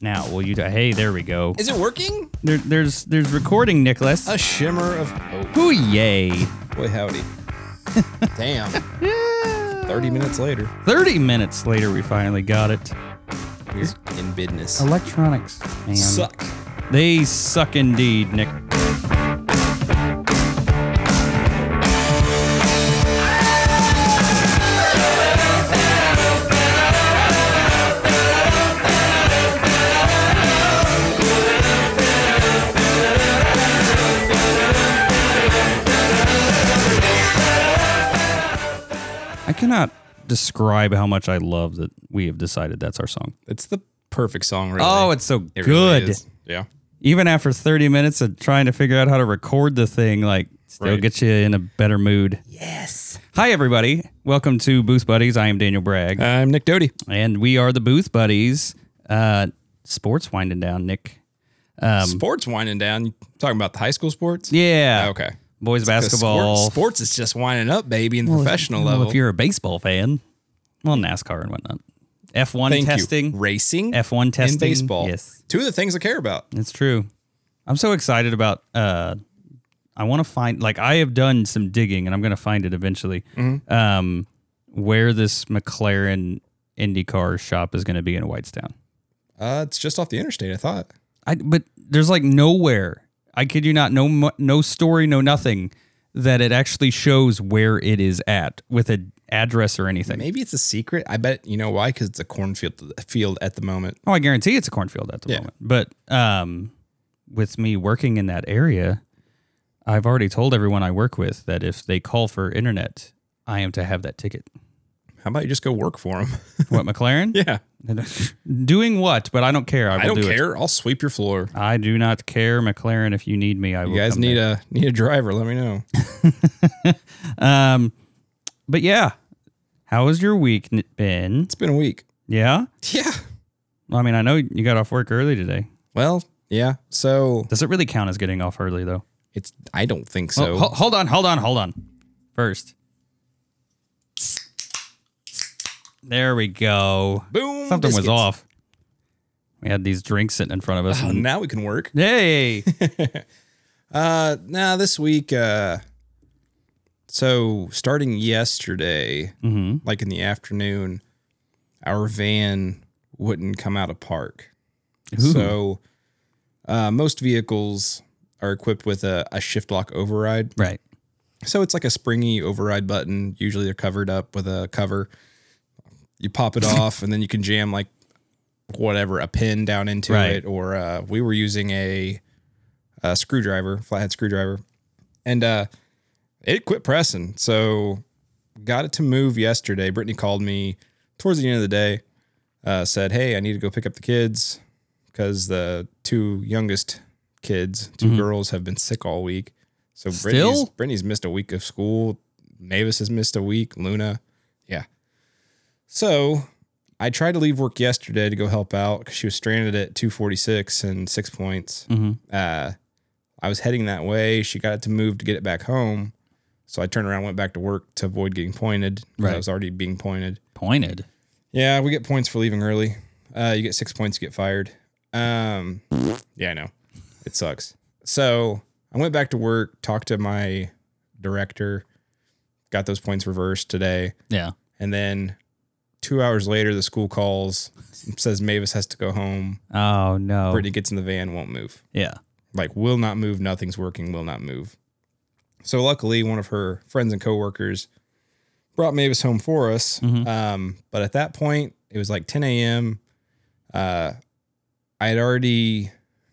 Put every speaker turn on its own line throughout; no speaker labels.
Now, will you? hey, there we go.
Is it working?
There, there's there's recording, Nicholas.
A shimmer of hope.
Hoo yay!
Boy, howdy. Damn. 30 minutes later,
Thirty minutes later, we finally got it.
we're in business.
Electronics, man,
Suck.
they suck indeed, Nick. I cannot describe how much I love that we have decided that's our song.
It's the perfect song, really.
Oh, it's so
It really
good.
is. yeah.
Even after 30 minutes of trying to figure out how to record the thing, like still
Right.
get you in a better mood.
Yes.
Hi everybody. Welcome to Booth Buddies. I am Daniel Bragg
I'm Nick Doty.
and we are the Booth Buddies. Uh sports winding down, Nick.
sports winding down. You talking about the high school sports?
Yeah.
Ah, Okay.
Boys
'Cause
basketball.
Sports, sports is just winding up, baby, in the professional
Well,
level.
if you're a baseball fan, well NASCAR and whatnot. F1
Thank
testing.
you. Racing.
F1 testing.
and baseball.
Yes.
Two of the things I care about.
It's true. I'm so excited about uh I want to find like I have done some digging and I'm going to find it eventually. Um where this McLaren IndyCar shop is going to be in Whitestown.
Uh, it's just off the interstate, I thought.
I but there's like nowhere. I kid you not, no mu- no story, no nothing that it actually shows where it is at with an address or anything.
Maybe it's a secret. I bet you know why? Because it's a cornfield field at the moment.
Oh, I guarantee it's a cornfield at the
Yeah.
moment. But um, with me working in that area, I've already told everyone I work with that if they call for internet, I am to have that ticket.
How about you just go work for them?
What McLaren? uh,
yeah,
Doing what? But I don't care. I, will
I don't
do it.
care. I'll sweep your floor.
I do not care, McLaren. If you need me, I will.
You guys
come
need
there.
a need a driver. Let me know.
Um, but yeah, how has your week n- been?
It's been a week.
Yeah,
Yeah.
I mean, I know you got off work early today.
Well, yeah. So
Does it really count as getting off early though?
it's. I don't think so.
Oh, ho- hold on, hold on, hold on. First, there we go.
Boom.
Something was
biscuits.
off. We had these drinks sitting in front of us.
Oh,
and-
now we can work.
Hey,
Uh, now this week. Uh, so starting yesterday,
hmm
like in the afternoon, our van wouldn't come out of park.
Ooh.
So uh, most vehicles are equipped with a, a shift lock override.
right.
So it's like a springy override button. Usually they're covered up with a cover. You pop it off, and then you can jam like whatever a pin down into
Right.
it. Or uh, we were using a, a screwdriver, flathead screwdriver, and uh, it quit pressing. So got it to move yesterday. Brittany called me towards the end of the day, uh, said, "Hey, I need to go pick up the kids because the two youngest kids, 2 girls, have been sick all week. So Brittany's,
Still?
Brittany's missed a week of school. Mavis has missed a week. Luna, yeah. So I tried to leave work yesterday to go help out because she was stranded at 246 and six points.
hmm
Uh, I was heading that way. She got it to move to get it back home. So I turned around, went back to work to avoid getting pointed. 'cause
Right.
I was already being pointed.
Pointed.
Yeah, we get points for leaving early. Uh, you get six points, you get fired. Um, yeah, I know. It sucks. So I went back to work, talked to my director, got those points reversed today.
Yeah.
And then two hours later, the school calls, says Mavis has to go home.
Oh no.
Brittany gets in the van, won't move.
Yeah.
Like, will not move. Nothing's working, will not move. So luckily, one of her friends and coworkers brought Mavis home for us.
Mhm.
Um, but at that point, it was like 10 a.m. Uh, I had already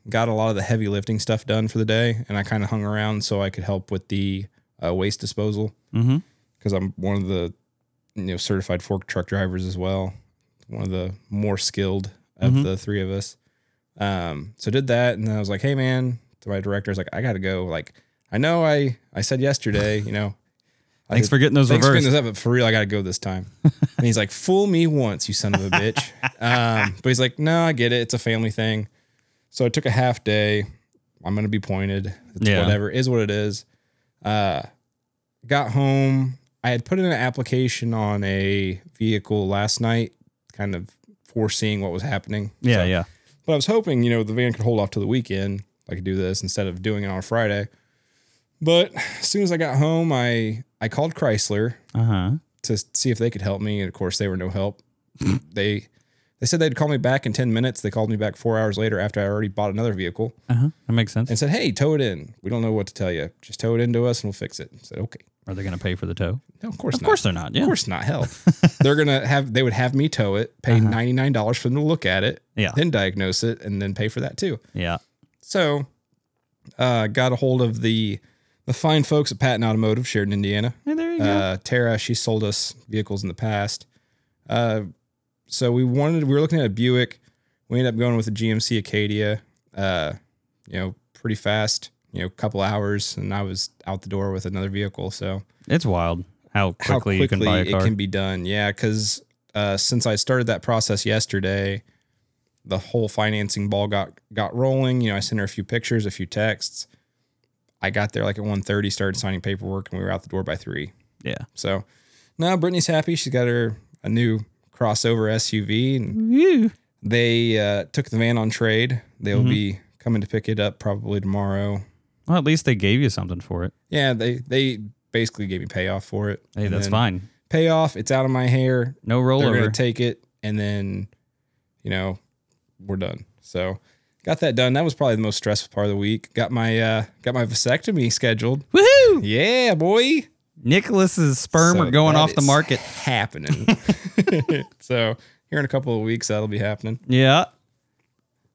got a lot of the heavy lifting stuff done for the day, and I kind of hung around so I could help with the uh, waste disposal
hmm
because I'm one of the you know certified fork truck drivers as well, one of the more skilled of
Mhm.
the three of us. Um, so did that, and then I was like, "Hey, man!" To my director, I was like, "I gotta go." Like, I know I I said yesterday, you know, I
Thanks
said,
for getting those
thanks for
reversed.
getting this up, but for real, I gotta go this time. and he's like, "Fool me once, you son of a bitch." um, but he's like, "No, I get it. It's a family thing." So I took a half day. I'm gonna be pointed. It's
Yeah.
whatever is what it is. Uh, got home. I had put in an application on a vehicle last night, kind of foreseeing what was happening.
yeah.
So
yeah.
But I was hoping, you know, the van could hold off to the weekend. I could do this instead of doing it on a Friday. But as soon as I got home, I I called Chrysler
Uh huh.
to see if they could help me, and of course they were no help. they they said they'd call me back in ten minutes. They called me back four hours later after I already bought another vehicle
Uh huh. That makes sense.
and said, "Hey, tow it in. We don't know what to tell you. Just tow it into us, and we'll fix it." I said, "Okay."
Are they going to pay for the tow?
No, of course
Of
not.
course they're not. Yeah.
Of course not. Hell, they're gonna have. They would have me tow it, pay
Uh-huh.
ninety nine dollars for them to look at it,
Yeah.
then diagnose it, and then pay for that too.
Yeah.
So, uh, got a hold of the the fine folks at Patton Automotive, Sheridan, Indiana.
Hey, there you go.
Uh, Tara, she sold us vehicles in the past. Uh, so we wanted, we were looking at a Buick. We ended up going with a GMC Acadia. Uh, you know, pretty fast. You know, a couple hours, and I was out the door with another vehicle. So
It's wild how quickly, you can buy a
it
car.
can be done. Yeah, because uh, since I started that process yesterday, the whole financing ball got got rolling. You know, I sent her a few pictures, a few texts. I got there like at 1.30, started signing paperwork, and we were out the door by three.
yeah.
So now Brittany's happy. She's got her a new crossover SUV, and
Woo.
they uh, took the van on trade. They'll
Mm-hmm.
be coming to pick it up probably tomorrow.
Well, at least they gave you something for it.
Yeah, they they basically gave me payoff for it.
Hey,
And
that's
then
fine.
Payoff. It's out of my hair.
No
They're going
rollover.
to take it, and then you know we're done. So got that done. That was probably the most stressful part of the week. Got my uh, got my vasectomy scheduled.
Woohoo!
Yeah, boy.
Nicholas's sperm
So
are going
that
off the
is
market.
happening. so here in a couple of weeks that'll be happening.
Yeah.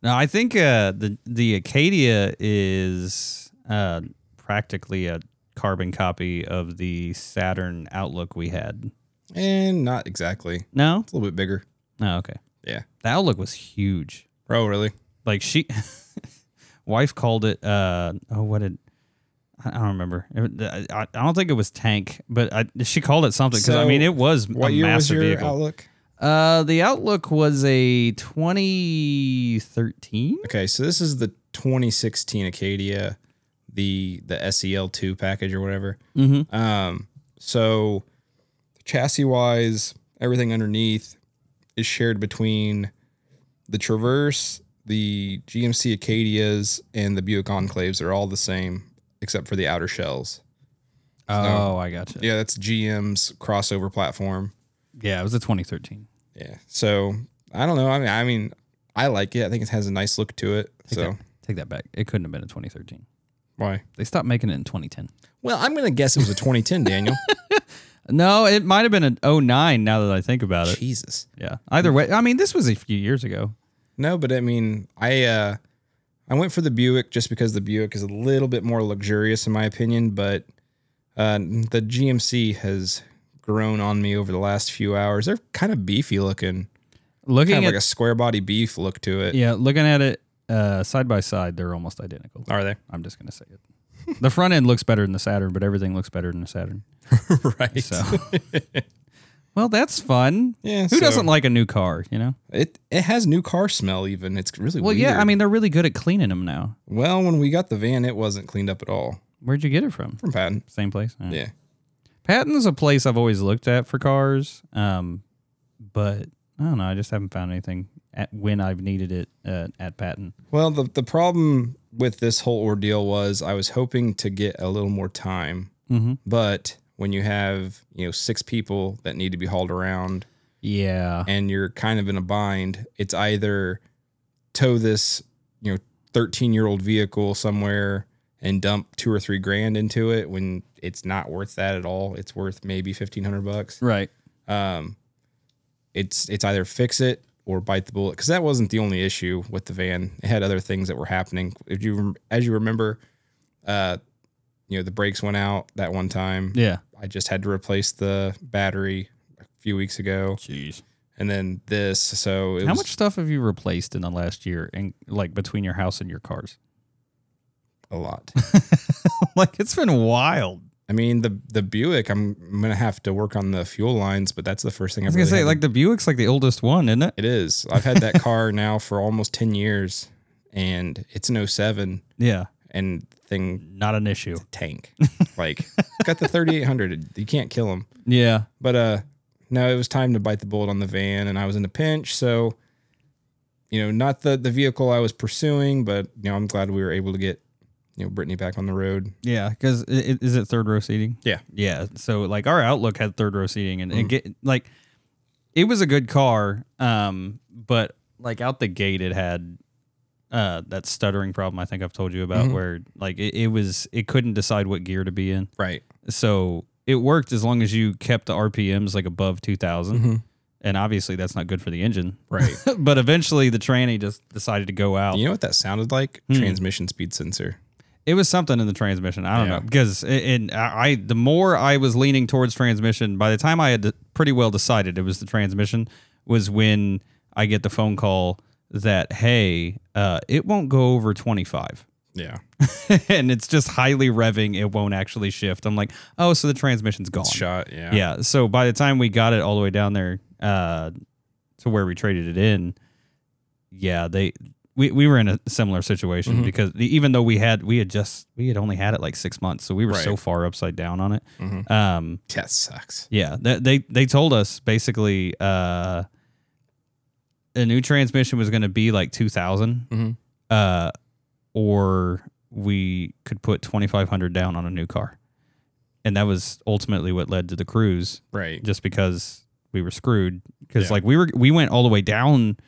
No, I think uh, the the Acadia is uh, practically a carbon copy of the Saturn Outlook we had.
And not exactly.
No.
It's a little bit bigger.
No. okay.
Yeah.
The Outlook was huge.
Oh, really?
Like she, wife called it. Uh, oh, what did I I don't remember. It- I, I I don't think it was tank, but I, she called it something because I
So,
mean it was
What
a
year was
massive
your
vehicle.
outlook?
Uh, the Outlook was a 2013.
Okay, so this is the 2016 Acadia, the the SEL2 package or whatever.
Mm-hmm.
Um, so chassis wise, everything underneath is shared between the Traverse, the GMC Acadias, and the Buick Enclaves. They're all the same except for the outer shells.
Oh, I gotcha. Yeah.
Yeah, that's GM's crossover platform.
it was a 2013.
Yeah. So I don't know. I mean, I mean, I like it. I think it has a nice look to it. so
that. Take that back. It couldn't have been a 2013.
why?
They stopped making it in 2010.
Well, I'm gonna guess it was a 2010, Daniel.
No, it might have been an 09 now that I think about it.
Jesus.
Yeah. Either way, I mean, this was a few years ago.
No, but I mean, I uh, I went for the Buick just because the Buick is a little bit more luxurious in my opinion, but uh, the GMC has grown on me over the last few hours. They're kind of beefy looking,
Looking
kind of
at
like a square body beef look to it.
Yeah, looking at it uh, side by side, they're almost identical.
Are they
I'm just going to say it. the front end looks better than the Saturn, but everything looks better than the Saturn.
right?
So Well, that's fun.
Yeah,
Who
so-
doesn't like a new car, you know?
It it has new car smell even. It's really
Well,
weird.
yeah, I mean, they're really good at cleaning them now.
Well, when we got the van, it wasn't cleaned up at all
Where'd you get it from?
from Patton.
Same place? All right.
Yeah.
Patton's a place I've always looked at for cars, um, but I don't know. I just haven't found anything at when I've needed it uh, at Patton.
Well, the the problem with this whole ordeal was I was hoping to get a little more time,
Mhm.
but when you have you know six people that need to be hauled around
Yeah.
and you're kind of in a bind, it's either tow this you know 13 year old vehicle somewhere and dump two or three grand into it when it's not worth that at all. It's worth maybe 1500 bucks.
Right.
um, it's it's either fix it or bite the bullet because that wasn't the only issue with the van. It had other things that were happening. If you rem- as you remember, uh, you know the brakes went out that one time.
Yeah.
I just had to replace the battery a few weeks ago,
Jeez.
and then this. So it
How
was
much stuff have you replaced in the last year, and like between your house and your cars?
a lot.
like it's been wild.
I mean the the Buick. I'm, I'm gonna have to work on the fuel lines, but that's the first thing
I
I
was
am
gonna say, like the Buick's like the oldest one, isn't it?
it is. I've had that car now for almost ten years, and it's an 07
Yeah.
and thing
Not an issue.
tank. Like got the 3800. You can't kill him.
Yeah.
But uh no, it was time to bite the bullet on the van and I was in a pinch, so you know, not the the vehicle I was pursuing, but you know, I'm glad we were able to get you know Brittany back on the road.
Yeah, because is it third row seating?
Yeah. Mm-hmm.
yeah. So like our Outlook had third row seating, and it get like it was a good car, um, but like out the gate, it had uh that stuttering problem. I think I've told you
Mm-hmm.
about where like it, it was it couldn't decide what gear to be in.
Right.
So it worked as long as you kept the RPMs like above two and obviously that's not good for the engine.
Mm-hmm. Right.
but eventually, the tranny just decided to go out.
you know what that sounded like?
Hmm.
Transmission speed sensor.
It was something in the transmission. I don't
Yeah.
know because it, and I I- the more I was leaning towards transmission, by the time I had pretty well decided it was the transmission, was when I get the phone call that hey, uh, it won't go over twenty five,
Yeah.
and it's just highly revving. It won't actually shift. I'm like, oh, so the transmission's gone.
Shot. Yeah.
Yeah. So by the time we got it all the way down there uh, to where we traded it in, yeah, they we, we were in a similar situation
Mhm.
because even though we had we had just we had only had it like six months, so we were so
Right.
far upside down on it.
Mm-hmm.
Um,
That sucks.
yeah, they they, they told us basically uh, a new transmission was going to be like two
Mhm.
uh, or we could put twenty five hundred down on a new car, and that was ultimately what led to the cruise
Right.
just because we were screwed because
Yeah.
like we were we went all the way down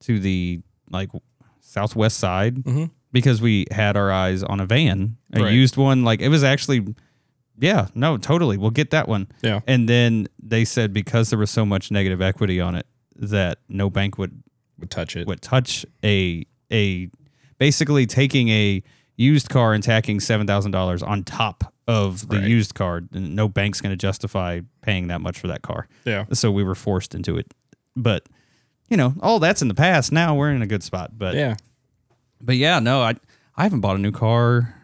to the like southwest side
Mhm.
because we had our eyes on a van a
Right.
used one like it was actually yeah no totally we'll get that one
Yeah.
and then they said because there was so much negative equity on it that no bank would
Would touch it.
would touch a a basically taking a used car and tacking seven thousand dollars on top of the
Right.
used car. And No bank's going to justify paying that much for that car.
Yeah.
So we were forced into it. But you know, all that's in the past. Now we're in a good spot. But
Yeah.
but yeah, no, I I haven't bought a new car,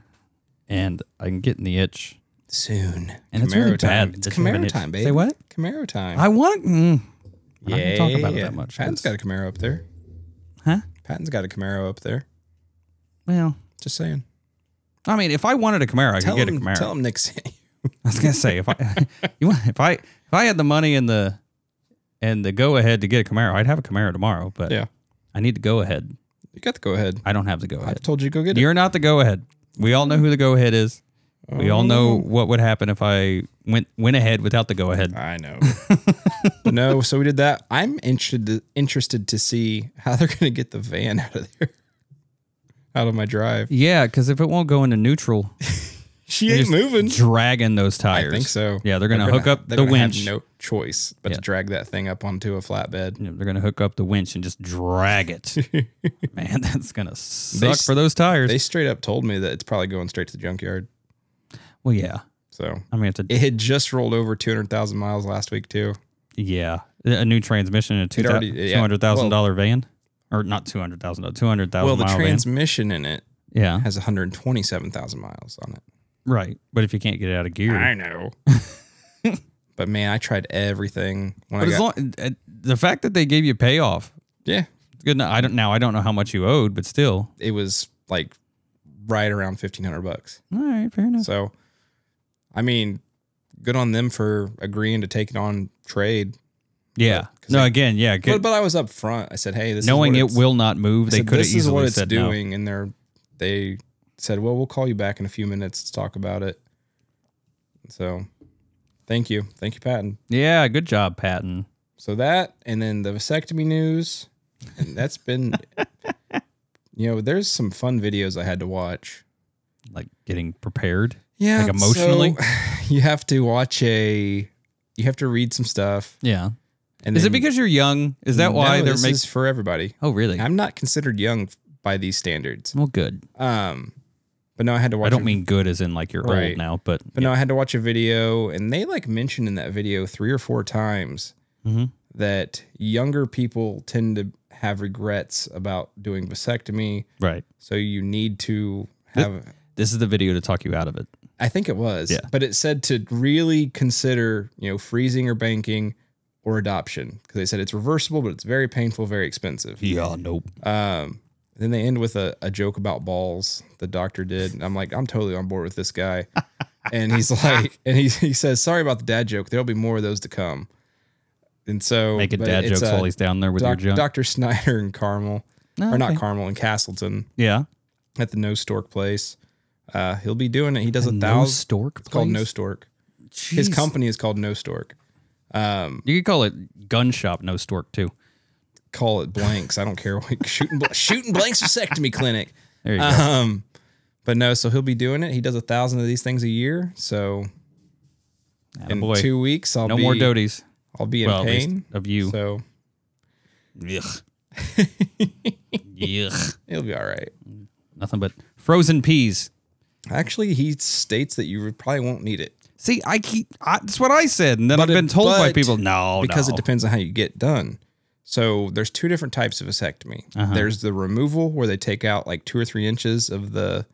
and I'm getting the itch.
Soon.
And it's really
time.
bad
It's
that you have an
Camaro
itch.
time, baby.
Say what?
Camaro time.
I want. Mm,
yeah.
I don't talk about it that much.
Patton's
'cause-
got a Camaro up there.
Huh?
Patton's got a Camaro up there.
Well,
Just saying.
I mean, if I wanted a Camaro, I
Tell
could get
him,
a Camaro.
Tell him Nick sent you.
I was gonna say if I you want, if I if I had the money and the and the go ahead to get a Camaro, I'd have a Camaro tomorrow. But
Yeah.
I need the go ahead.
You got to go ahead.
I don't have the go
I
ahead.
told you to go get it.
You're not the go ahead. We all know who the go ahead is. We all
Oh.
know what would happen if I went went ahead without the go ahead.
I know. But no, so we did that. I'm interested to, interested to see how they're going to get the van out of there, out of my drive.
Yeah, because if it won't go into neutral,
She
they're
ain't
just
moving.
dragging those
I
tires.
think so.
Yeah, they're gonna hook up
they're
the
gonna have
winch.
no choice but
Yeah. Mm-hmm.
to drag that thing up onto a flatbed.
You know, they're gonna hook up the winch and just drag it. Man, that's gonna suck
s-
for those tires.
They straight up told me that it's probably going straight to the junkyard.
well, yeah,
So
I mean, it's a
it had just rolled over 200,000 miles last week, too.
Yeah, a new transmission in a two
already-
two
yeah,
hundred thousand dollar van, or not two hundred thousand two hundred thousand
Well, the
mile
transmission in it
van. Yeah,
has 127,000 miles on it.
right. But if you can't get it out of gear,
I know. but man, I tried everything when
but
I
as
got.
long uh, the fact that they gave you payoff,
yeah,
it's good. enough. I don't now. I don't know how much you owed, but still,
it was like right around 1500 bucks.
all right, fair enough.
So, I mean, good on them for agreeing to take it on trade.
yeah.
'cause
No,
they-
again, yeah.
But,
Good.
but I was up front. I said, hey, this
Knowing
is
it
what it's-
will not move,
I
they
said,
could have
This is what
easily
it's
said no.
doing, and they're they said, well, we'll call you back in a few minutes to talk about it. So, thank you, thank you, Patton.
Yeah, good job, Patton.
So that, and then the vasectomy news, and that's been, you know, there's some fun videos I had to watch.
Like getting prepared.
Yeah,
Like emotionally?
so you have to watch a, you have to read some stuff.
Yeah.
And
Is it
then-
because you're young? Is that why
No,
they're
this
making?
is for everybody?
oh, really?
I'm not considered young by these standards.
well, good.
Um, but no, I had to watch.
I
a-
don't mean good as in like you're old
Right.
now, but,
But no, I had to watch a video, and they like mentioned in that video three or four times
Mhm.
that younger people tend to have regrets about doing vasectomy.
right.
So you need to have.
This is the video to talk you out of it.
I think it was,
Yeah.
but it said to really consider, you know, freezing or banking or adoption because they said it's reversible, but it's very painful, very expensive.
Yeah, nope.
Um, then they end with a, a joke about balls. The doctor did. And I'm like, I'm totally on board with this guy. And he's like, and he, he says, sorry about the dad joke. There'll be more of those to come. And so
Making
but
dad
it's,
jokes
uh,
while he's down there with
doc-
your junk.
Dr. Snyder and Carmel.
Oh,
or not
okay.
Carmel in Castleton
Yeah.
at the No Stork place. Uh, he'll be doing it. He does a
No
thousand.
stork.
It's called No
place?
Stork. His
Jeez.
company is called No Stork. Um,
You could call it gun shop. No stork too.
call it blanks. I don't care. what- shooting bl- shooting blanks vasectomy clinic.
There you go.
Um, but no, so he'll be doing it. He does a thousand of these things a year. So in
Attaboy.
two weeks, I'll
no
be
more doties.
I'll be in
Well, at least
pain.
of you.
So
Yuck. Yuck.
it'll be all right.
Nothing but frozen peas.
Actually, he states that you probably won't need it
See, I keep. I, that's what I said, and then
But
I've been
it-
told by
but-
people, no,
because
no.
it depends on how you get done. So there's two different types of vasectomy.
Uh-huh.
There's the removal where they take out like two or three inches of the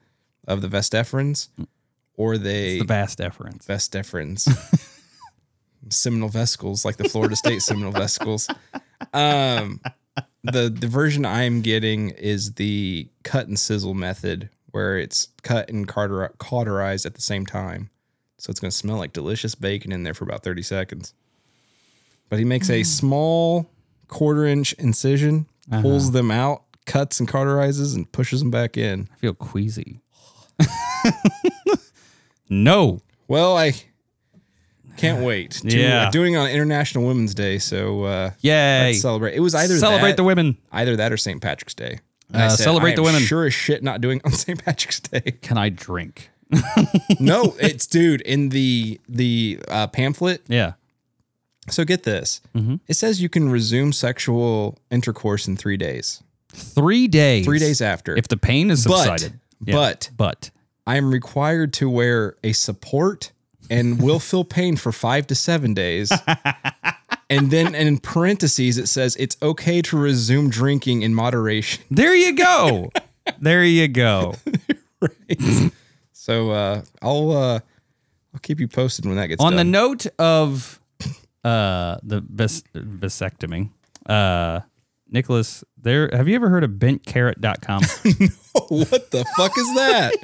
of the vestiferins, or they
the vast efference.
vestiferins, seminal vesicles, like the Florida State seminal vesicles. Um, the the version I am getting is the cut and sizzle method, where it's cut and cauter- cauterized at the same time, so it's going to smell like delicious bacon in there for about thirty seconds. But he makes a small quarter inch incision, pulls them out, cuts and cauterizes, and pushes them back in.
I feel queasy. no.
Well, I can't wait. To,
Yeah.
doing it on International Women's Day, so uh,
Yay.
let's celebrate. It was either
Celebrate
that,
the women.
either that or St. Patrick's Day. And I
Uh, celebrate
I
the
am
women.
Sure as shit, not doing it on St. Patrick's Day.
Can I drink?
no, it's dude in the the uh, pamphlet.
Yeah.
So get this.
Mm-hmm.
It says you can resume sexual intercourse in three days.
Three days.
Three days after.
If the pain is
but
subsided. Yeah.
but
But
I am required to wear a support and will feel pain for five to seven days. and then in parentheses, it says it's okay to resume drinking in moderation.
there you go. there you go.
So uh, I'll uh, I'll keep you posted when that gets
On the
done.
note of uh the vas- vasectomy, uh Nicholas, there have you ever heard of bentcarrot.com?
what the fuck is that?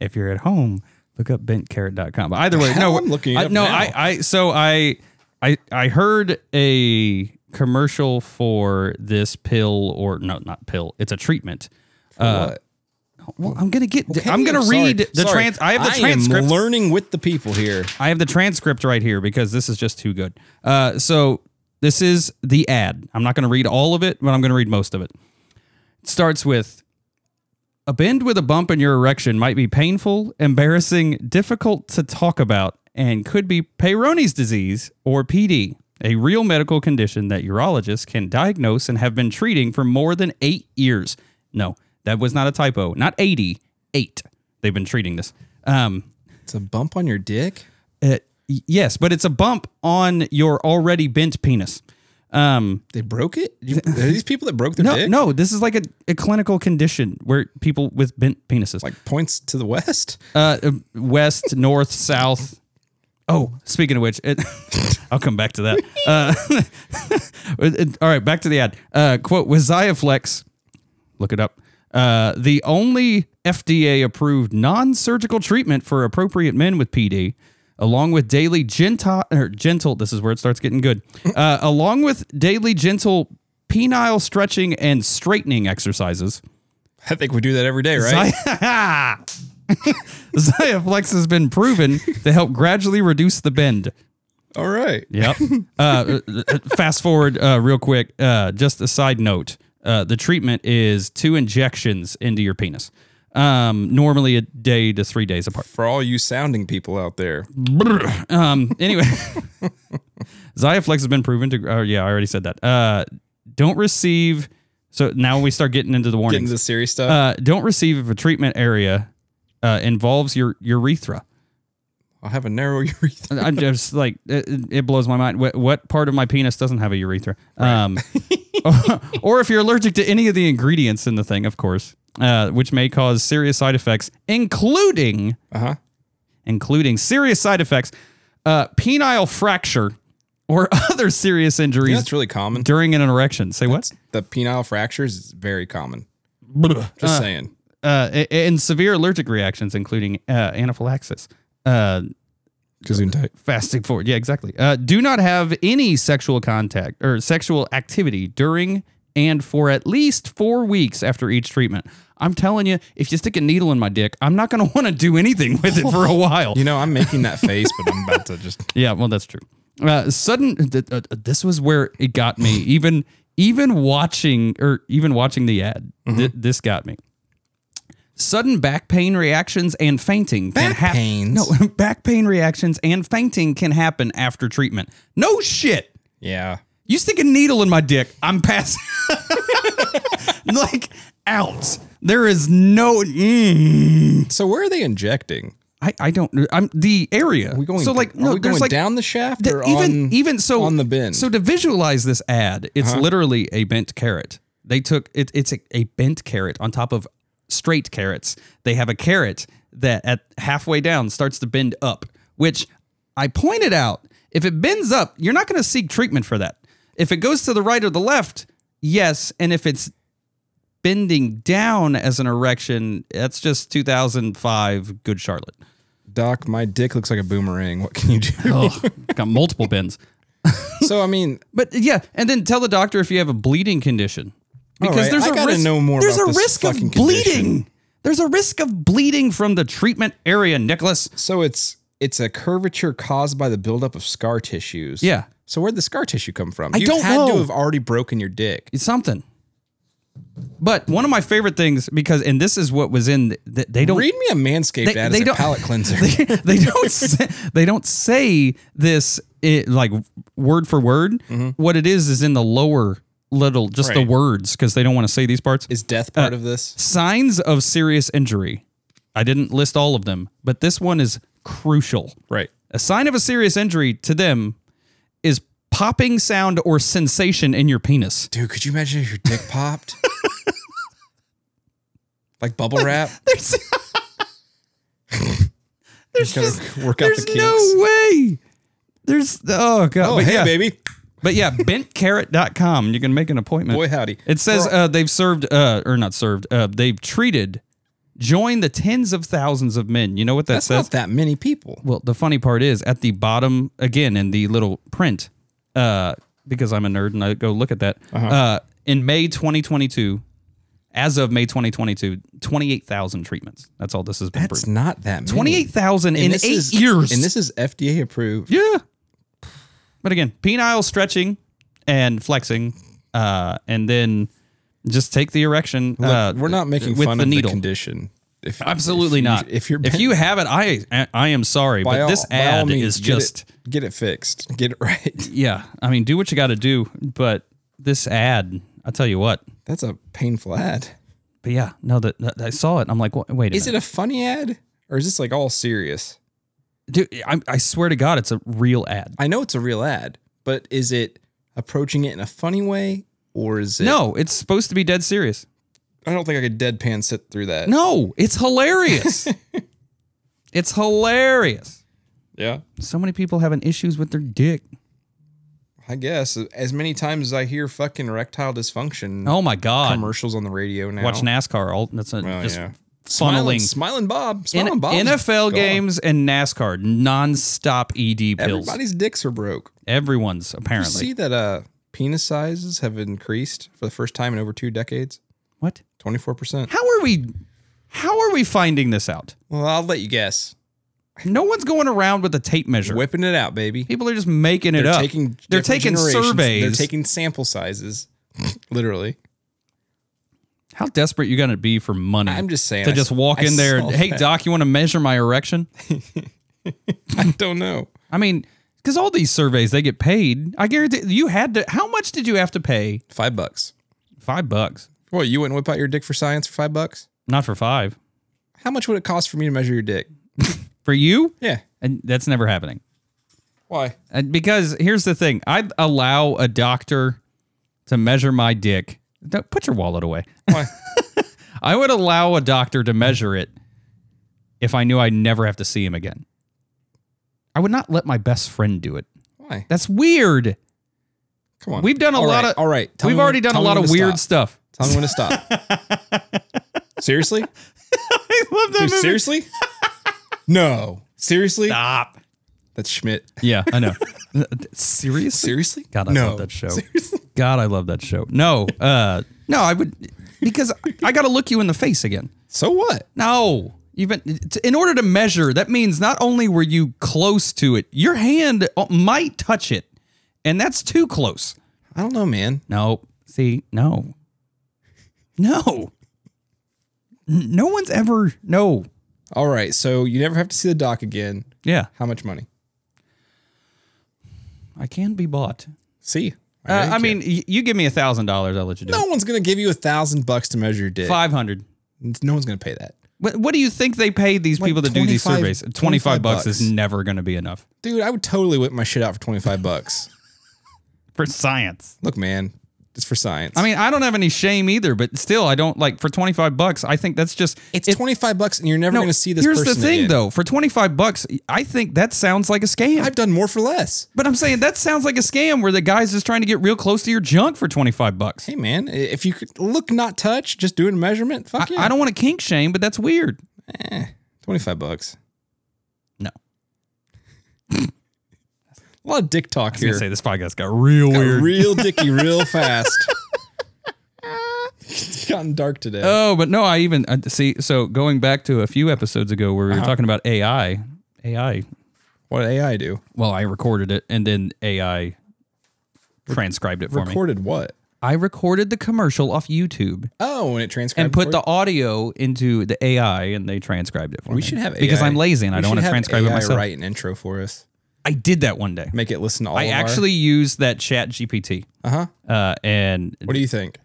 if you're at home, look up bentcarrot.com. But either way, no,
hell? I'm looking it
I,
up
no,
now.
I, I, so I, I, I heard a commercial for this pill or no, not pill. It's a treatment. Uh,
what?
well, I'm gonna get.
Okay,
I'm gonna
sorry,
read the
sorry.
trans. I have the
am
transcript.
learning with the people here.
I have the transcript right here because this is just too good. Uh, so this is the ad. I'm not going to read all of it, but I'm going to read most of it. It starts with a bend with a bump in your erection might be painful, embarrassing, difficult to talk about, and could be Peyronie's disease or PD, a real medical condition that urologists can diagnose and have been treating for more than eight years. No, that was not a typo. Not 80, eight. They've been treating this. Um,
It's a bump on your dick.
it, Uh, y- yes, but it's a bump on your already bent penis. Um,
They broke it. You, are these people that broke their
no,
dick?
no, this is like a, a clinical condition where people with bent penises,
Like points to the west.
uh, uh, west, north, south. Oh, speaking of which, it, I'll come back to that. Uh, it- it- all right, back to the ad. Uh, quote with Xiaflex, look it up. Uh, the only FDA approved non surgical treatment for appropriate men with PD, along with daily gentle, or gentle this is where it starts getting good, uh, along with daily gentle penile stretching and straightening exercises.
I think we do that every day, right?
Xiaflex has been proven to help gradually reduce the bend.
All right.
Yep. Uh, fast forward uh, real quick. Uh, just a side note. Uh, the treatment is two injections into your penis, um, normally a day to three days apart.
For all you sounding people out there,
Brr. Um, anyway, Xiaflex has been proven to. Oh yeah, I already said that. Uh, don't receive. So now we start getting into the
getting
warnings.
to the serious stuff.
Uh, don't receive if a treatment area uh, involves your urethra.
I'll have a narrow urethra.
I'm just like it, it blows my mind. What, what part of my penis doesn't have a urethra? Um, or, if you're allergic to any of the ingredients in the thing, of course, uh, which may cause serious side effects, including
Uh-huh.
including serious side effects, uh, penile fracture, or other serious
You know,
injuries
that's really common.
during an erection. Say what?
The penile fractures is very common. Just saying.
Uh, a- and severe allergic reactions, including uh, anaphylaxis. Uh,
Gesundheit.
fasting forward. Yeah, exactly. Uh, do not have any sexual contact or sexual activity during and for at least four weeks after each treatment. I'm telling you, if you stick a needle in my dick, I'm not going to want to do anything with it for a while.
You know, I'm making that face, but I'm about to just.
Yeah, well, that's true. Uh, sudden, th- uh, this was where it got me. Even even watching or even watching the ad, th- this got me. Sudden back pain reactions and fainting can
Back
hap-
pains?
No, back pain reactions and fainting can happen after treatment. No shit.
Yeah.
You stick a needle in my dick, I'm passing. like out. There is no. Mm.
So where are they injecting?
I I don't. I'm the area.
Are we going?
so like
are
no.
we
There's
going
like
down the shaft
the-
or
even
on?
even so
on the bin. Uh-huh.
So to visualize this ad, it's literally a bent carrot. They took it. It's a, a bent carrot on top of straight carrots. They have a carrot that at halfway down starts to bend up, which I pointed out. If it bends up, you're not going to seek treatment for that. If it goes to the right or the left, yes. And if it's bending down as an erection, that's just 2005 Good Charlotte.
Doc, my dick looks like a boomerang. What can you do?
Oh, got multiple bends.
so I mean,
But yeah, and then tell the doctor if you have a bleeding condition because
right,
there's
I
a
gotta
risk.
know more
there's
about
a
this
risk of
fucking
bleeding.
condition.
There's a risk of bleeding from the treatment area, Nicholas.
so it's it's a curvature caused by the buildup of scar tissues.
Yeah.
So where'd the scar tissue come from?
I
You've
don't
had
know.
to have already broken your dick.
It's something. But one of my favorite things because and this is what was in th- they don't
Read me a manscaped
They-
ad
they
as a
don't-
palate cleanser.
they, they don't say, they don't say this it, like word for word. What it is is in the lower little just the
Mm-hmm. Right.
words because they don't want to say these parts.
Is death part of this?
Signs of serious injury. I didn't list all of them, but this one is crucial.
Right.
A sign of a serious injury to them is popping sound or sensation in your penis.
Dude, could you imagine if your dick popped? like bubble wrap?
There's, there's
Gotta
just
work out the
there's
kinks.
no way. There's oh god.
Oh,
but
hey,
yeah,
baby.
but yeah, bentcarrot.com. You can make an appointment.
Boy, howdy.
It says
We're-
uh, they've served, uh, or not served, uh, they've treated, joined the tens of thousands of men. You know what that
that's
says?
not that many people.
Well, the funny part is at the bottom again in the little print, uh, because I'm a nerd and I go look at that.
Uh-huh.
uh in May 2022, as of May 2022, 28,000 treatments. That's all this has been.
It's
proven.
not that many.
28,000 in
And
eight
this is-
years.
And this is FDA approved.
yeah. But again, penile stretching and flexing, uh, and then just take the erection. uh,
We're not making
with
fun
the
of
needle.
the condition. If,
Absolutely
if you-
not.
If you're
if you have it, I I am sorry,
by
but
all-
this
by all
ad
means,
is
get it-
just
get it fixed. Get it right.
yeah, I mean, do what you got to do, but this ad, I tell you what.
That's a painful ad.
But yeah, no, that that- I saw it. I'm like, what, wait a
Is it
minute,
a funny ad or is this like all serious?
dude. I, I swear to God, it's a real ad.
I know it's a real ad, but is it approaching it in a funny way or is it?
No, it's supposed to be dead serious.
I don't think I could deadpan sit through that.
No, it's hilarious. it's hilarious.
Yeah.
So many people having issues with their dick.
I guess as many times as I hear fucking erectile dysfunction
Oh my God,
commercials on the radio now.
watch NASCAR. All that's a,
Oh,
just
yeah. Smiling,
funneling.
smiling Bob. Smiling
N-
Bob.
NFL games and NASCAR nonstop ED pills.
Everybody's dicks are broke.
Everyone's
You
apparently
see that uh penis sizes have increased for the first time in over two decades?
what?
24%.
How are we? How are we finding this out?
Well, I'll let you guess.
No one's going around with a tape measure.
Whipping it out, baby.
People are just making it
They're
up.
taking
They're
different
taking
generations.
surveys.
They're taking sample sizes. Literally.
How desperate you gonna be for money?
I'm just saying.
to
I
just
s-
walk
I
in there.
saw
and, Hey,
that.
doc, you want to measure my erection?
I don't know.
I mean, because all these surveys they get paid. I guarantee you had to. How much did you have to pay?
Five bucks.
Five bucks.
Well, you wouldn't whip out your dick for science for five bucks?
Not for five.
How much would it cost for me to measure your dick?
For you,
Yeah.
and that's never happening.
Why?
And because here's the thing, I'd allow a doctor to measure my dick. Don't- Put your wallet away.
Why?
I would allow a doctor to measure it if I knew I'd never have to see him again. I would not let my best friend do it.
Why?
That's weird.
Come on.
We've done a
All
lot
right,
of-
All right. Tell me
We've
when-
already done a
tell me
lot
when
of
to
weird
stop.
stuff.
Tell me when to stop. seriously?
I love that
Dude, seriously? no. Seriously?
Stop.
That's Schmidt.
Yeah, I know. Seriously?
Seriously?
God, I
no.
love that show.
Seriously?
God, I love that show. No, uh, no, I would because I got to look you in the face again.
So what?
No, you've been t- in order to measure. That means not only were you close to it, your hand uh, might touch it, and that's too close.
I don't know, man.
No, see, no, no, N- no one's ever no.
All right. So you never have to see the doc again.
Yeah,
How much money?
I can be bought.
See? know
Uh,
you
I
can.
mean, y- you give me a thousand dollars, I'll let you do
no one's going to give you a thousand bucks to measure your dick.
it. Five hundred.
No one's going to pay that.
What, what do you think they paid these
Like
people to do these
25
surveys? Twenty five bucks
bucks.
is never going to be enough
Dude, I would totally whip my shit out for 25 bucks.
for science.
Look, man, it's for science.
I mean, I don't have any shame either, but still, I don't like for twenty five bucks. I think that's just
it's
it-
25 bucks and you're never
no,
going to see this
Here's the
person
thing,
again.
though: for twenty five bucks, I think that sounds like a scam.
I've done more for less.
but I'm saying that sounds like a scam where the guy's just trying to get real close to your junk for twenty five bucks.
Hey, man, i- if you could look, not touch, just doing a measurement, fuck
I,
yeah.
I don't want to kink shame, but that's weird.
25 bucks.
No,
A lot of dick
I
talk
was
here.
gonna say this podcast got real
Got
weird.
real dicky real fast. it's gotten dark today.
Oh, but no, I even uh, see. So going back to a few episodes ago where we
Uh-huh.
were talking about AI, AI.
what did AI do?
Well, I recorded it and then AI transcribed it for me.
Recorded what?
I recorded the commercial off YouTube
Oh, when it transcribed.
and put
for you?
the audio into the AI and they transcribed it for me.
We should have AI.
because I'm lazy and I
We
don't want
should
to
have
transcribe it
AI
myself.
Write an intro for us.
I did that one day.
Make it listen to all.
I actually used that Chat GPT.
Uh huh.
Uh, and
What do you think?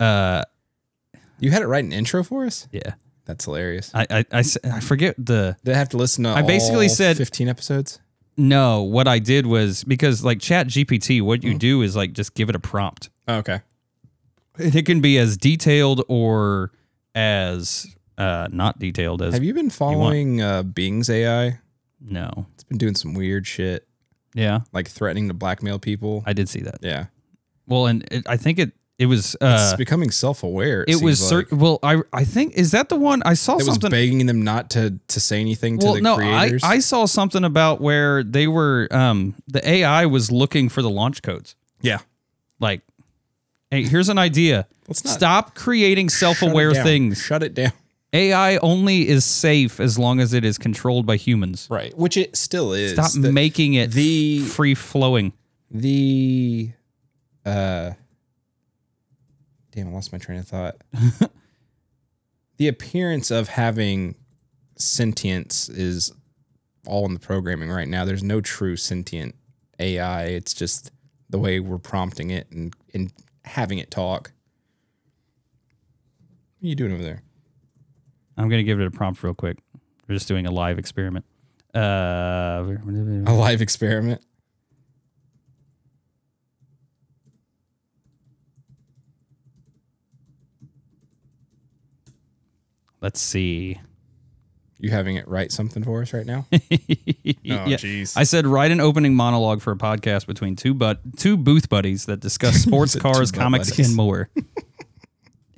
uh,
You had it write an intro for us.
yeah,
That's hilarious.
I, I- I s- I forget the
Did I have to listen to?
I basically
all
said-
fifteen episodes.
no. What I did was because like Chat GPT, what
Mm.
you do is like just give it a prompt.
Oh, okay.
And it can be as detailed or as uh, not detailed as
Have you been following uh, Bing's AI?
no.
It's been doing some weird shit,
Yeah,
like threatening to blackmail people.
I did see that.
yeah,
Well, and it, I think it it was
it's
uh,
becoming self-aware.
it was
seems like.
cer- well I I think is that the one I saw
It was
something
begging them not to to say anything to
well
the
no I,
creators.
I saw something about where they were um the AI was looking for the launch codes
yeah,
like hey here's an idea
Let's not-
stop creating
Shut it
self-aware
down.
things
Shut it down.
AI only is safe as long as it is controlled by humans
Right, which it still is.
stop
the,
making it
the-
free flowing
the uh damn i lost my train of thought the appearance of having sentience is all in the programming right now there's no true sentient ai it's just the way we're prompting it and and having it talk what are you doing over there
I'm gonna give it a prompt real quick we're just doing a live experiment uh
a live experiment
let's see
you having it write something for us right now
Yeah.
jeez.
I said write an opening monologue for a podcast between two but two booth buddies that discuss sports,
Two
cars,
butt
comics,
buddies.
and more.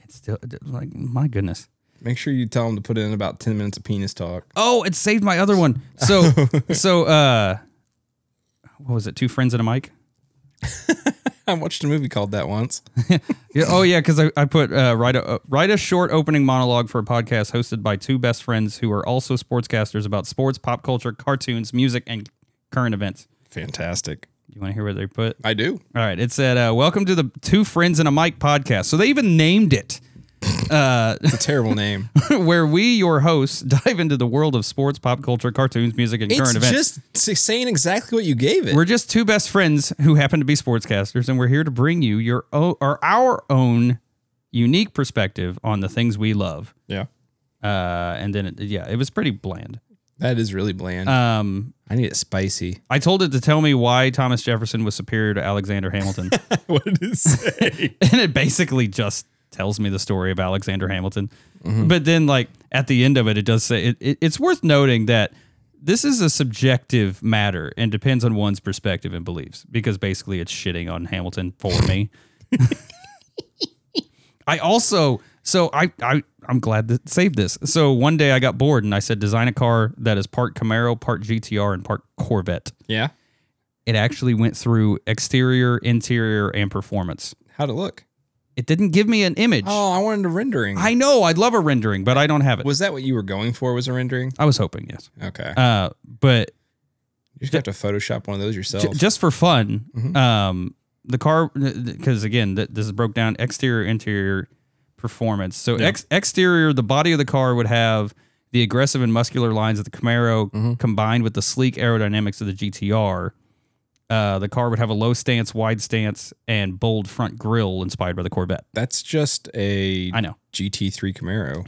it's still like my goodness.
make sure you tell them to put in about 10 minutes of penis talk
Oh, it saved my other one. So so uh what was it? Two friends and a mic?
i watched a movie called that once
Yeah, oh yeah, because I, I put uh, write a uh, write a short opening monologue for a podcast hosted by two best friends who are also sportscasters about sports, pop culture, cartoons, music, and current events.
fantastic
You want to hear what they put?
I do.
All right. It said, uh, "Welcome to the Two Friends and a Mic podcast." So they even named it, uh,
It's a terrible name.
where we, your hosts, dive into the world of sports, pop culture, cartoons, music, and
it's
current events.
just s- saying exactly what you gave it.
we're just two best friends who happen to be sportscasters, and we're here to bring you your o- or our own unique perspective on the things we love.
yeah.
Uh, and then, it, yeah, it was pretty bland.
That is really bland.
Um,
I need it spicy.
I told it to tell me why Thomas Jefferson was superior to Alexander Hamilton.
what did it say?
and it basically just tells me the story of Alexander Hamilton. But then, like at the end of it, it does say it, it, it's worth noting that this is a subjective matter and depends on one's perspective and beliefs. Because basically, it's shitting on Hamilton for me. I also so I I I'm glad that saved this. So one day I got bored and I said design a car that is part Camaro, part GTR, and part Corvette.
Yeah.
It actually went through exterior, interior, and performance.
How'd it look?
It didn't give me an image.
Oh, I wanted a rendering.
I know I'd love a rendering, but I don't have it.
was that what you were going for? Was a rendering?
I was hoping yes.
Okay.
Uh, but
you just have to Photoshop one of those yourself.
J- just for fun.
Mhm.
Um, the car, because again, th- this is broke down exterior, interior performance. So
Yeah.
ex- exterior, the body of the car would have the aggressive and muscular lines of the Camaro
Mhm.
combined with the sleek aerodynamics of the GTR. Uh, the car would have a low stance, wide stance, and bold front grille inspired by the Corvette.
That's just a
I know.
GT3 Camaro.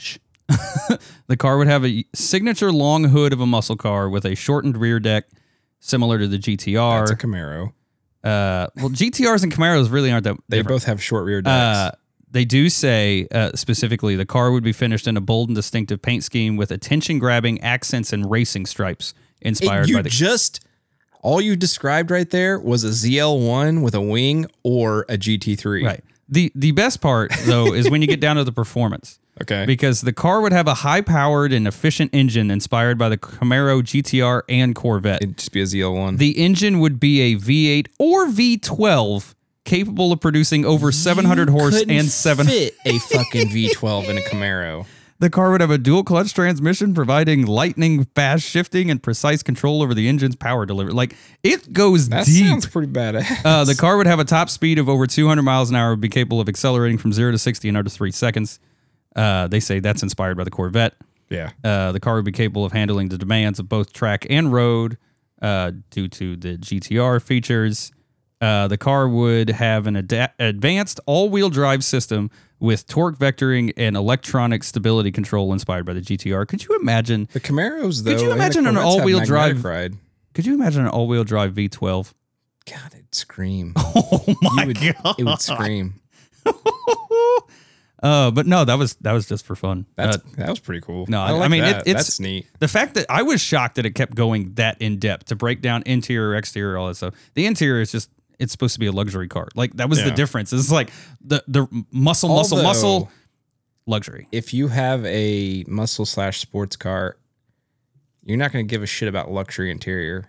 The car would have a signature long hood of a muscle car with a shortened rear deck similar to the GTR.
That's a Camaro.
uh, well, GTRs and Camaros really aren't that
They
different.
both have short rear decks.
Uh, they do say uh, specifically the car would be finished in a bold and distinctive paint scheme with attention grabbing accents and racing stripes
It-
inspired
you
by the.
just all you described right there was a ZL1 with a wing or a GT3.
right. The, the best part, though, is when you get down to the performance
Okay.
because the car would have a high powered and efficient engine inspired by the Camaro GTR and Corvette.
It'd just be a ZL1.
the engine would be a V8 or V12 capable of producing over 700 horse
Couldn't
and 7
fit a fucking V12 in a Camaro.
The car would have a dual clutch transmission, providing lightning fast shifting and precise control over the engine's power delivery. Like it goes
That
deep.
sounds pretty badass.
uh, the car would have a top speed of over 200 miles an hour, would be capable of accelerating from zero to 60 in under three seconds. Uh, they say that's inspired by the Corvette.
yeah.
Uh, the car would be capable of handling the demands of both track and road uh, due to the GTR features. Uh, the car would have an ada- advanced all wheel drive system with torque vectoring and electronic stability control inspired by the GTR. Could you imagine?
The Camaros, though.
you
and the
imagine an
Corvettes have
all-wheel
magnetic
drive-
ride?
Could you imagine an all wheel drive V12?
God, it'd scream.
Oh my
You would- It would scream.
uh, but no, that was that was just for fun.
That's,
Uh,
that was pretty cool.
no, I
like
mean, it-
that.
it's-
that's neat.
The fact that I was shocked that it kept going that in depth to break down interior, exterior, all that stuff. The interior is just it's supposed to be a luxury car. Like that was the
Yeah.
difference. It's like the the muscle, muscle,
Although,
muscle, luxury.
If you have a muscle slash sports car, you're not going to give a shit about luxury interior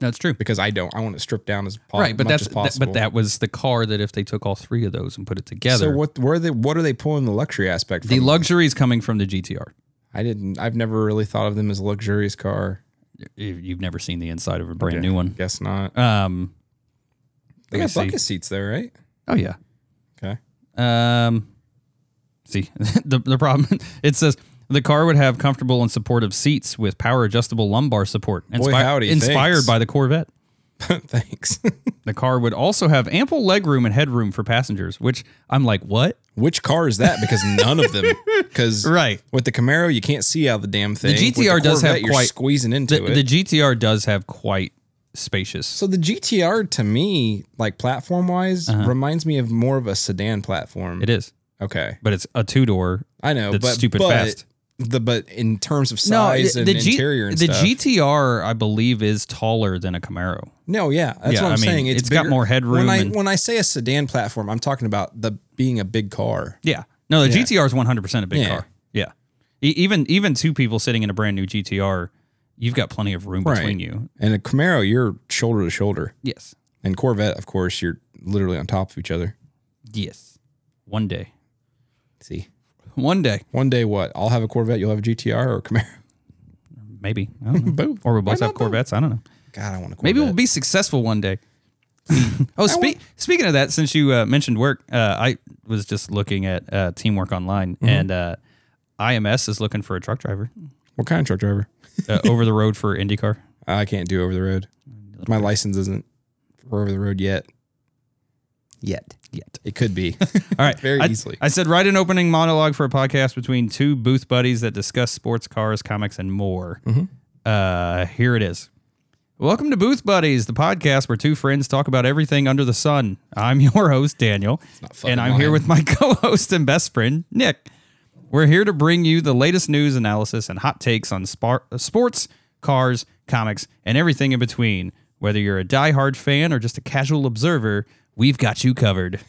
That's true.
because I don't. I want it stripped down as po-
right, but
much
that's
as possible.
but that was the car that if they took all three of those and put it together,
So what were they? What are they pulling the luxury aspect
the
from?
luxury is coming from the GTR.
I didn't. I've never really thought of them as a luxurious car.
You- You've never seen the inside of a brand new one.
Guess not.
Um,
They
let
got
me see.
bucket seats though, right?
Oh yeah.
Okay.
Um, see the the problem. It says the car would have comfortable and supportive seats with power adjustable lumbar support.
Boy, howdy,
inspired
thanks.
by the Corvette.
Thanks.
The car would also have ample legroom and headroom for passengers, which I'm like, what?
Which car is that? Because none of them. Because
Right.
with the Camaro, you can't see out the damn thing. With
GTR does have
Corvette, you're
quite-
squeezing into
The,
it.
the GTR does have quite spacious.
so the GTR to me, like platform wise, reminds me of more of a sedan platform.
Uh-huh. It is,
Okay,
but it's a two door.
I know,
That's
but
stupid
but
fast.
The but in terms of size and interior and
the
stuff.
GTR, I believe, is taller than a Camaro.
No, yeah, that's
Yeah,
what I'm
I mean,
saying. It's,
it's got
bigger-
more headroom
When I
and-
when I say a sedan platform, I'm talking about the being a big car.
Yeah. No, the GTR is 100% a big
Yeah.
car. Yeah. E- even even two people sitting in a brand new GTR, you've got plenty of room between
Right.
you.
And a Camaro, you're shoulder to shoulder,
Yes.
and Corvette, of course, you're literally on top of each other.
Yes. One day.
See,
One day.
one day, what? I'll have a Corvette. You'll have a GTR or a Camaro.
Maybe. I don't know.
Boom.
Or we'll
Why
both
not
have
both?
Corvettes. I don't know.
God, I want a Corvette.
Maybe we'll be successful one day. oh, spe- speaking of that, since you uh, mentioned work, uh, I was just looking at uh, Teamwork Online,
Mm-hmm.
and uh, IMS is looking for a truck driver
what kind of truck driver?
uh, over the road for IndyCar.
I can't do over the road. My license isn't for over the road yet. Yet,
Yet.
it could be.
All right.
Very
I,
easily.
I said, write an opening monologue for a podcast between two booth buddies that discuss sports, cars, comics, and more.
Mm-hmm.
Uh, here it is. Welcome to Booth Buddies, the podcast where two friends talk about everything under the sun. I'm your host, Daniel.
not fucking
And I'm here
mine.
with my co host and best friend, Nick. We're here to bring you the latest news, analysis, and hot takes on spar- uh, sports, cars, comics, and everything in between. Whether you're a diehard fan or just a casual observer, we've got you covered.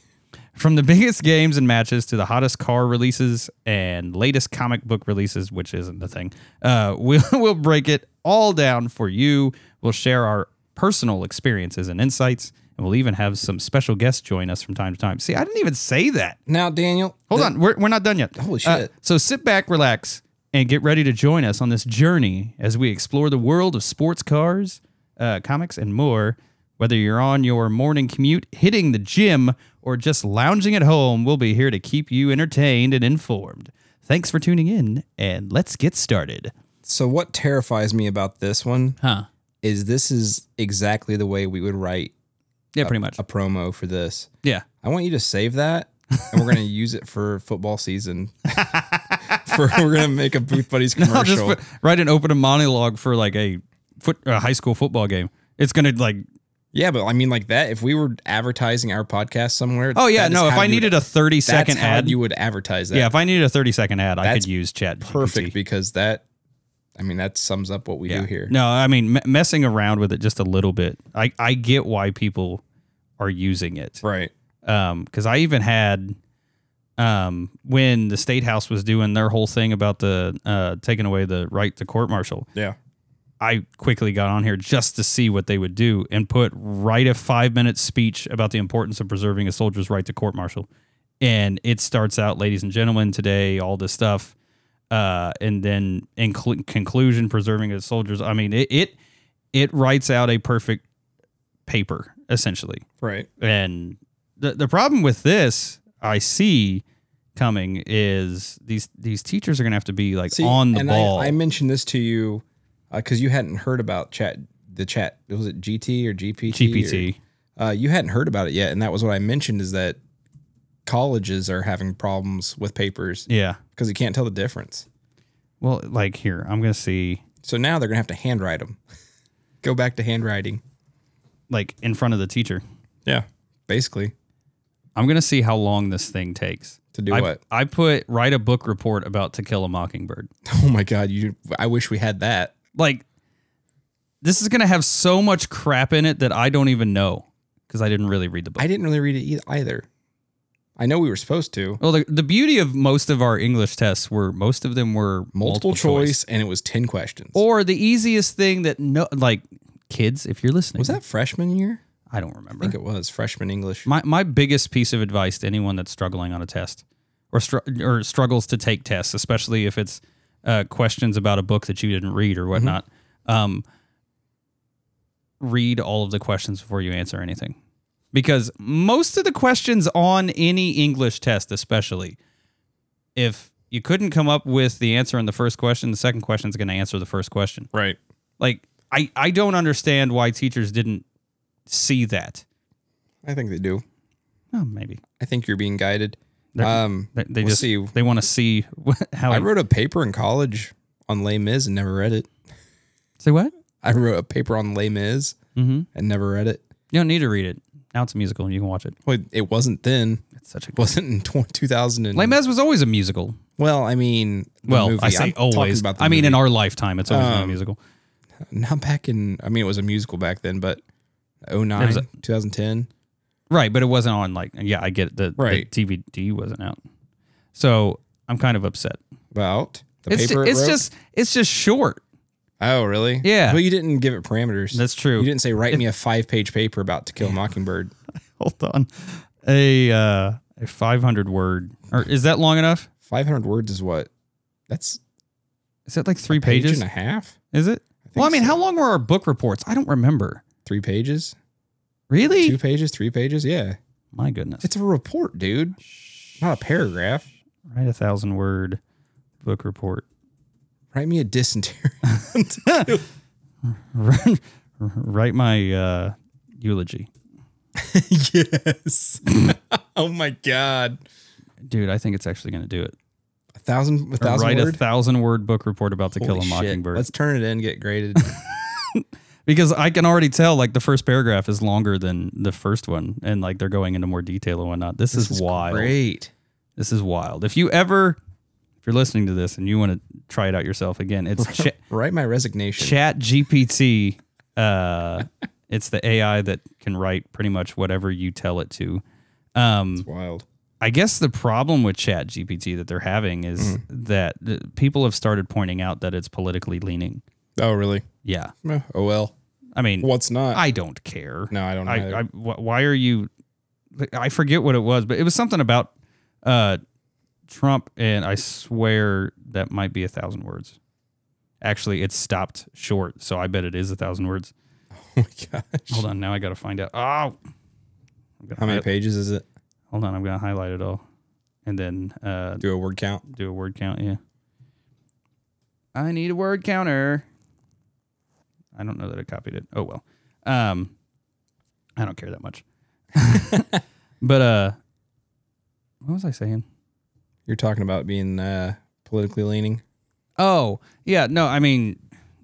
From the biggest games and matches to the hottest car releases and latest comic book releases, which isn't the thing, uh, we'll, we'll break it all down for you. We'll share our personal experiences and insights, and we'll even have some special guests join us from time to time. See, I didn't even say that.
Now, Daniel,
Hold on, we're, we're not done yet.
Holy
Uh,
shit.
so sit back, relax, and get ready to join us on this journey as we explore the world of sports cars, uh, comics, and more. Whether you're on your morning commute, hitting the gym, or just lounging at home, we'll be here to keep you entertained and informed. Thanks for tuning in, and let's get started.
so what terrifies me about this one
Huh?
is this is exactly the way we would write
Yeah, pretty much.
a promo for this.
Yeah.
I want you to save that, and we're gonna use it for football season. for we're gonna make a Booth Buddies
I'll just
commercial.
put, write an open monologue for like a foot a high school football game. It's gonna like
yeah, but I mean, like that. If we were advertising our podcast somewhere,
oh yeah
that is
no if
how
I
you would-
needed a thirty
that's
second
how
ad
you would advertise that.
Yeah, if I needed a 30 second ad, I
That's
could use chat. GPT.
perfect because that. I mean, that sums up what we do here.
No, I mean, m- messing around with it just a little bit. I, I get why people are using it.
Right.
Um, because I even had, um, when the state house was doing their whole thing about the, uh, taking away the right to court martial,
Yeah.
I quickly got on here just to see what they would do and put write a five minute speech about the importance of preserving a soldier's right to court martial. And it starts out, ladies and gentlemen, today, all this stuff. Uh, and then inclu- conclusion, preserving a soldier's. I mean, it, it it writes out a perfect paper, essentially.
Right.
And the the problem with this I see coming is these these teachers are gonna have to be like
See,
on the
and
ball.
I, I mentioned this to you because you hadn't heard about chat. The chat was it GT or GPT?
GPT.
uh, you hadn't heard about it yet, and that was what I mentioned is that colleges are having problems with papers
yeah.
because you can't tell the difference.
Well, like here, I'm gonna see
So now they're gonna have to handwrite them. Go back to handwriting.
like in front of the teacher.
Yeah, basically
I'm gonna see how long this thing takes.
to do
I,
what?
I put write a book report about To Kill a Mockingbird.
Oh my god, you! I wish we had that.
Like this is gonna have so much crap in it that I don't even know because I didn't really read the book.
I didn't really read it e- either. I know we were supposed to.
well, the, the beauty of most of our English tests were most of them were
Multiple, choice, and it was ten questions.
or the easiest thing that no like kids if you're listening
was that freshman year?
I don't
I
remember.
think it was freshman English.
My my biggest piece of advice to anyone that's struggling on a test or str- or struggles to take tests, especially if it's uh, questions about a book that you didn't read or whatnot, um, read all of the questions before you answer anything, because most of the questions on any English test, especially if you couldn't come up with the answer in the first question, the second question is going to answer the first question.
Right.
Like I I don't understand why teachers didn't see that.
I think they do.
Oh, maybe.
I think you're being guided.
They're-
um,
They, they
We'll
just
see.
they want to see wh- how
I
I
wrote a paper in college on Les Mis and never read it.
say what.
I wrote a paper on Les Mis
Mm-hmm. You
and never read it.
don't need to read it. Now it's a musical and you can watch it.
Well, it wasn't then.
It's such a
It wasn't in tw- 2000. And,
Les Mis was always a musical.
well, I mean, the
Well,
movie.
I say
I'm talking
always.
About the
I mean, in
movie.
our lifetime, it's always been a
Um,
musical.
not back in. I mean, it was a musical back then, but 09,
was a-
2010.
Right, but it wasn't on like yeah, I get it. The,
Right.
the DVD wasn't out, so I'm kind of upset.
About the
It's
paper.
ju-
it
it's
wrote?
just it's just short.
Oh, really?
Yeah.
Well, you didn't give it parameters.
That's true.
You didn't say write me a five page paper about To Kill a Mockingbird.
Hold on, a uh, a 500 word or is that long enough?
500 words is what? That's
Is that like three
page
pages?
and a half.
Is it?
think
well, I mean,
so.
how long were our book reports? I don't remember.
Three pages.
Really?
Two pages. Three pages. Yeah.
My goodness.
It's a report, dude. Not a paragraph.
write a thousand word book report.
Write me a dysentery.
write my uh, eulogy,
yes. oh my god.
dude. I think it's actually going to do it.
A thousand. A
Or
thousand
write
word.
a thousand word book report about to kill a
Holy shit.
mockingbird
Let's turn it in. Get graded.
because I can already tell like the first paragraph is longer than the first one, and like they're going into more detail and whatnot. This, is, wild.
Great.
This is wild. If you ever, if you're listening to this and you want to try it out yourself again, it's cha-
Write my resignation.
Chat GPT. Uh, it's the AI that can write pretty much whatever you tell it to. Um,
It's wild.
I guess the problem with Chat GPT that they're having is
Mm-hmm.
that th- people have started pointing out that it's politically leaning.
Oh, really?
Yeah,
Eh, Oh, well.
I mean,
What's not?
I don't care.
no, I don't know.
I, I
either.
wh- why are you? I forget what it was, but it was something about uh, Trump, and I swear that might be a thousand words. Actually, it stopped short, so I bet it is a thousand words.
oh, my gosh.
Hold on, now I got to find out. Oh, I'm gonna
How many
hi-
pages is it?
hold on, I'm gonna highlight it all, and then uh,
Do a word count.
do a word count. Yeah, I need a word counter. I don't know that I copied it. Oh well, um, I don't care that much. but uh, what was I saying?
You're talking about being uh, politically leaning.
Oh yeah, no, I mean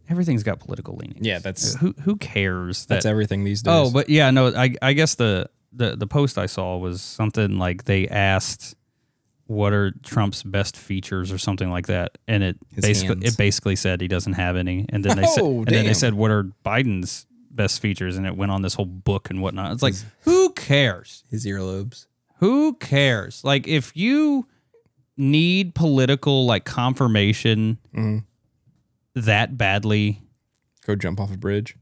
everything's got political leanings.
Yeah, that's-
who who cares that
That's everything these days.
Oh, but yeah, no, I I guess the the the post I saw was something like they asked what are Trump's best features or something like that, and it
His
basically
hands.
it basically said he doesn't have any, and then they said
Oh,
and then they
damn.
said what are Biden's best features, and it went on this whole book and whatnot. It's like who cares?
his earlobes.
Who cares? Like if you need political like confirmation
Mhm.
that badly,
Go jump off a bridge.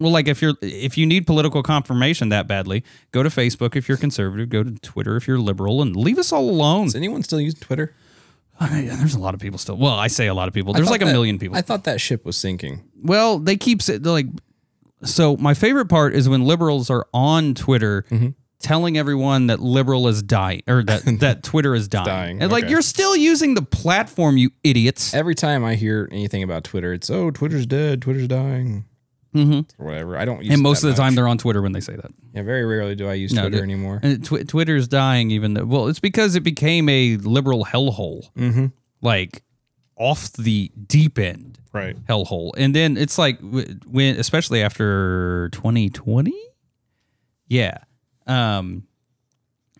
Well, like if you're if you need political confirmation that badly, go to Facebook if you're conservative, go to Twitter if you're liberal, and leave us all alone.
Is anyone still using Twitter?
I mean, there's a lot of people still. Well, I say a lot of people. There's like a
Thought that-
million people.
I thought that ship was sinking.
well, they keep sa- they're like. So my favorite part is when liberals are on Twitter telling everyone that liberal is dying or that that Twitter is dying.
dying,
And like
okay.
you're still using the platform, you idiots.
Every time I hear anything about Twitter, it's oh, Twitter's dead, Twitter's dying, mm-hmm. or whatever. I don't use
And
it
most
that
of the time
much.
they're on Twitter when they say that.
Yeah, very rarely do I use Twitter
dude. Eh,
anymore.
And tw- Twitter's dying, even though. Well, it's because it became a liberal hellhole,
Mm-hmm.
like off the deep end
Right.
hellhole. And then it's like w- when, especially after 2020, yeah, um,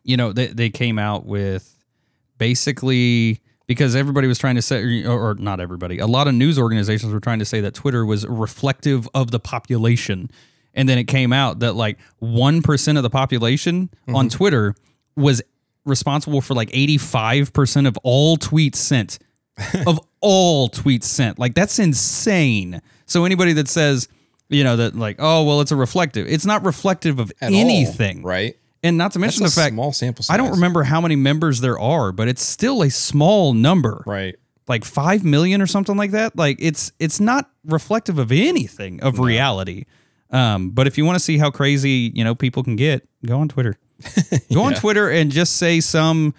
you know, they they came out with basically because everybody was trying to say, or, or not everybody, a lot of news organizations were trying to say that Twitter was reflective of the population. And then it came out that like 1% of the population on Twitter was responsible for like 85% of all tweets sent, of all tweets sent. Like that's insane. So anybody that says, you know, that like, oh, well, it's a reflective, it's not reflective of anything.
right?
And not to
That's
mention
a
the fact,
small sample size.
I don't remember how many members there are, but it's still a small number,
Right.
like five million or something like that. Like it's it's not reflective of anything of reality. Um, but if you want to see how crazy you know people can get, go on Twitter. go on Twitter and just say some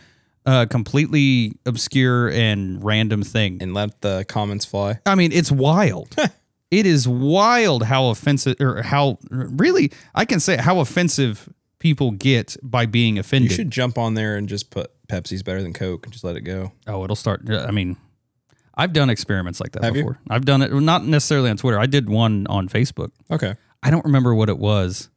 uh, completely obscure and random thing.
And let the comments fly.
I mean, it's wild. it is wild how offensive or how really I can say how offensive people get by being
You
offended.
should jump on there and just put Pepsi's better than Coke and just let it go.
Oh, it'll start. I mean, I've done experiments like that
Have you?
before. I've done it, well, not necessarily on Twitter. I did one on Facebook.
Okay.
I don't remember what it was.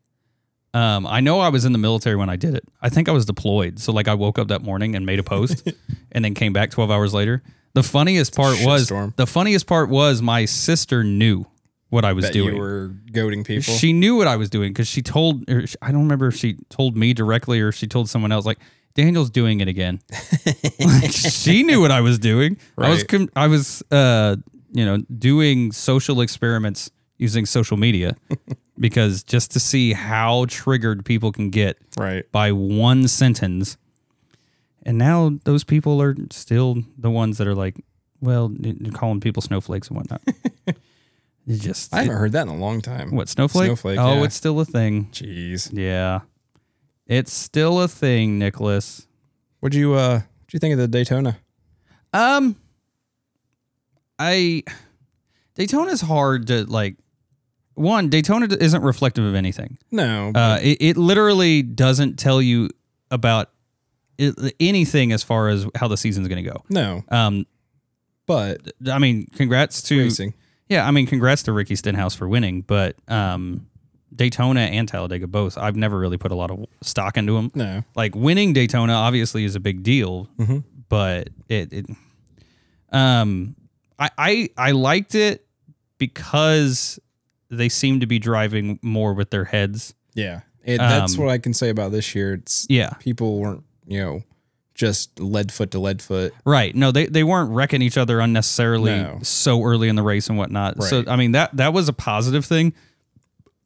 Um, I know I was in the military when I did it. I think I was deployed. So, like, I woke up that morning and made a post and then came back 12 hours later. The funniest part was
shitstorm.
the funniest part was my sister knew what I was
That
doing.
you were goading people.
She knew what I was doing because she told. Or she- I don't remember if she told me directly or she told someone else. Like Daniel's doing it again. like, she knew what I was doing. I was.
Right.
Com- I was. Uh, you know, doing social experiments using social media because just to see how triggered people can get
right.
by one sentence. And now those people are still the ones that are like, well, n- n- calling people snowflakes and whatnot. It's just
I haven't heard that in a long time.
what snowflake?
Snowflake,
Oh,
yeah.
it's still a thing.
Jeez.
Yeah, it's still a thing, Nicholas.
What'd you uh what'd you think of the Daytona?
Um, I Daytona's hard to like. One Daytona d- isn't reflective of anything.
No.
Uh, it, it literally doesn't tell you about i anything as far as how the season's going to go.
no.
Um,
But
I mean, congrats to
racing.
Yeah, I mean, congrats to Ricky Stenhouse for winning, but um, Daytona and Talladega both. I've never really put a lot of stock into them.
No.
Like winning Daytona obviously is a big deal,
Mhm.
but it, it um, I, I I liked it because they seem to be driving more with their heads
Yeah. It, that's
Um,
what I can say about this year. It's
Yeah.
people weren't, you know, just lead foot to lead foot.
Right. No, they, they weren't wrecking each other unnecessarily
No.
so early in the race and whatnot. So
Right.
I mean that that was a positive thing.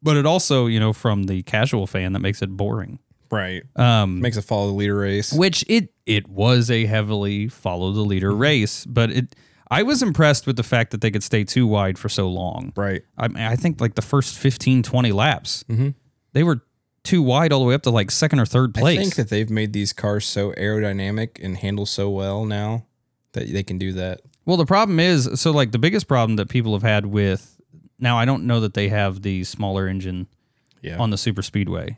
But it also, you know, from the casual fan that makes it boring.
Right.
Um
Makes a follow the leader race.
which it it was a heavily follow the leader
Mm-hmm.
race, but it I was impressed with the fact that they could stay too wide for so long.
Right.
I mean, I think like the first 15, 20 laps, they were too wide all the way up to like second or third place.
Mm-hmm. I think that they've made these cars so aerodynamic and handle so well now that they can do that.
Well, the problem is so like the biggest problem that people have had with now I don't know that they have the smaller engine
Yeah.
on the super speedway.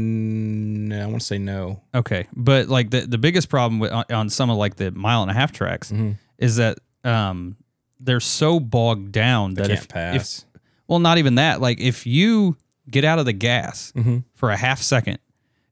Mm, no, I want to say no.
Okay, but like the the biggest problem with, on, on some of like the mile and a half tracks
Mm-hmm.
is that um they're so bogged down that
Can't
if, if
pass.
well not even that like if you get out of the gas
Mhm.
for a half second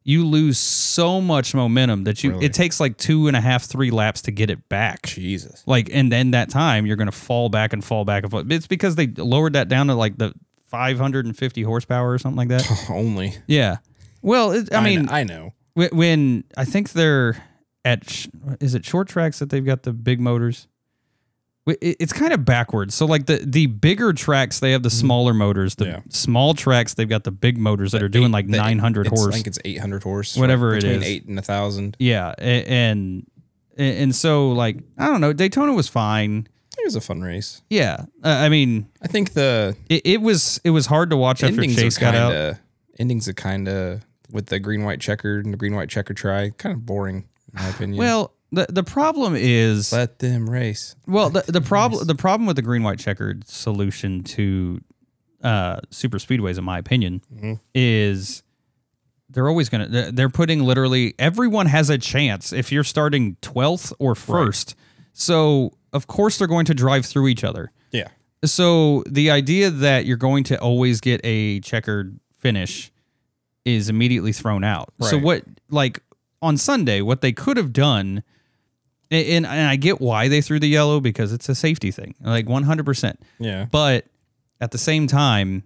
you lose so much momentum that you
Really?
it takes like two and a half three laps to get it back
Jesus.
Like, and then that time you're going to fall back and fall back and fall. It's because they lowered that down to like the 550 horsepower or something like that.
Only.
yeah. Well, it, I mean,
kn- I know.
wh- when I think they're at, sh- is it short tracks that they've got the big motors? Wh- it- It's kind of backwards. So, like the the bigger tracks, they have the smaller motors. The
Mm-hmm. Yeah.
small tracks, they've got the big motors that are doing like
The eight-
900
it's-
horse.
I think it's 800 horse.
Whatever it is.
between eight and a thousand.
yeah, a- and and so like I don't know. Daytona was fine.
It was a fun race.
Yeah, uh, I mean,
I think the
It, it was it was hard to watch after
endings
Chase
are
got out.
kinda, endings are kind of with the green white checker and the green white checker try kind of boring in my opinion.
Well, the the problem is
let them race.
well the, the problem the problem with the green white checkered solution to uh, super speedways, in my opinion, is they're always gonna they're- they're putting literally everyone has a chance if you're starting twelfth or first. So of course they're going to drive through each other.
Yeah.
So the idea that you're going to always get a checkered finish is immediately thrown out. So
Right.
what like on Sunday, what they could have done a- and, and I get why they threw the yellow because it's a safety thing. Like 100%.
Yeah.
But at the same time,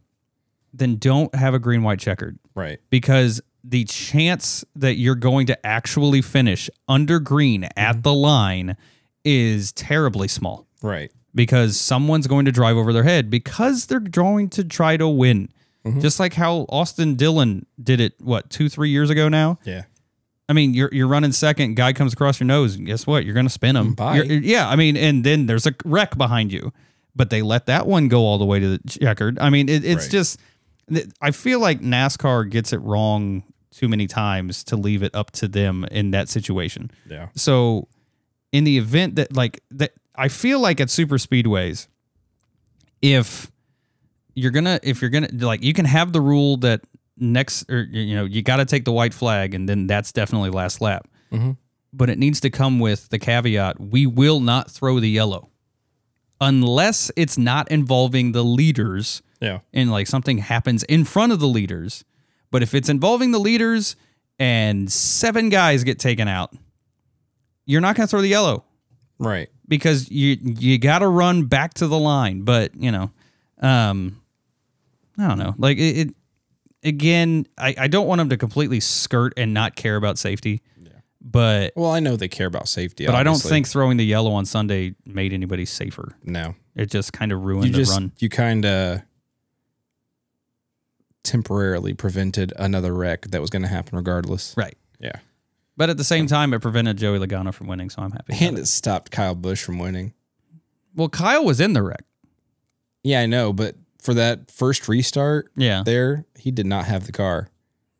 then don't have a green white checkered
Right.
because the chance that you're going to actually finish under green at the line is terribly small
Right.
because someone's going to drive over their head because they're going to try to win.
Mm-hmm.
Just like how Austin Dillon did it, what, two, three years ago now?
Yeah.
I mean, you're, you're running second, guy comes across your nose, and guess what? You're going to spin him.
Bye.
yeah, I mean, and then there's a wreck behind you, but they let that one go all the way to the checkered. I mean, it, it's
Right.
just, th- I feel like NASCAR gets it wrong too many times to leave it up to them in that situation.
Yeah.
So in the event that like that I feel like at super speedways if you're going to if you're going to like you can have the rule that next or you know you got to take the white flag and then that's definitely last lap.
Mhm.
But it needs to come with the caveat we will not throw the yellow unless it's not involving the leaders
Yeah.
and like something happens in front of the leaders. But if it's involving the leaders and seven guys get taken out, you're not going to throw the yellow
Right.
because you you got to run back to the line. But you know, um, I don't know. Like it, it again, I, I don't want them to completely skirt and not care about safety. But
Well, I know they care about safety,
but I don't
obviously.
think throwing the yellow on Sunday made anybody safer.
no.
It just kind of
You
ruined the
just
run.
you kind of temporarily prevented another wreck that was going to happen regardless.
Right.
Yeah.
But at the same time, it prevented Joey Logano from winning, so I'm happy. about it.
And it stopped Kyle Bush from winning.
Well, Kyle was in the wreck.
Yeah, I know, but for that first restart
Yeah.
there, he did not have the car.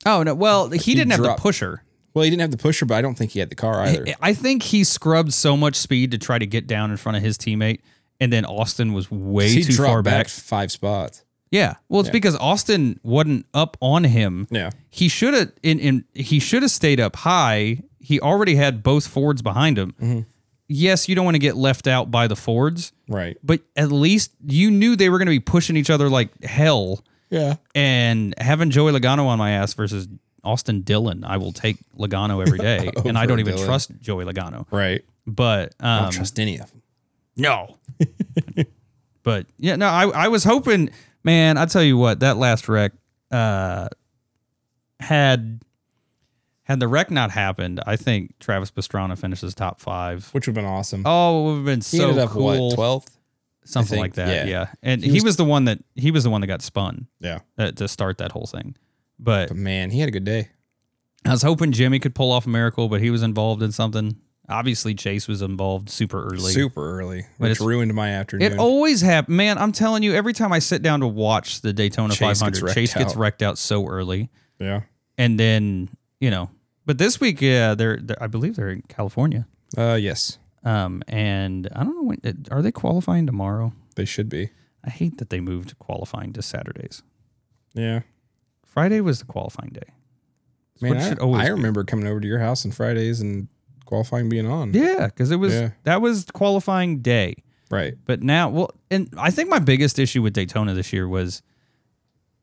Oh no. Well, he, didn't have
dropped-
the pusher.
Well, he didn't have the pusher, but I don't think he had the car either.
I think he scrubbed so much speed to try to get down in front of his teammate, and then Austin was way
he
too
dropped
far back.
back five spots.
Yeah. Well, it's because Austin wasn't up on him.
Yeah.
He should have in, in he should have stayed up high. He already had both Fords behind him.
Mm-hmm.
Yes, you don't want to get left out by the Fords,
Right.
but at least you knew they were going to be pushing each other like hell.
Yeah.
and having Joey Logano on my ass versus Austin Dillon, I will take Logano every day, and I
Over
don't even
Dillon.
trust Joey Logano.
Right.
But
I
um,
don't trust any of them.
no, but yeah, no, I I was hoping, man. I tell you what, that last wreck, uh, had had the wreck not happened, I think Travis Pastrana finishes top five.
which would have been awesome.
Oh, it would have been
he
so
ended up
cool.
what twelfth?
something
think,
like that.
yeah.
Yeah. And
He
he,
was-
was, the one that he was the one that got spun
Yeah,
uh, to start that whole thing. But
but man, he had a good day.
I was hoping Jimmy could pull off a miracle, but he was involved in something. Obviously, Chase was involved super early.
Super early,
But
which
it's-
ruined my afternoon.
It always happens, man. I'm telling you, every time I sit down to watch the Daytona
Chase gets
500,
wrecked
Chase gets
out.
wrecked out so early,
yeah,
and then you know. But this week, yeah, they're, they're I believe they're in California,
uh, yes,
um, and I don't know when are they qualifying tomorrow.
they should be.
I hate that they moved qualifying to Saturdays.
Yeah,
Friday was the qualifying day. It's
man,
what it
I,
should always
I
be.
remember coming over to your house on Fridays and qualifying being on.
Yeah, because it was
Yeah.
that was qualifying day.
Right.
But now, well, and I think my biggest issue with Daytona this year was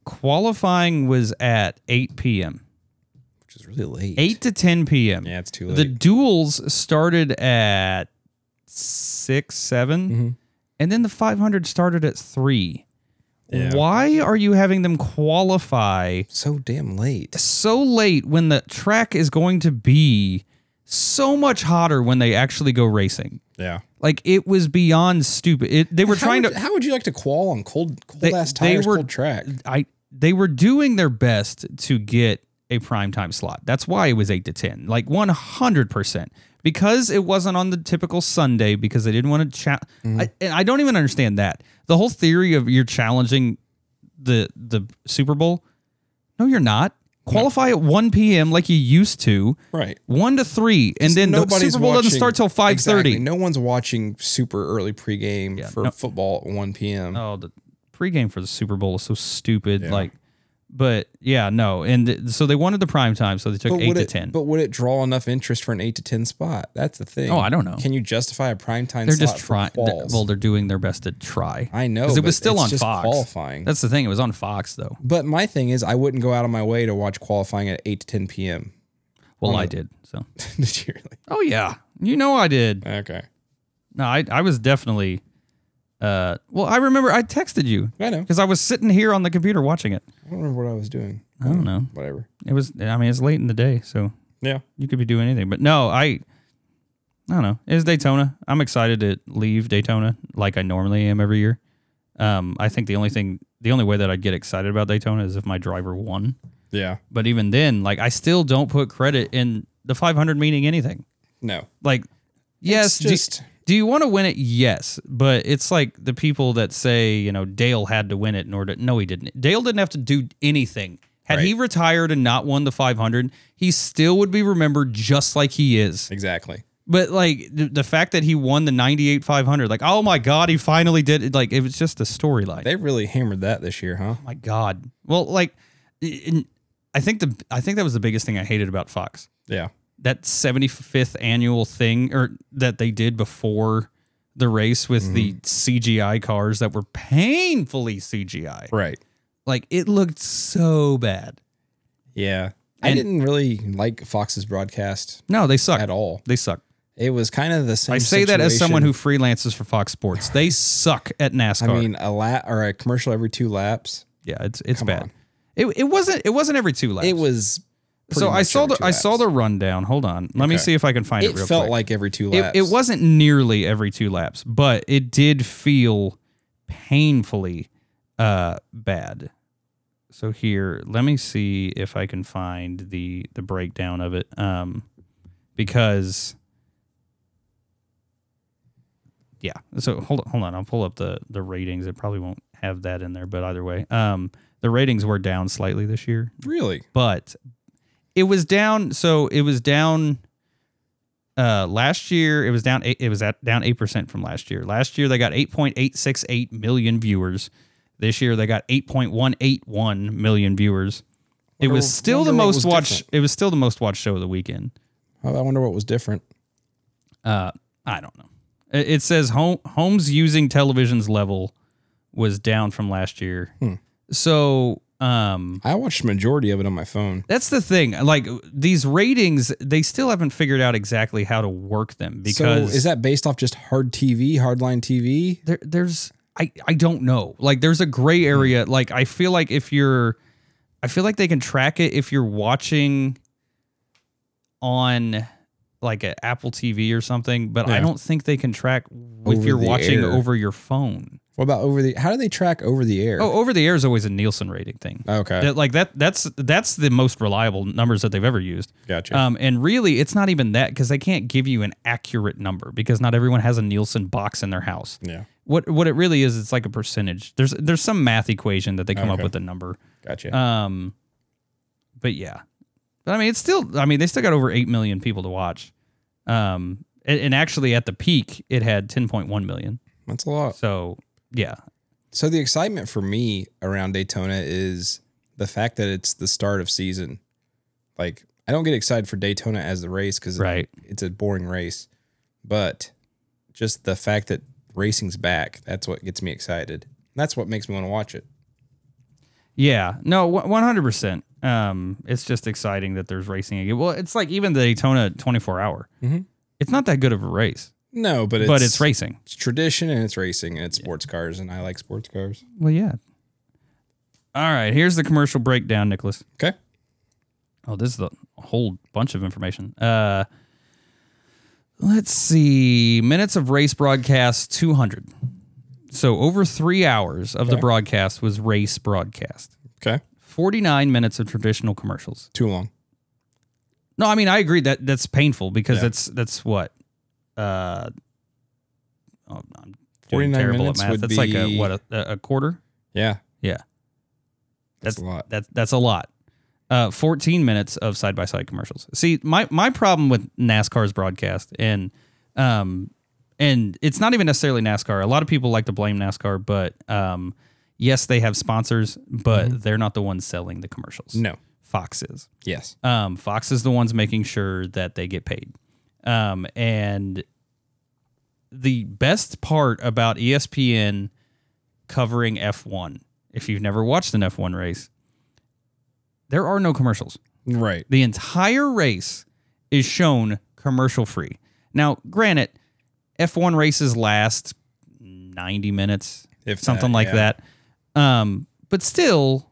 qualifying was at 8 p.m.,
Which is really late.
8 to 10 p.m.
Yeah, it's too late.
the duels started at 6, 7,
Mhm.
and then the 500 started at 3.
Yeah.
Why are you having them qualify
so damn late.
so late when the track is going to be so much hotter when they actually go racing?
Yeah.
Like it was beyond stupid. It, they were trying
how would,
to.
How would you like to qual on cold, cold
They-
ass
they
tires,
were-
cold track?
I they were doing their best to get a prime time slot. That's why it was eight to ten, like one hundred percent, because it wasn't on the typical Sunday because they didn't want to chat.
Mm-hmm.
I, and I don't even understand that the whole theory of you're challenging the the Super Bowl. No, you're not. Qualify at one p.m. like you used to,
Right.
one to three, and then the
Nobody's
Super Bowl doesn't
watching-
start till five thirty.
Exactly. No one's watching super early pregame for football at 1 p.m.
oh the pregame for the Super Bowl is so stupid. Like, but yeah, no, and th- so they wanted the prime time, so they took eight
would
to
it,
ten.
But would it draw enough interest for an 8 to 10 spot? That's the thing.
Oh, I don't know.
Can you justify a prime time
They're
slot
just trying.
for quals?
Well, they're doing their best to try.
I know.
'Cause it
but
was still
it's
on
just
Fox.
Qualifying.
That's the thing. It was on Fox though.
But my thing is, I wouldn't go out of my way to watch qualifying at 8 to 10 p.m.
Well, I did. So.
Did you really?
Oh yeah, you know I did.
Okay.
No, I I was definitely. Uh, well, I remember I texted you
I know.
because I was sitting here on the computer watching it.
I don't remember what I was doing.
I don't know.
Whatever.
It was. I mean, it's late in the day, so
Yeah.
you could be doing anything. But no, I, I don't know. It's Daytona. I'm excited to leave Daytona like I normally am every year. Um, I think the only thing, the only way that I'd get excited about Daytona is if my driver won.
Yeah.
But even then, like I still don't put credit in the 500 meaning anything.
No.
Like, yes, do-
just-
do, you want to win it? Yes, but it's like the people that say, you know, Dale had to win it in order. No, he didn't. Dale didn't have to do anything. Had he retired and not won the 500, he still would be remembered just like he is.
Exactly.
But like the, the fact that he won the 98 500, like, oh my God, he finally did it. Like, it was just a storyline. Oh
They really hammered that this year, huh?
my God. Well, like, in- I think the I think that was the biggest thing I hated about Fox.
Yeah.
That 75th annual thing or that they did before the race with the
Mm-hmm.
CGI cars that were painfully CGI.
Right.
Like, it looked so bad.
Yeah. I
And-
didn't really like Fox's broadcast
No, they suck.
at all.
They suck.
It was kind of the same.
I say that as someone
situation.
who freelances for Fox Sports. They suck at NASCAR.
I mean, a lap or a commercial every two laps.
yeah, it's it's
Come
bad.
on.
It, it wasn't it wasn't every two laps.
It was. pretty
so I
much
saw
every
the
two
I saw
laps.
the rundown. Hold on, let me
Okay.
see if I can find it.
It
real
felt
quick.
like every two
it,
laps.
it wasn't nearly every two laps, but it did feel painfully uh, bad. So here, let me see if I can find the the breakdown of it, um, because yeah. So hold on, hold on, I'll pull up the the ratings. It probably won't have that in there, but either way, um, the ratings were down slightly this year
really.
but it was down so it was down uh last year it was down eight, it was at down 8% from last year last year they got 8.868 million viewers this year they got 8.181 million viewers it
Wonder-
was still the
wonder what
most
was
watched
different.
it was still the most watched show of the weekend
Oh, I wonder what was different.
uh i don't know it, it says home, homes using television's level was down from last year
Hmm.
so um
I watched the majority of it on my phone.
That's the thing. Like these ratings, they still haven't figured out exactly how to work them because
so is that based off just hard TV, hardline TV?
there,
Hmm.
there's I I don't know. Like there's a gray area. Like I feel like if you're I feel like they can track it if you're watching on like an Apple TV or something, but I
Yeah.
don't think they can track if
Over
you're
the
watching
air.
over your phone.
What about over the? How do they track over the air?
Oh, over the air is always a Nielsen rating thing.
okay,
That- like that that's that's the most reliable numbers that they've ever used.
gotcha.
Um, and really, it's not even that because they can't give you an accurate number because not everyone has a Nielsen box in their house.
yeah,
What what it really is, it's like a percentage. There's there's some math equation that they come up
Okay.
with a number.
gotcha.
Um, but yeah, but I mean, it's still. I mean, they still got over eight million people to watch. Um, and, and actually, at the peak, it had ten point one million.
That's a lot.
So yeah,
So the excitement for me around Daytona is the fact that it's the start of season. Like I don't get excited for Daytona as the race because
right.
it's a boring race, but just the fact that racing's back, that's what gets me excited. That's what makes me want to watch it.
Yeah, no, one hundred percent. Um, it's just exciting that there's racing again. Well, it's like even the Daytona twenty four hour.
Mhm.
It's not that good of a race,
No, but it's
but it's racing.
it's tradition and it's racing and it's sports cars and I like sports cars.
Well, yeah. All right, here's the commercial breakdown, Nicholas.
Okay.
Oh, this is a whole bunch of information. Uh, let's see. Minutes of race broadcast 200. So over three hours of the
Okay.
broadcast was race broadcast.
Okay.
49 minutes of traditional commercials.
Too long.
No, I mean I agree that that's painful because
Yeah.
that's that's what. Uh, oh, I'm doing
49
terrible
minutes
at math.
would
That's like a
be-
what a, a quarter.
Yeah.
Yeah.
That's, a lot.
That that's a lot. Uh, 14 minutes of side by side commercials. See, my my problem with NASCAR's broadcast and um and it's not even necessarily NASCAR. A lot of people like to blame NASCAR, but um yes, they have sponsors, but they're not the ones selling the commercials.
Mm-hmm. No.
Fox is.
Yes.
Um, Fox is the ones making sure that they get paid. Um, and the best part about E ESPN covering F1, if you've never watched an F1 race, there are no commercials.
Right.
The entire race is shown commercial free. Now, granted, F1 races last 90 minutes,
If
something like
yeah.
that. Um, but still,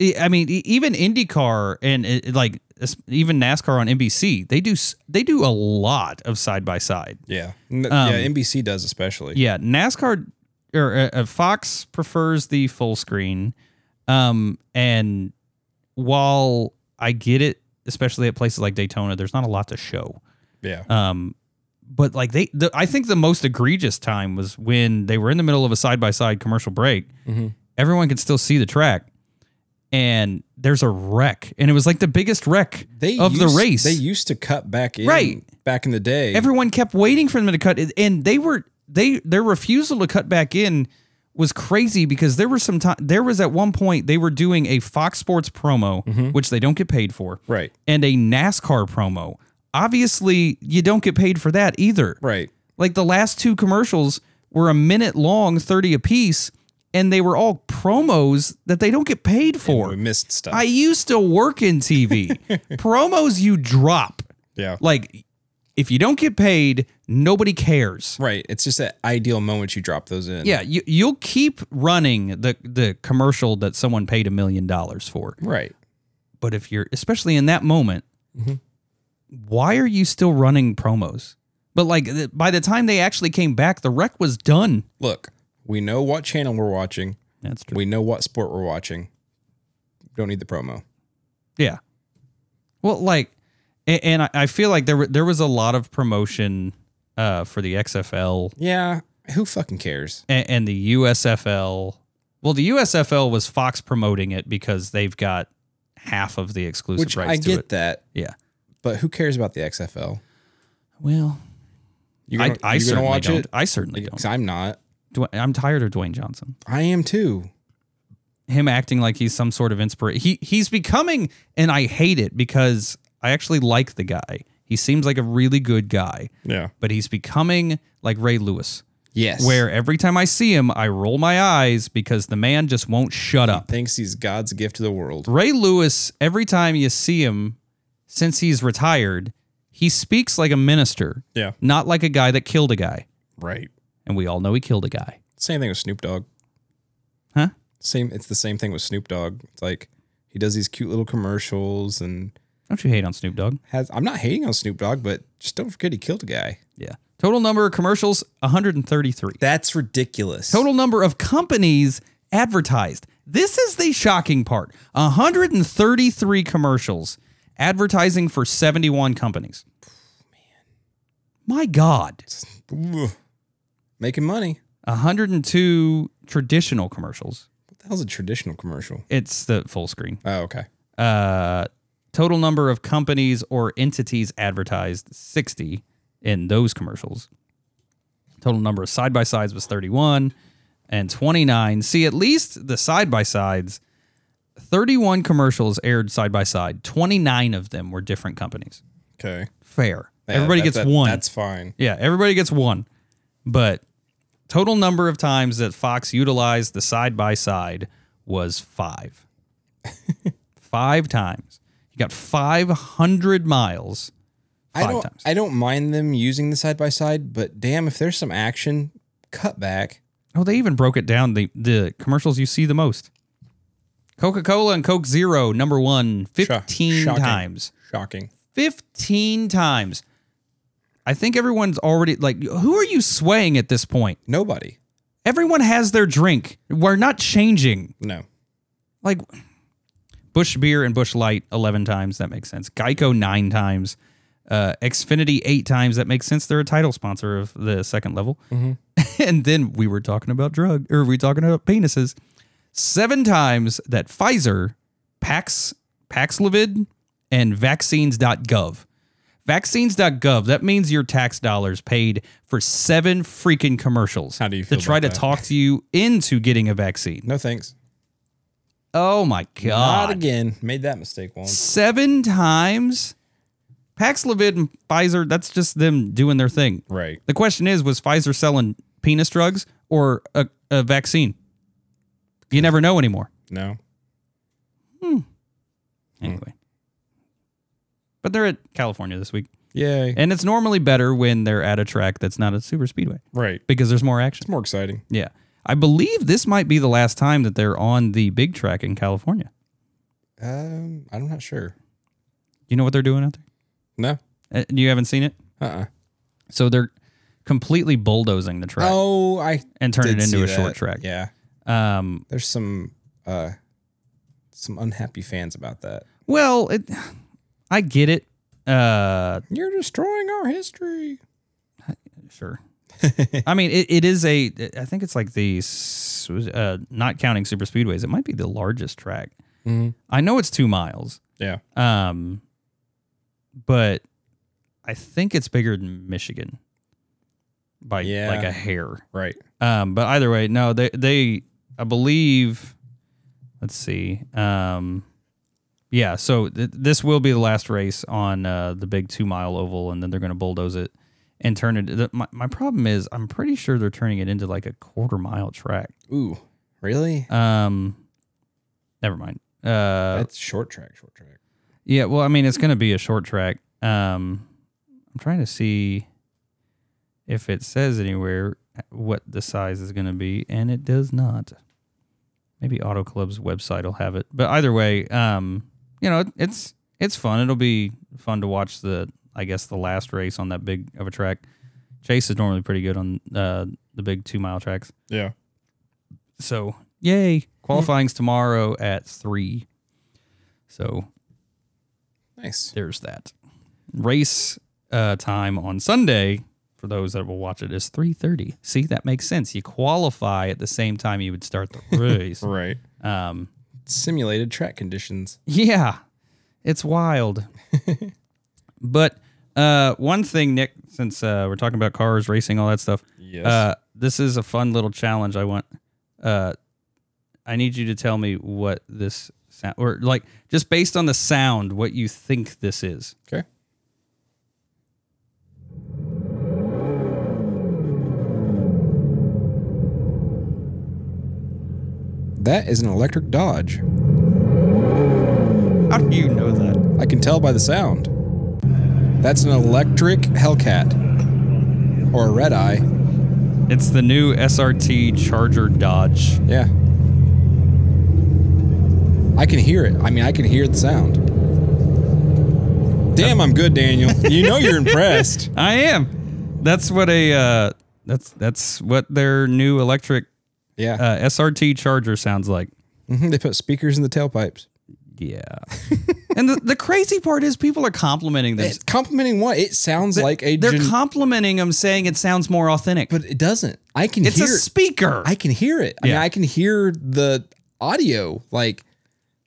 I I mean, e- even IndyCar and uh, like es- even NASCAR on NBC, they do s- they do a lot of side by side.
Yeah. N-
Um,
yeah. NBC does especially.
Yeah, NASCAR or uh, uh, Fox prefers the full screen. Um, and while I get it, especially at places like Daytona, there's not a lot to show.
Yeah.
Um, but like they, the, I think the most egregious time was when they were in the middle of a side by side commercial break.
Mhm.
Everyone could still see the track, and there's a wreck, and it was like the biggest wreck
They
of the
used-
race.
They used to cut back in
Right.
back in the day.
Everyone kept waiting for them to cut, it, and they were they their refusal to cut back in was crazy because there were some time there was at one point they were doing a Fox Sports promo,
Mm-hmm.
which they don't get paid for,
right.
and a NASCAR promo. Obviously, you don't get paid for that either.
Right.
Like the last two commercials were a minute long, 30 apiece, and they were all promos that they don't get paid
We
for.
missed stuff.
I used to work in TV. promos you drop.
yeah.
Like if you don't get paid, nobody cares.
Right. It's just that ideal moment you drop those in.
Yeah, you, you'll keep running the the commercial that someone paid a million dollars for.
Right.
But if you're, especially in that moment, why are you still running promos? But like th- by the time they actually came back, the wreck was done.
Look, we know what channel we're watching.
That's true.
We know what sport we're watching. Don't need the promo.
Yeah. Well, like, a- and I- I feel like there were, there was a lot of promotion uh, for the XFL
Yeah. Who fucking cares?
and, and the USFL. Well, the USFL was Fox promoting it because they've got half of the exclusive
Which
rights
I
to
get
it.
that,
Yeah.
but who cares about the XFL?
Well,
You
I, I
you
certainly don't. I certainly
Because
don't.
I'm not.
Dw- I'm tired of Dwayne Johnson.
I am too.
him acting like he's some sort of inspiration. He he's becoming, and I hate it because I actually like the guy. He seems like a really good guy,
Yeah.
but he's becoming like Ray Lewis,
Yes.
where every time I see him, I roll my eyes because the man just won't shut up.
thinks he's God's gift to the world.
Ray Lewis, every time you see him since he's retired, he speaks like a minister,
Yeah.
not like a guy that killed a guy.
Right.
And we all know he killed a guy.
Same thing with Snoop Dogg.
Huh?
Same. It's the same thing with Snoop Dogg. It's like He does these cute little commercials and
Don't you hate on Snoop Dogg?
has. I'm not hating on Snoop Dogg, but just don't forget he killed a guy.
Yeah. Total number of commercials 133.
That's ridiculous.
Total number of companies advertised. This is the shocking part 133 commercials advertising for 71 companies. My God.
Ugh. Making money.
102 traditional commercials.
What the hell's a traditional commercial?
It's the full screen.
Oh, okay.
Uh, total number of companies or entities advertised 60 in those commercials. Total number of side by sides was 31 and 29. See, at least the side by sides, 31 commercials aired side by side. 29 of them were different companies.
Okay.
Fair.
Yeah,
Everybody
that-
gets
that-
one.
That's fine.
Yeah, everybody gets one. But total number of times that Fox utilized the side by side was five. five times. You got 500 miles. Five
I don't.
times.
I don't mind them using the side by side, but damn, if there's some action, cut back.
Oh, they even broke it down the, the commercials you see the most Coca Cola and Coke Zero, number one, 15
shocking.
times.
Shocking.
15 times. I think everyone's already like, who are you swaying at this point?
Nobody.
Everyone has their drink. We're not changing.
No.
like Bush Beer and Bush Light 11 times. That makes sense. Geico nine times. Uh, Xfinity eight times. That makes sense. They're a title sponsor of the second level.
Mm-hmm.
and then we were talking about drug, or we were talking about penises. Seven times that Pfizer, Pax, Paxlovid, and vaccines.gov. Vaccines.gov, that means your tax dollars paid for seven freaking commercials
How do you
to
feel
try
about
to
that?
talk to you into getting a vaccine.
No thanks.
Oh my God.
Not again. Made that mistake once.
seven times. Paxlovid and Pfizer, that's just them doing their thing.
Right.
The question is, was Pfizer selling penis drugs or a, a vaccine? You never know anymore.
No.
Anyway. But they're at California this week.
Yay.
And it's normally better when they're at a track that's not a super speedway
Right.
because there's more action.
It's more exciting.
Yeah. I believe this might be the last time that they're on the big track in California.
Um, I'm not sure.
You know what they're doing out
No.
there? Uh, You haven't seen it?
Uh. uh
So they're completely bulldozing the track.
Oh, I
and turn
did
it into
see
a short
that.
track.
Yeah.
Um,
There's some uh, some unhappy fans about that.
well, it, I get it. Uh,
You're destroying our history.
sure. I mean, it, it is a. I think it's like the s- uh, not counting super speedways. It might be the largest track.
Mhm.
I know it's two miles.
Yeah.
Um, but I think it's bigger than Michigan by
Yeah.
like a hair.
Right.
Um, but either way, no, they they I believe. Let's see. Um, yeah, so th- this will be the last race on uh, the big two mile oval, and then they're going to bulldoze it and turn it. The, my my problem is I'm pretty sure they're turning it into like a quarter mile track.
Ooh. Really?
Um, never mind. Uh,
That's short track. Short track.
yeah, well, I mean, it's going to be a short track. Um, I'm trying to see if it says anywhere uh, what the size is going to be, and it does not. Maybe Auto Club's website will have it, but either way, um, you know, it- it's it's fun. It'll be fun to watch the, I guess, the last race on that big of a track. Chase is normally pretty good on uh, the big two mile tracks,
Yeah.
so yay! Qualifying's tomorrow at three, so
Nice.
there's that race uh, time on sunday for those that will watch it is 3.30 see that makes sense you qualify at the same time you would start the race
Right.
um,
Simulated track conditions.
yeah it's wild but uh, one thing nick since uh, we're talking about cars racing all that stuff
Yes.
uh, this is a fun little challenge i want uh, i need you to tell me what this sound or like just based on the sound what you think this is
okay. That is an electric Dodge.
how do you know that
I can tell by the sound. That's an electric Hellcat or a Red Eye.
It's the new SRT Charger Dodge.
Yeah. I can hear it. I mean, I can hear the sound. Damn, I'm good, Daniel. You know you're impressed.
I am. That's what a uh, that's that's what their new electric
Yeah.
uh, SRT charger sounds like.
Mhm, They put speakers in the tailpipes.
Yeah. and the, the crazy part is people are complimenting them.
It's complimenting what? It sounds like a
They're
gen-
complimenting them, saying it sounds more authentic.
but it doesn't. I can
it's
hear
a speaker.
I can hear it. I mean,
Yeah.
I can hear the audio. Like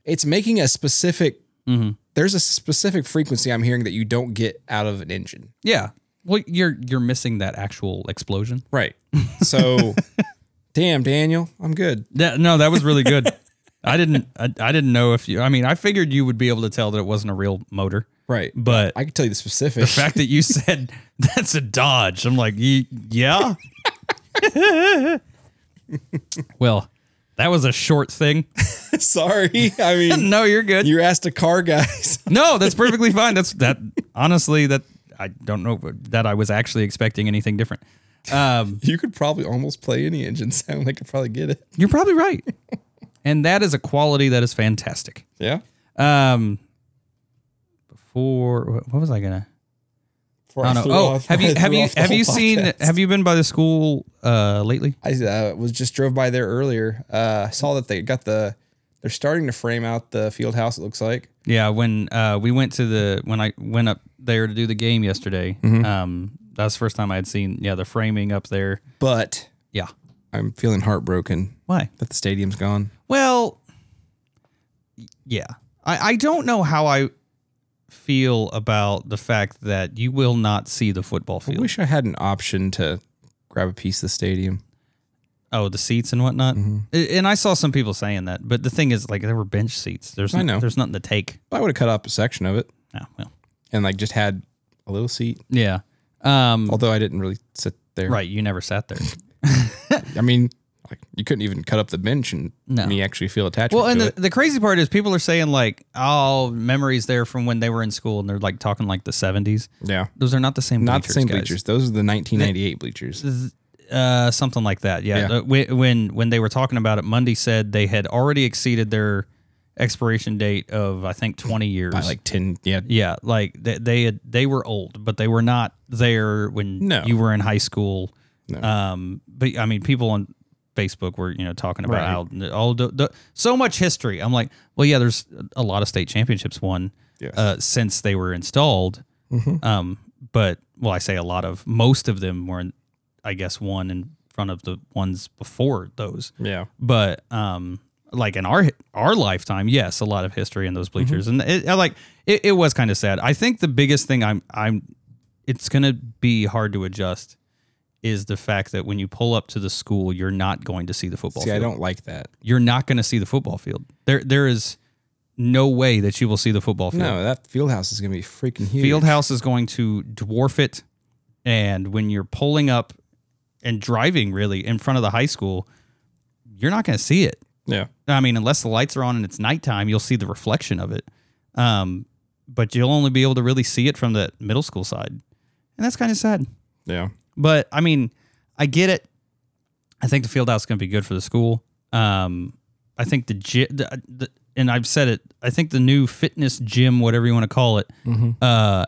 it's making a specific.
Mm-hmm.
There's a specific frequency I'm hearing that you don't get out of an engine.
yeah. Well, you're you're missing that actual explosion.
Right. So, damn, Daniel, I'm good.
That, no, that was really good. I didn't I, I didn't know if you. I mean, I figured you would be able to tell that it wasn't a real motor,
Right.
but
I can tell you the specific.
the fact that you said that's a Dodge, I'm like, "Ye- yeah. well, that was a short thing.
Sorry. I mean,
no, you're good.
you asked a car guy. so-
No, that's perfectly fine. That's that. Honestly, that I don't know that I was actually expecting anything different. Um,
You could probably almost play any engine sound. I could probably get it.
you're probably right, and that is a quality that is fantastic.
Yeah.
Um, before what was I gonna?
Before
I don't
threw
know. Oh,
off-
have you
I
have
threw
you
off the
have you
whole
seen
podcast.
have you been by the school uh lately?
I uh, was just drove by there earlier. Uh, I saw that they got the. They're starting to frame out the field house. It looks like.
Yeah, when uh, we went to the when I went up there to do the game yesterday,
Mm-hmm.
um, that was the first time I had seen yeah the framing up there.
but
Yeah,
I'm feeling heartbroken
why?
that the stadium's gone.
Well, y- yeah, I I don't know how I feel about the fact that you will not see the football
I
field.
wish I had an option to grab a piece of the stadium.
Oh, the seats and whatnot.
Mm-hmm.
A- And I saw some people saying that, but the thing is, like, there were bench seats. There's
I
n-
know.
there's nothing to take.
I would have cut up a section of it
Oh, well,
and like just had a little seat.
yeah. Um,
Although I didn't really sit there.
right. You never sat there.
I mean, like you couldn't even cut up the bench and
No.
me actually feel attached
Well, and
to
the,
it.
the crazy part is people are saying like, oh, memories there from when they were in school, and they're like talking like the '70s.
Yeah.
Those are not the same.
Not the
bleachers,
same
guys.
bleachers. Those are the 1998 bleachers.
uh, something like that. Yeah,
Yeah.
The- whe- when when they were talking about it, Monday said they had already exceeded their expiration date of I think 20 years.
By like 10. Yeah.
yeah, like they they, had, they were old, but they were not there when
No.
you were in high school.
No.
Um, but I mean, people on Facebook were you know talking about
Right.
how all the, the, so much history. I'm like, well, yeah, there's a lot of state championships won
Yes. Mm-hmm.
uh, since they were installed. Um, but well, I say a lot of most of them were, in, I guess, one in front of the ones before those
Yeah.
but um like in our our lifetime yes a lot of history in those bleachers
Mm-hmm.
and it, I like it, it was kind of sad i think the biggest thing i'm i'm it's gonna be hard to adjust is the fact that when you pull up to the school you're not going to see the football
See, I
field
don't like that.
you're not going to see the football field there there is no way that you will see the football field
No, that field house is going to be freaking huge.
field house is going to dwarf it and when you're pulling up and driving really in front of the high school you're not going to see it
Yeah.
I mean, unless the lights are on and it's nighttime, you'll see the reflection of it. Um, but you'll only be able to really see it from the middle school side. And that's kind of sad.
Yeah.
But I mean, I get it. I think the field house is going to be good for the school. Um, I think the, gy- the, uh, the and I've said it. I think the new fitness gym, whatever you want to call it, uh,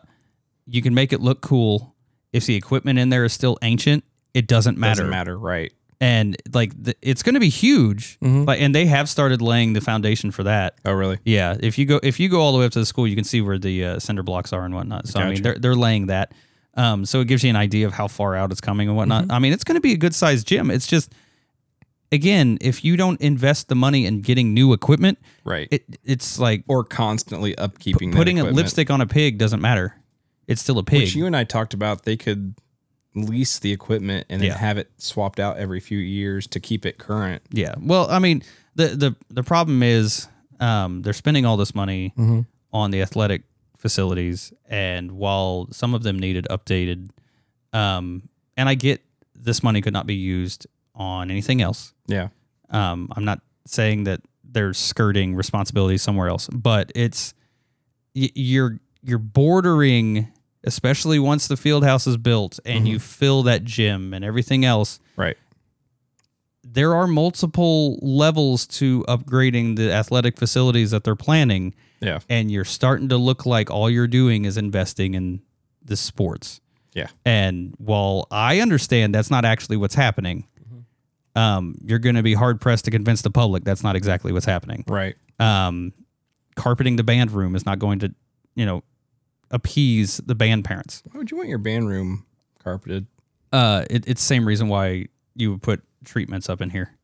you can make it look cool. If the equipment in there is still ancient, it doesn't matter
Doesn't matter. Right.
and like the, it's going to be huge.
Mm-hmm.
Like, and they have started laying the foundation for that.
Oh, really?
Yeah, if you go if you go all the way up to the school, you can see where the uh, cinder blocks are and whatnot. So I mean,
Gotcha.
they're they're laying that. Um, so it gives you an idea of how far out it's coming and
Mm-hmm.
whatnot. I mean, it's going to be a good sized gym. It's just again, if you don't invest the money in getting new equipment,
Right.
it it's like
or constantly upkeeping that
putting a
equipment.
lipstick on a pig doesn't matter. It's still a pig.
Which you and I talked about, they could lease the equipment and then
Yeah.
have it swapped out every few years to keep it current.
Yeah. Well, I mean, the the the problem is um, they're spending all this money
Mm-hmm.
on the athletic facilities, and while some of them needed updated, um, and I get this money could not be used on anything else.
Yeah.
Um, I'm not saying that they're skirting responsibility somewhere else, but it's y- you're you're bordering, especially once the field house is built and you fill that gym and everything else
Right.
there are multiple levels to upgrading the athletic facilities that they're planning,
Yeah.
and you're starting to look like all you're doing is investing in the sports.
Yeah.
And while I understand that's not actually what's happening, um, you're going to be hard pressed to convince the public that's not exactly what's happening.
Right.
Um, carpeting the band room is not going to, you know, appease the band parents.
Why would you want your band room carpeted?
Uh, it, it's the same reason why you would put treatments up in here.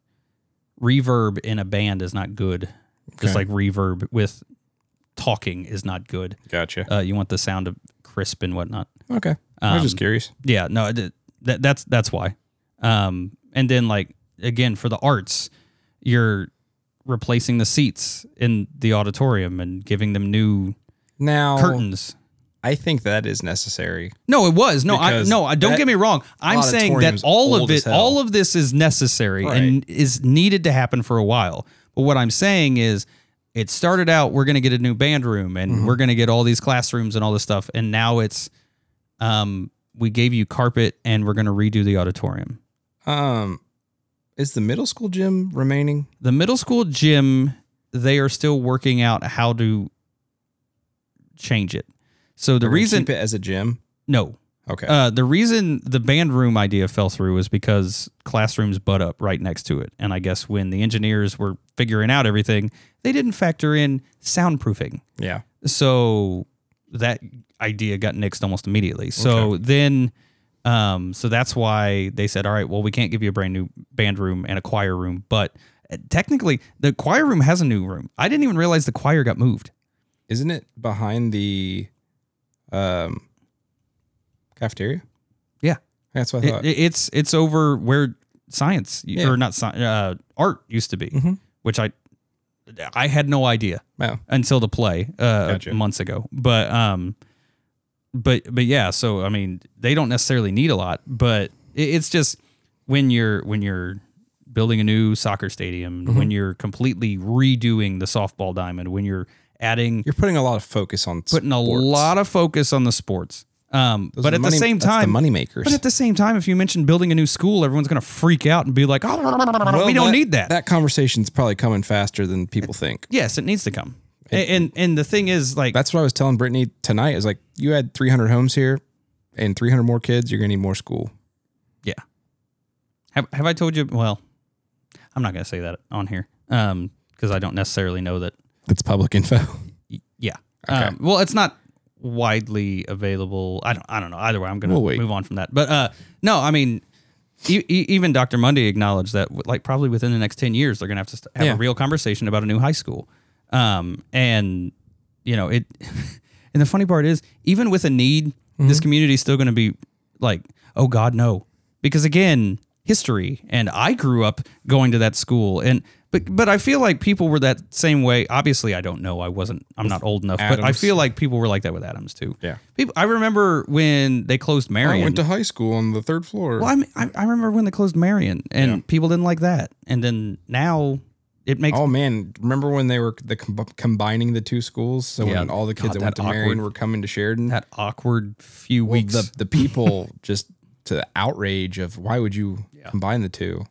Reverb in a band is not good. Just
Okay.
like reverb with talking is not good.
Gotcha.
Uh, you want the sound of crisp and whatnot.
Okay. I was
Um,
just curious.
Yeah, no, it- it- that, that's that's why. Um, and then like again for the arts, you're replacing the seats in the auditorium and giving them new
Now,
curtains.
I think that is necessary.
No, it was no, I
Because
no, I don't
that
get me wrong. I'm saying that
auditorium's
all of
old as
it,
hell.
all of this is necessary and is needed to happen for a while. But what I'm saying is, it started out we're going to get a new band room and
Mm-hmm.
we're going to get all these classrooms and all this stuff, and now it's, um, we gave you carpet and we're going to redo the auditorium.
Um, is the middle school gym remaining?
the middle school gym they are still working out how to change it so the
We're gonna
reason
keep it as a gym.
no
Okay.
uh, the reason the band room idea fell through was because classrooms butt up right next to it and i guess when the engineers were figuring out everything they didn't factor in soundproofing
yeah.
so that idea got nixed almost immediately. So then, um, so that's why they said, all right, well, we can't give you a brand new band room and a choir room, but uh, technically the choir room has a new room. I didn't even realize the choir got moved.
Isn't it behind the um cafeteria?
Yeah.
That's what I
It-
thought.
it- it's it's over where science
Yeah.
or not science uh, art used to be,
Mhm.
which I I had no idea.
wow.
until the play uh,
Gotcha.
months ago. But um, but but yeah. So I mean, they don't necessarily need a lot, but it, it's just when you're when you're building a new soccer stadium,
Mm-hmm.
when you're completely redoing the softball diamond, when you're adding
You're putting a lot of focus on
putting a
sports.
lot of focus on the sports. Um,
Those
but
are
at the
money-
same
that's
time,
the money makers.
but at the same time, if you mention building a new school, everyone's gonna freak out and be like, "Oh, we don't need that."
That conversation's probably coming faster than people think.
Yes, it needs to come. And and, and the thing is, like,
That's what I was telling Brittany tonight. Is like you had 300 homes here, and 300 more kids. You're gonna need more school.
Yeah. Have Have I told you? Well, I'm not gonna say that on here, um, because I don't necessarily know that.
That's public info.
y- Yeah.
Okay.
Um, well, it's not widely available. I don't. I don't know. Either way, I'm gonna
We'll wait.
move on from that. But uh, no, I mean. e- e- Even Dr. Monday acknowledged that, w- like, probably within the next ten years, they're gonna have to st- have
Yeah.
a real conversation about a new high school. Um, and you know it. And the funny part is, even with a need, this
Mm-hmm.
community is still gonna be like, oh God, no, because again, history. And I grew up going to that school, and but but I feel like people were that same way. Obviously, I don't know. I wasn't. I'm not old enough, but I
Adams.
feel like people were like that with Adams too.
Yeah.
People, I remember when they closed Marion.
I went to high school on the third floor.
Well, I, mean, I, I remember when they closed Marion and people didn't like that. And then now it makes.
Oh man, remember when they were the com- combining the two schools? So
Yeah.
when all the kids
God,
that went
that
to Marion
awkward-
were coming to Sheridan,
that awkward few
Well,
weeks.
the the people just to the outrage of why would you combine the two?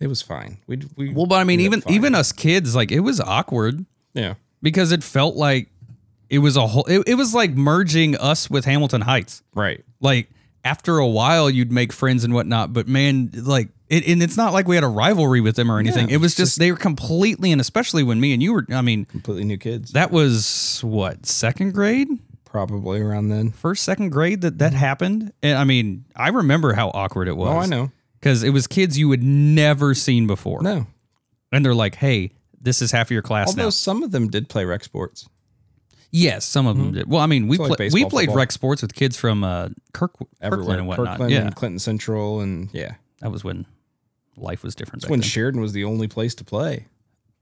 It was fine. We we
well, but I mean,
ended up
even
fine.
even us kids, like it was awkward
yeah
because it felt like it was a whole. It, it was like merging us with Hamilton Heights.
right.
Like after a while, you'd make friends and whatnot. But man, like it, and it's not like we had a rivalry with them or anything. it was just, they were completely and especially when me and you were. I mean,
Completely new kids
that was what second grade.
probably around then.
first second grade that that happened and i mean i remember how awkward it was
Mm-hmm. Oh, I know.
because it was kids you had never seen before
No,
and they're like hey this is half of your class
although
now
some of them did play rec sports.
yes some of them did well i mean we,
So, Mm-hmm. like,
play, we
baseball,
played
football.
rec sports with kids from uh, Kirk,
Everywhere,
kirkland and whatnot
Kirkland
yeah
and Clinton Central, and yeah,
that was when life was different
that's
back
when
then.
Sheridan was the only place to play.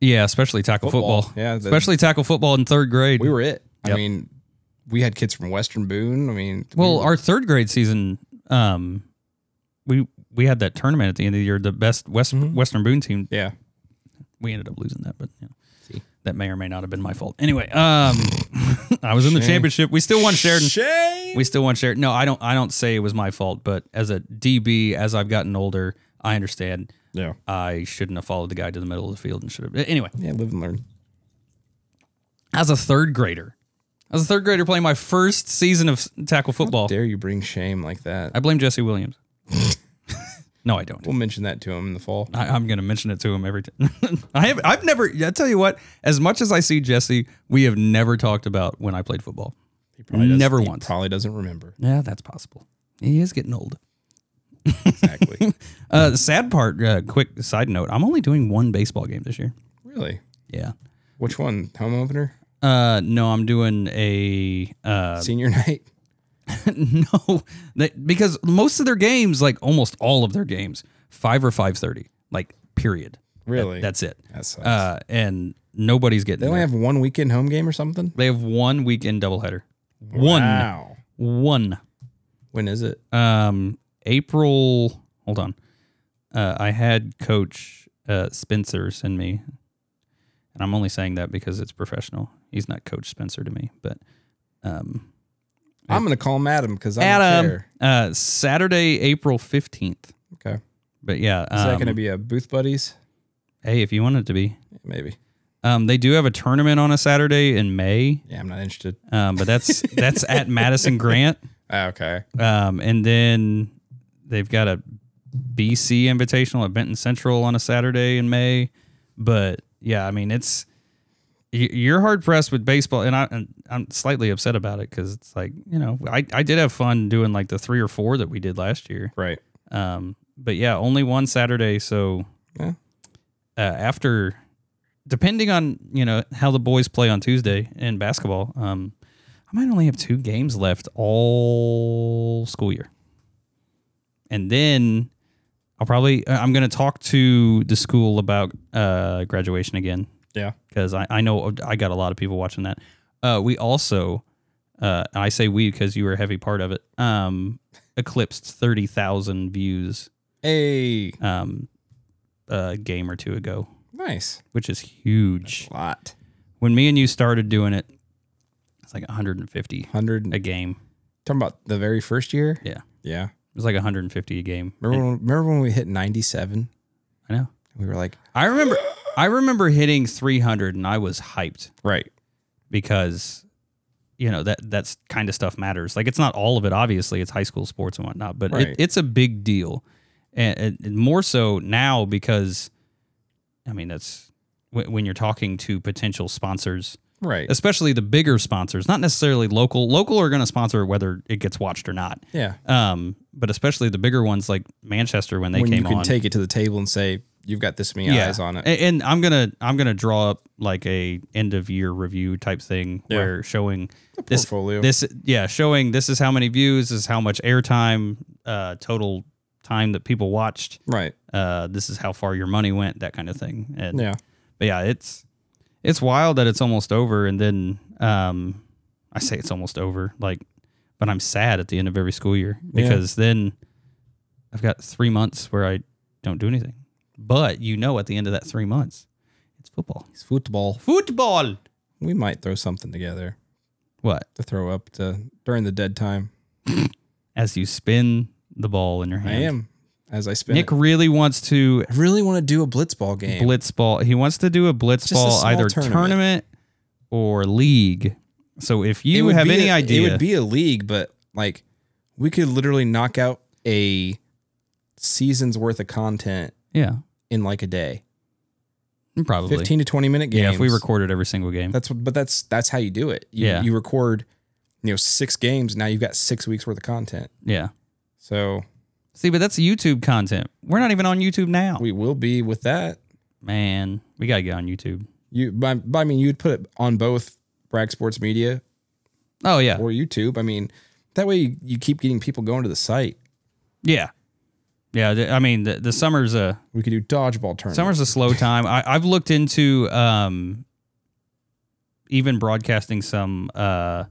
yeah especially tackle football,
Football. Yeah, the-
especially tackle football in third grade
We were it. I
Yep.
mean, we had kids from Western Boone. I mean, we
well
were-
our third grade season um we we had that tournament at the end of the year the best west
Mm-hmm.
western boone team
yeah,
we ended up losing that, but you know,
See.
that may or may not have been my fault. Anyway, um, I was in the
Shame.
championship. We still won Sheridan.
Shane.
We still won Sheridan. No, I don't. I don't say it was my fault, but as a DB, as I've gotten older, I understand.
Yeah.
I shouldn't have followed the guy to the middle of the field and should have. Anyway,
Yeah, live and learn.
as a third grader, as a third grader playing my first season of s- tackle football,
Dare you bring shame like that?
I blame Jesse Williams. no, I don't.
We'll mention that to him in the fall.
I, I'm going to mention it to him every time. I have. I've never. I tell you what. As much as I see Jesse, we have never talked about when I played football.
He probably doesn't-
Never
he
once.
Probably doesn't remember
Yeah, that's possible. He is getting old.
exactly.
Uh, the sad part. Uh, quick side note. I'm only doing one baseball game this year.
really?
Yeah.
Which one? Home opener?
Uh, no, I'm doing a uh,
Senior night?
no, that, because most of their games, like almost all of their games, five or five thirty, like period.
Really?
That's it.
that sucks.
Uh, and nobody's getting.
they
They,
only have one weekend home game or something.
they have one weekend doubleheader.
Wow.
One.
When is it?
One. Um, April. Hold on. Uh, I had Coach uh, Spencer send me, and I'm only saying that because it's professional. He's not Coach Spencer to me, but um,
I'm gonna call him Adam because I don't
Adam.
care.
Uh, Saturday, April fifteenth.
Okay. Is
But yeah,
that
um,
gonna be a booth buddies?
Hey, if you want it to be.
Maybe.
Um, they do have a tournament on a Saturday in May,
Yeah, I'm not interested.
um, but that's that's at Madison Grant.
Ah, okay.
Um, and then they've got a BC Invitational at Benton Central on a Saturday in May. But yeah, I mean it's y- you're hard pressed with baseball, and I and I'm slightly upset about it because it's like you know I I did have fun doing like the three or four that we did last year.
Right.
Um, but yeah, only one Saturday. So
Yeah.
uh, after, depending on you know how the boys play on Tuesday in basketball, um, I might only have two games left all school year, and then I'll probably I- I'm going to talk to the school about uh, graduation again
Yeah.
because I, I know I got a lot of people watching that. Uh, we also, uh, and I say we because you were a heavy part of it, um, eclipsed 30,000 views
Hey.
um, a game or two ago,
Nice.
which is huge.
Lot.
When me and you started doing it, it's like 150
Hundred.
a game.
Talking about the very first year.
Yeah. It
Yeah.
was like 150 a game.
Remember when, remember when we hit 97?
I know.
We were like,
I remember I remember hitting 300 and I was hyped.
right.
because you know that that's kind of stuff matters. Like it's not all of it, obviously. It's high school sports and whatnot, but
Right.
it, it's a big deal, and, and- and more so now because, I mean, that's when, when you're talking to potential sponsors,
Right.
especially the bigger sponsors, not necessarily local. Local are going to sponsor whether it gets watched or not.
yeah.
Um, but especially the bigger ones like Manchester when they
when
came
you can
on.
take it to the table and say, you've got this many eyes on it.
A- And, I'm gonna I'm gonna draw up like a end of year review type thing
Yeah.
where showing this
portfolio.
this yeah showing this is how many views this is how much airtime uh, total time that people watched
right.
uh, this is how far your money went that kind of thing and
Yeah.
but yeah it's it's wild that it's almost over and then um, I say it's almost over like but I'm sad at the end of every school year because then I've got three months where I don't do anything but you know at the end of that three months it's football
It's football.
football
We might throw something together
what
to throw up to during the dead time.
as you spin the ball in your hand
I am as I spin.
Nick
it.
really wants to
I really want to do a blitzball game.
blitz ball. He wants to do a blitz
a
ball
small
either tournament.
tournament.
or league. So if
It
you
would
have
be
any
a-
idea,
It would be a league, but like we could literally knock out a season's worth of content
yeah,
in like a day.
probably.
15 to 20 minute games.
yeah, if we recorded every single game.
That's what, but that's that's how you do it. You,
Yeah.
you record, you know, six games. Now you've got six weeks worth of content.
yeah.
So
See, but that's YouTube content. We're not even on YouTube now.
we will be with that.
Man, we gotta get on YouTube.
You, by, by I mean, you'd put it on both Bragg Sports Media
Oh yeah,
or YouTube. I mean, that way you, you keep getting people going to the site.
yeah, yeah. th- I mean, the, the summer's a
We could do dodgeball tournament.
summer's a slow time. I, I've looked into um, even broadcasting some uh,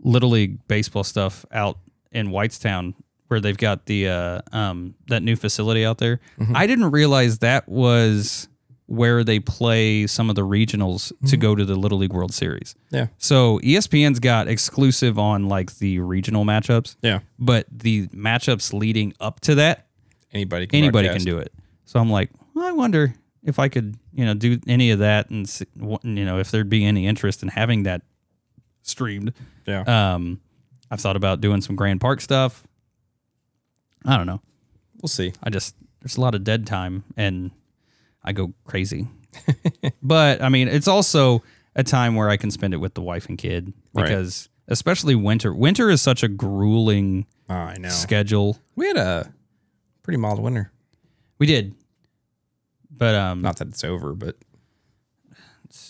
little league baseball stuff out in Whitestown, where they've got the uh, um, that new facility out there. I didn't realize that was where they play some of the regionals to go to the Little League World Series.
Yeah.
So E ESPN's got exclusive on like the regional matchups,
Yeah.
but the matchups leading up to that
anybody can
anybody
broadcast.
can do it. So I'm like, well, I wonder if I could, you know, do any of that and s- wh- you know if there'd be any interest in having that streamed.
Yeah.
Um, I've thought about doing some Grand Park stuff. I don't know.
we'll see.
I just there's a lot of dead time and I go crazy. but I mean, it's also a time where I can spend it with the wife and kid
Right.
because especially winter. Winter is such a grueling
Oh, I know.
schedule.
We had a pretty mild winter.
We did. But um
Not that it's over, but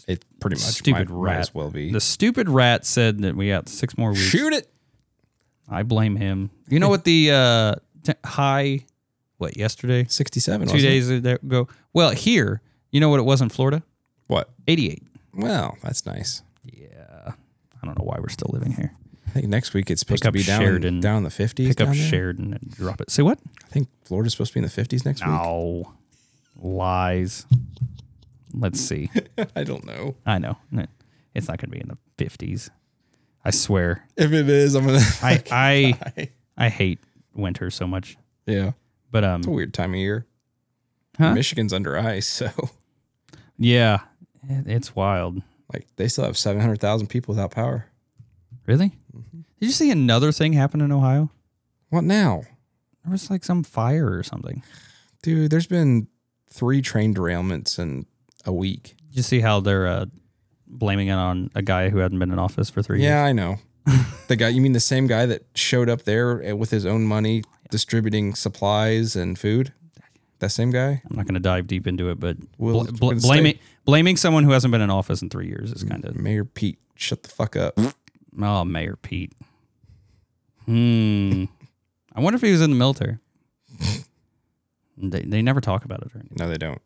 it pretty much
Stupid
might, might
rat.
as well be.
the stupid rat said that we got six more weeks.
Shoot it.
I blame him. You know what the uh t- high what yesterday?
67.
2
wasn't it?
days ago. Well, here, you know what it was in Florida?
What?
88.
Well, that's nice.
Yeah. I don't know why we're still living here.
I think next week it's supposed
Pick
to
up
be down
Sheridan.
down in the 50s.
pick up
down there.
Sheridan and drop it. Say what?
I think Florida's supposed to be in the 50s next
No. Lies. Let's see.
week. I don't know.
I know. It's not going to be in the 50s. I swear.
If it is, I'm going to.
I I I hate winter so much.
Yeah.
But
It's a
um
weird time of year.
Huh?
Michigan's under ice, so
yeah, it- it's wild.
like they still have 700,000 people without power.
Really?
Mm-hmm.
Did you see another thing happen in Ohio?
What now?
There was like some fire or something.
Dude, there's been three train derailments in a week.
Did you see how they're uh, blaming it on a guy who hadn't been in office for 3 years?
Yeah, I know. the guy, you mean the same guy that showed up there eh, with his own money
Oh,
distributing supplies and food? That same guy?
I'm not going to dive deep into it, but
Well,
bl-
it's
bl-
been
blaming blaming someone who hasn't been in office in 3 years is kind of
Mayor Pete, shut the fuck up. Mm-hmm.
Oh, Mayor Pete. Hmm. I wonder if he was in the military. they, they never talk about it or anything.
No, they don't.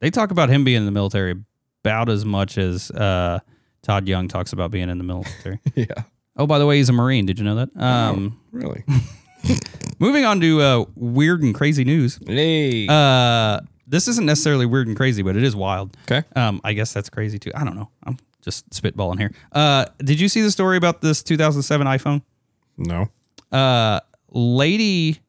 They talk about him being in the military about as much as uh, Todd Young talks about being in the military.
Yeah.
oh, by the way, he's a Marine. Did you know that? Um,
Really?
Moving on to uh, weird and crazy news.
hey.
Uh, this isn't necessarily weird and crazy, but it is wild.
okay.
Um, I guess that's crazy too. I don't know. I'm just spitballing here. Uh, did you see the story about this 2007 iPhone?
No.
uh, lady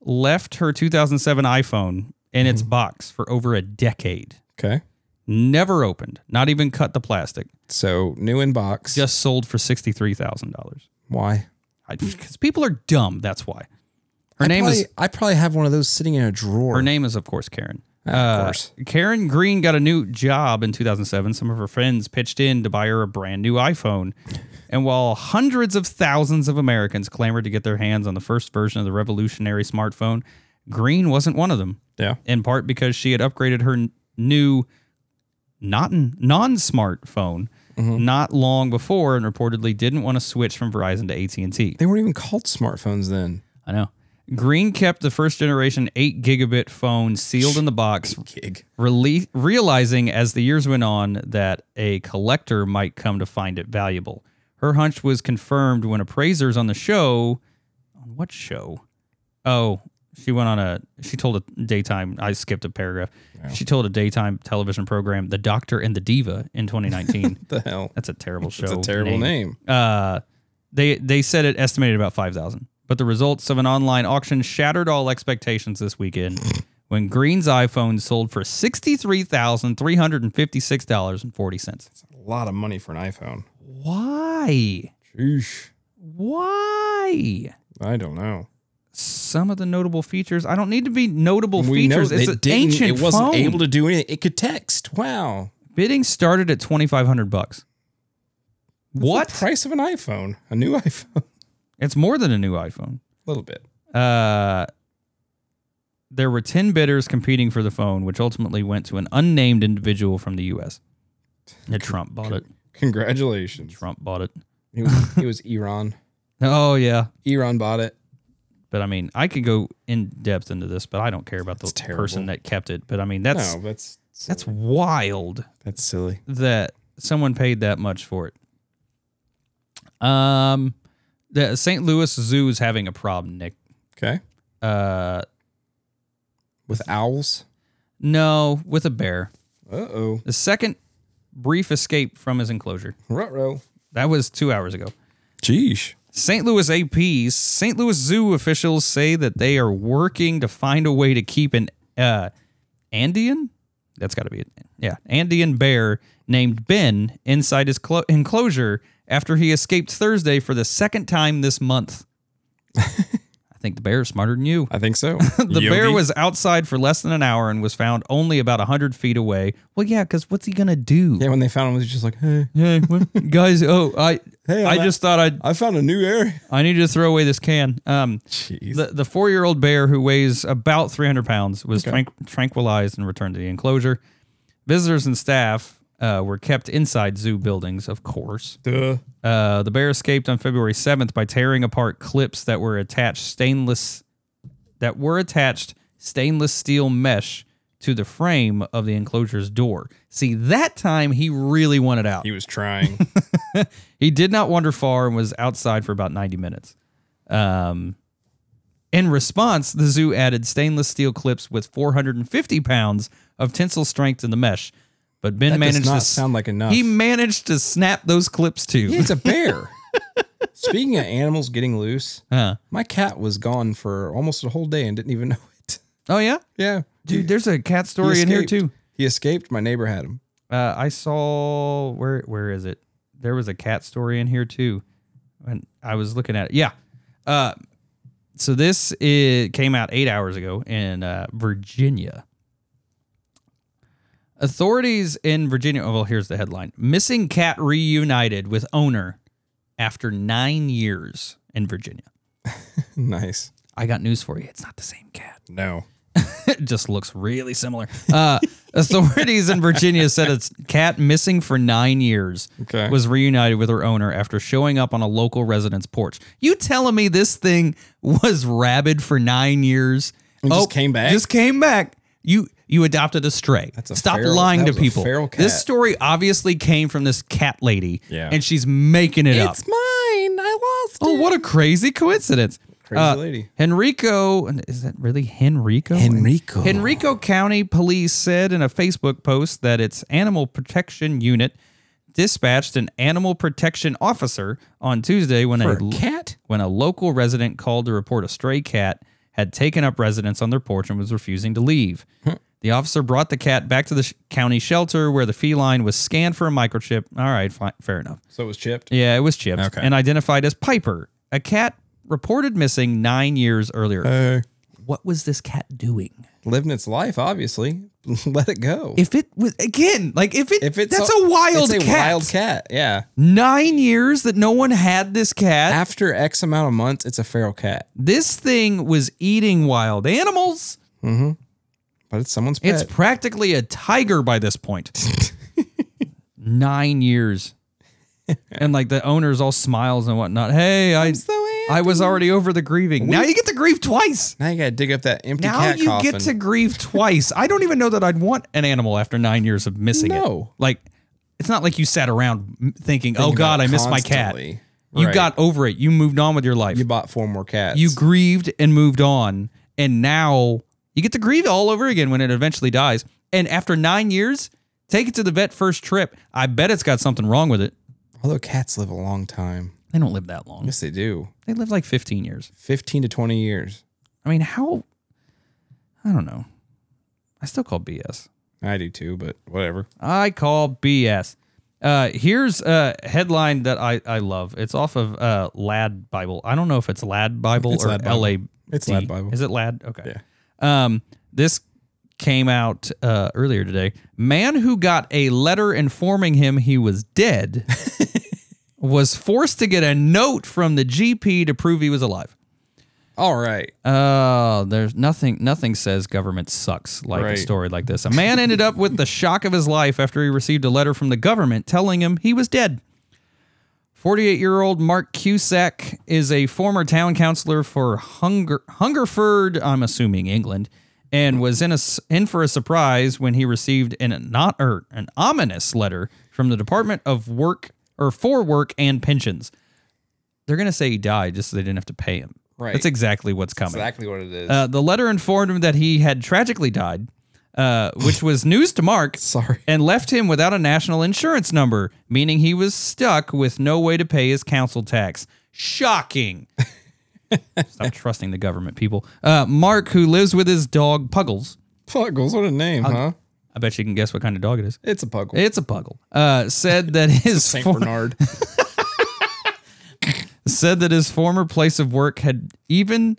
left her 2007 iPhone in its
Mm-hmm.
box for over a decade.
Okay.
Never opened, not even cut the plastic.
So new inbox.
Just sold for sixty three thousand dollars.
Why?
Because people are dumb. That's why. Her
I
name
probably,
is.
I probably have one of those sitting in a drawer.
Her name uh, is of course Karen.
Of course.
Karen Green got a new job in 2007. Some of her friends pitched in to buy her a brand new iPhone. And while hundreds of thousands of Americans clamored to get their hands on the first version of the revolutionary smartphone, Green wasn't one of them,
Yeah.
in part because she had upgraded her n- new not non smartphone not long before and reportedly didn't want to switch from Verizon to AT&T.
They weren't even called smartphones then.
I know. Green kept the first generation 8 gigabit phone sealed in the box,
Gig.
rele- realizing as the years went on that a collector might come to find it valuable. Her hunch was confirmed when appraisers on the show, on what show? Oh, she went on a, she told a daytime, I skipped a paragraph. She told a daytime television program, The Doctor and the Diva in 2019.
The hell.
That's a terrible show.
That's a terrible name.
Uh, they they said it estimated about 5,000. But the results of an online auction shattered all expectations this weekend when Green's iPhone sold for $63,356.40.
It's a lot of money for an iPhone.
Why?
Sheesh.
Why?
I don't know.
Some of the notable features. I don't need to be notable
We know
features.
they
it's an
didn't.
ancient
It wasn't
phone.
able to do anything. It could text. Wow.
Bidding started at 2500 bucks.
That's
What?
The price of an iPhone. A new iPhone. A
It's more than a new iPhone.
little bit.
Uh, there were 10 bidders competing for the phone, which ultimately went to an unnamed individual from the U.S. Yeah, Trump bought it.
Congratulations.
Trump bought it.
It was, it was Iran.
Oh, yeah.
Iran bought it.
But I mean, I could go in depth into this, but I don't care about the
It's terrible.
person that kept it. But I mean, that's
No, that's
that's wild
that's silly.
that someone paid that much for it. Um, the St. Louis Zoo is having a problem, Nick.
Okay.
Uh,
With owls.
no, with a bear.
Uh oh.
The second brief escape from his enclosure.
Ruh-roh.
That was two hours ago.
Jeesh.
St. Louis AP, St. Louis Zoo officials say that they are working to find a way to keep an uh, Andean. That's got to be it. Yeah, Andean bear named Ben inside his clo- enclosure after he escaped Thursday for the second time this month. I think the bear is smarter than you.
I think so.
The
Yogi?
bear was outside for less than an hour and was found only about 100 feet away. Well, yeah, because what's he going to do?
Yeah, when they found him, it was just like, hey,
Hey, what- guys, oh, I
Hey,
I
I'm
just thought I'd
I found a new area.
I need to throw away this can. Um,
Jeez.
the the four year old bear who weighs about 300 pounds was tran- tranquilized and returned to the enclosure. Visitors and staff uh, were kept inside zoo buildings, of course.
Duh.
Uh, the bear escaped on February 7th by tearing apart clips that were attached stainless that were attached stainless steel mesh to the frame of the enclosure's door. See, that time he really wanted out.
He was trying.
He did not wander far and was outside for about 90 minutes. Um, in response, the zoo added stainless steel clips with 450 pounds of tensile strength in the mesh. But Ben
That
managed
does not
to
sound like enough.
he managed to snap those clips too.
Yeah, it's a bear. Speaking of animals getting loose,
Huh.
my cat was gone for almost a whole day and didn't even know it.
Oh yeah,
Yeah.
dude. There's a cat
He
story in here
escaped.
too.
He escaped. My neighbor had him.
Uh, I saw where where is it? There was a cat story in here too, and I was looking at it. Yeah. Uh, so this it came out eight hours ago in uh, Virginia. Authorities in Virginia. Oh, well, here's the headline: Missing cat reunited with owner after nine years in Virginia.
Nice.
I got news for you. It's not the same cat.
No.
it just looks really similar. Uh, authorities in Virginia said its cat missing for nine years
Okay.
was reunited with her owner after showing up on a local resident's porch. You telling me this thing was rabid for nine years? Oh,
And just came back?
Just came back. You you adopted a stray.
That's a
Stop
feral-
lying
that
to
was a
people.
feral
This
cat.
story obviously came from this cat lady,
Yeah.
and she's making it up.
It's mine. I lost
Oh,
it.
what a crazy coincidence! Uh,
Crazy lady.
Henrico, is that really Henrico?
Henrico.
Henrico County Police said in a Facebook post that its animal protection unit dispatched an animal protection officer on Tuesday when a, lo-
cat?
when a local resident called to report a stray cat had taken up residence on their porch and was refusing to leave. The officer brought the cat back to the sh- county shelter where the feline was scanned for a microchip. All right, fine, fair enough.
So it was chipped.
Yeah, it was chipped
Okay.
and identified as Piper, a cat reported missing nine years earlier.
Uh,
what was this cat doing?
living its life, obviously. Let it go.
If it was again, like if it,
If it's
that's a, wild
it's a
cat.
wild cat. Yeah.
Nine years that no one had this cat.
After X amount of months, it's a feral cat,
this thing was eating wild animals.
but it's someone's pet.
It's practically a tiger by this point. Nine years. and like the owner's all smiles and whatnot. Hey, I
so
I was already over the grieving. now you get to grieve twice.
now you gotta dig up that empty
Now
cat
you
coffin.
get to grieve twice. I don't even know that I'd want an animal after nine years of missing it.
No.
like it's not like you sat around m- thinking, "Oh
Think about
God, I
it
missed my cat."
constantly.
You
Right.
got over it. You moved on with your life.
you
You,
bought four more cats.
grieved and moved on, and now you get to grieve all over again when it eventually dies. And after nine years, take it to the vet first trip. I bet it's got something wrong with it.
although cats live a long time.
They don't live that long.
Yes, they do.
They live like fifteen years.
Fifteen to twenty years.
I mean, how? I don't know. I still call BS.
I do too, but whatever.
I call BS. Uh, here's a headline that I, I love. It's off of uh, Lad Bible. I don't know if it's Lad Bible
It's
or
Lad Bible.
LA.
It's Lad Bible.
Is it Lad? Okay. Yeah. Um, this came out uh, earlier today. Man who got a letter informing him he was dead was forced to get a note from the GP to prove he was alive.
All right.
Oh, there's nothing. Nothing says government sucks like a
Right.
story like this. A man ended up with the shock of his life after he received a letter from the government telling him he was dead. 48-year-old Mark Cusack is a former town councilor for Hunger Hungerford, I'm assuming England, and was in a s- in for a surprise when he received an not er, an ominous letter from the Department of Work or for Work and Pensions. They're gonna say he died just so they didn't have to pay him.
Right.
That's exactly what's coming.
Exactly what it is.
Uh, the letter informed him that he had tragically died, uh, which was news to Mark,
Sorry.
and left him without a national insurance number, meaning he was stuck with no way to pay his council tax. Shocking. Stop trusting the government, people. Uh, Mark, who lives with his dog Puggles.
Puggles, what a name, huh?
I bet you can guess what kind of dog it is.
It's a puggle.
It's Uh, a Puggle. Uh, said that his
Saint
for-
Bernard.
said that his former place of work had even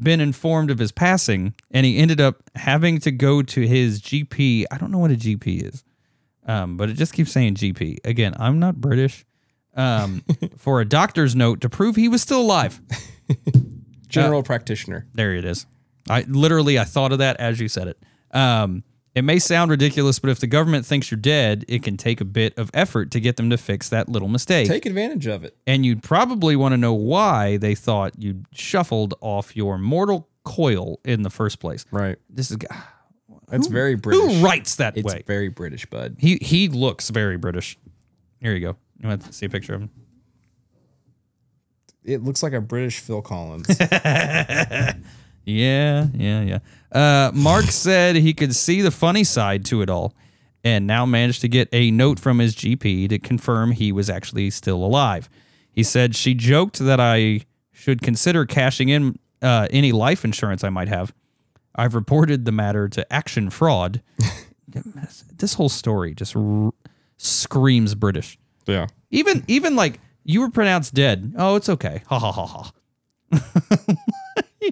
been informed of his passing, and he ended up having to go to his GP. I don't know what a GP is, um, but it just keeps saying GP. Again, I'm not British. Um, for a doctor's note to prove he was still alive.
General practitioner.
There it is. I literally I thought of that as you said it. Um, it may sound ridiculous, but if the government thinks you're dead, it can take a bit of effort to get them to fix that little mistake.
Take advantage of it.
and you'd probably want to know why they thought you shuffled off your mortal coil in the first place.
Right.
This is
That's very British.
who writes that
It's
way.
very British, bud.
He he looks very British. Here you go. You want to see a picture of him?
It looks like a British Phil Collins.
Yeah, yeah, yeah. Uh, Mark said he could see the funny side to it all and now managed to get a note from his GP to confirm he was actually still alive. He said she joked that I should consider cashing in uh, any life insurance I might have. I've reported the matter to Action Fraud. this whole story just r- screams British.
yeah.
Even even like you were pronounced dead. Oh, it's okay. Ha ha ha ha.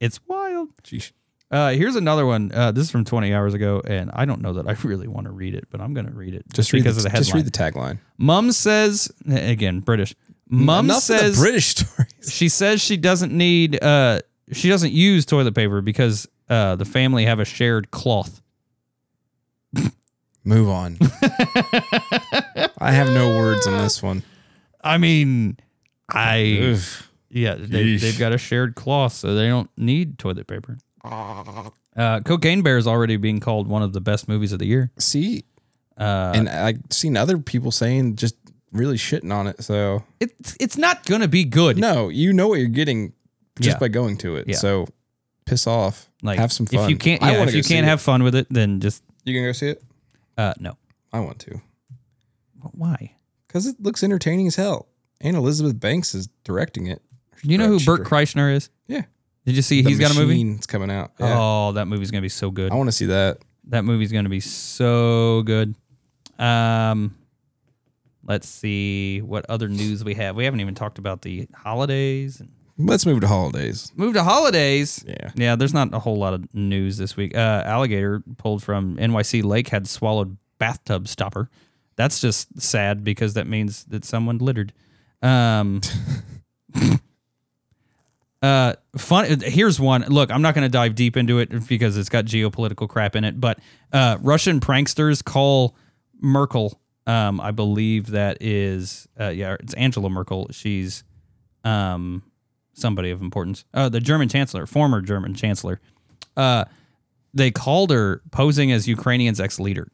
it's wild.
Jeez.
Uh, here's another one. Uh, this is from 20 hours ago, and I don't know that I really want to read it, but I'm going to read it just because of the headline.
Just read the tagline.
Mum says again, British. Mum
Enough of the
says
British stories.
she says she doesn't need uh she doesn't use toilet paper because uh the family have a shared cloth.
Move on. I have no words on this one.
I mean, I
Oof.
Yeah, they,
Yeesh.
they've got a shared cloth, so they don't need toilet paper. Uh, Cocaine Bear is already being called one of the best movies of the year.
See,
Uh,
and I've seen other people saying just really shitting on it. So
it's it's not gonna be good.
no, you know what you're getting just
Yeah.
by going to it.
Yeah.
So piss off.
like
have some fun.
If you can't,
I
yeah,
wanna
if you
go see
can't
it.
have fun with it, then just
You gonna go see it?
uh, no.
I want to
Why?
because it looks entertaining as hell. And Elizabeth Banks is directing it.
You know who
Director.
Burt Kreischer is?
Yeah.
Did you see
The
he's got a movie?
Machine, It's coming out. Yeah.
Oh, that movie's gonna be so good.
I want to see that.
That movie's gonna be so good. Um, let's see what other news we have. We haven't even talked about the holidays and
Let's move to holidays.
move to holidays.
Yeah.
Yeah, there's not a whole lot of news this week. Uh, alligator pulled from NYC Lake had swallowed bathtub stopper. That's just sad because that means that someone littered. Um, uh, fun. Here's one. Look, I'm not going to dive deep into it because it's got geopolitical crap in it. But uh, Russian pranksters call Merkel. Um, I believe that is uh, yeah, it's Angela Merkel. She's um, somebody of importance. Uh, the German chancellor, former German chancellor. Uh, they called her posing as Ukrainian's ex-leader.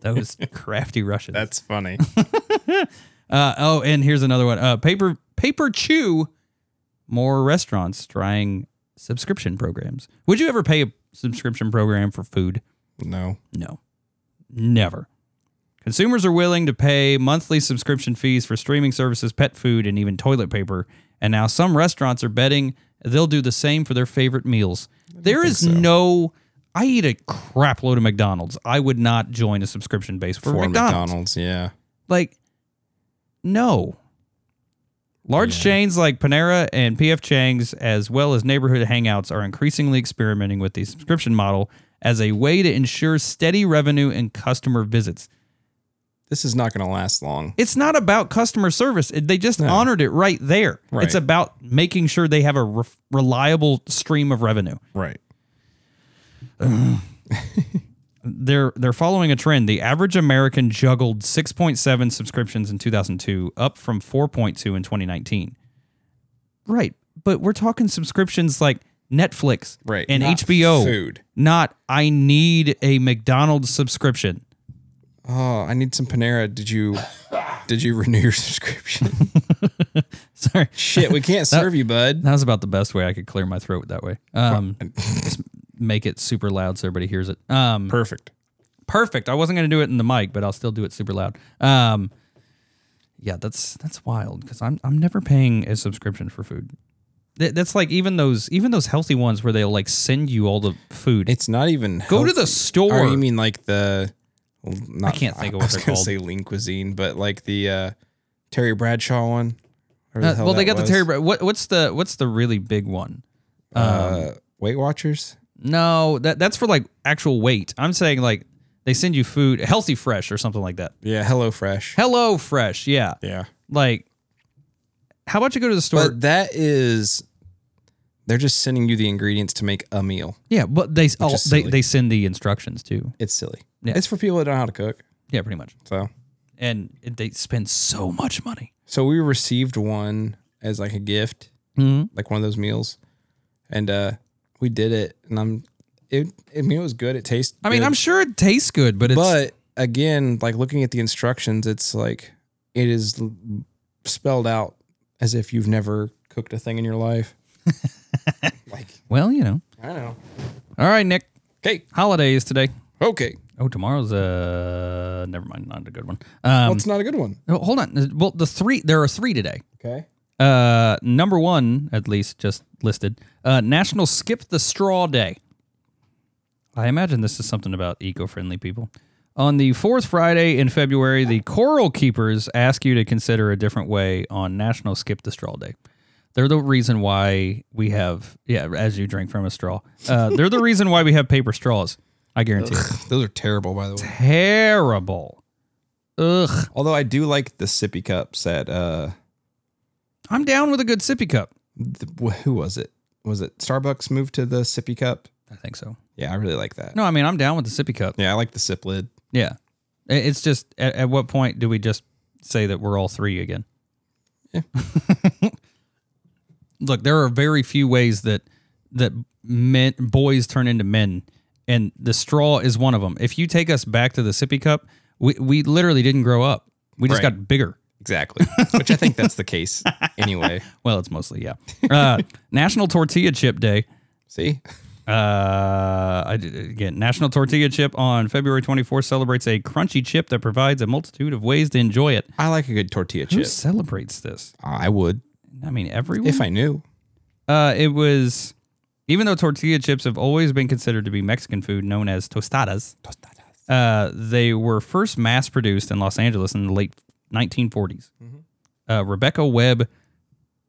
Those crafty Russians.
That's funny.
Uh, oh, and here's another one. Uh, paper paper chew. More restaurants trying subscription programs. Would you ever pay a subscription program for food?
no.
No, never. Consumers are willing to pay monthly subscription fees for streaming services, pet food, and even toilet paper. And now some restaurants are betting they'll do the same for their favorite meals. There is no. I eat a crap load of McDonald's. I would not join a subscription base for,
For
McDonald's.
McDonald's. Yeah.
Like, no. Large chains like Panera and PF Chang's, as well as neighborhood hangouts, are increasingly experimenting with the subscription model as a way to ensure steady revenue and customer visits.
This is not going to last long.
It's not about customer service. It- They just honored it right there.
Right.
It's about making sure they have a re- reliable stream of revenue.
Right.
they're they're following a trend. The average American juggled 6.7 subscriptions in 2002, up from 4.2 in 2019. Right, but we're talking subscriptions like Netflix,
Right.
and
Not
HBO.
Food.
Not I need a McDonald's subscription.
Oh, I need some Panera. Did you did you renew your subscription?
Sorry,
Shit, we can't
Uh,
serve you, bud.
that was about the best way I could clear my throat that way. Um, just make it super loud so everybody hears it. Um,
Perfect.
perfect. I wasn't going to do it in the mic, but I'll still do it super loud. Um, yeah, that's that's wild because I'm I'm never paying a subscription for food. Th- That's like even those even those healthy ones where they'll like send you all the food.
It's not even
Go to the
healthy.
store.
Or you mean like the? well, Not,
can't think of
I
what
was
they're
gonna
called.
Say lean cuisine, but like the uh, Terry Bradshaw one. or the
Uh,
hell
well, they
that
got
was.
the Terry. Bra- What what's the what's the really big one?
Uh, Weight Watchers.
No, that that's for like actual weight. I'm saying like they send you food, healthy fresh or something like that.
Yeah, Hello Fresh.
Hello Fresh, yeah.
Yeah,
Like, how about you go to the store?
but that is they're just sending you the ingredients to make a meal.
yeah, but they oh,
is
they
silly.
they send the instructions too.
It's silly.
Yeah.
It's for people that don't know how to cook.
Yeah, pretty much.
So
And it- they spend so much money.
so we received one as like a gift,
Mm-hmm.
like one of those meals, and uh we did it, and I'm it. I mean, it was good. It tastes.
I mean,
good.
I'm sure it tastes good, but it's
but again, like looking at the instructions, it's like it is l- spelled out as if you've never cooked a thing in your life. like
well, you know.
I don't know.
All right, Nick.
Okay,
Holiday is today.
okay.
Oh, tomorrow's uh never mind, not a good one.
Well,
Um
it's not a good one.
no, hold on. Well, the three there are three today.
Okay.
Uh, number one, at least just listed, uh, National Skip the Straw Day. I imagine this is something about eco friendly people. On the fourth Friday in February, the Coral Keepers ask you to consider a different way on National Skip the Straw Day. They're the reason why we have, yeah, as you drink from a straw. Uh, they're the reason why we have paper straws. I guarantee it.
Those are terrible, by the way.
Terrible. Ugh.
Although I do like the sippy cups at uh,
I'm down with a good sippy cup.
the, wh- who was it? Was it Starbucks moved to the sippy cup?
I think so.
Yeah, I really like that.
No, I mean, I'm down with the sippy cup.
Yeah, I like the sip lid.
Yeah. I- It's just at, at what point do we just say that we're all three again?
Yeah.
Look, there are very few ways that that men boys turn into men and the straw is one of them. If you take us back to the sippy cup, we, we literally didn't grow up. We just
Right.
got bigger.
Exactly. Which I think that's the case anyway.
Well, it's mostly yeah. Uh, National Tortilla Chip Day.
See?
Uh, I did, again, National Tortilla Chip on February 24th celebrates a crunchy chip that provides a multitude of ways to enjoy it.
I like a good tortilla
Who
chip.
celebrates this?
I would
I mean, everyone.
if I knew.
uh, it was, even though tortilla chips have always been considered to be Mexican food, known as tostadas, uh, they were first mass produced in Los Angeles in the late 1940s.
Mm-hmm.
Uh, Rebecca Webb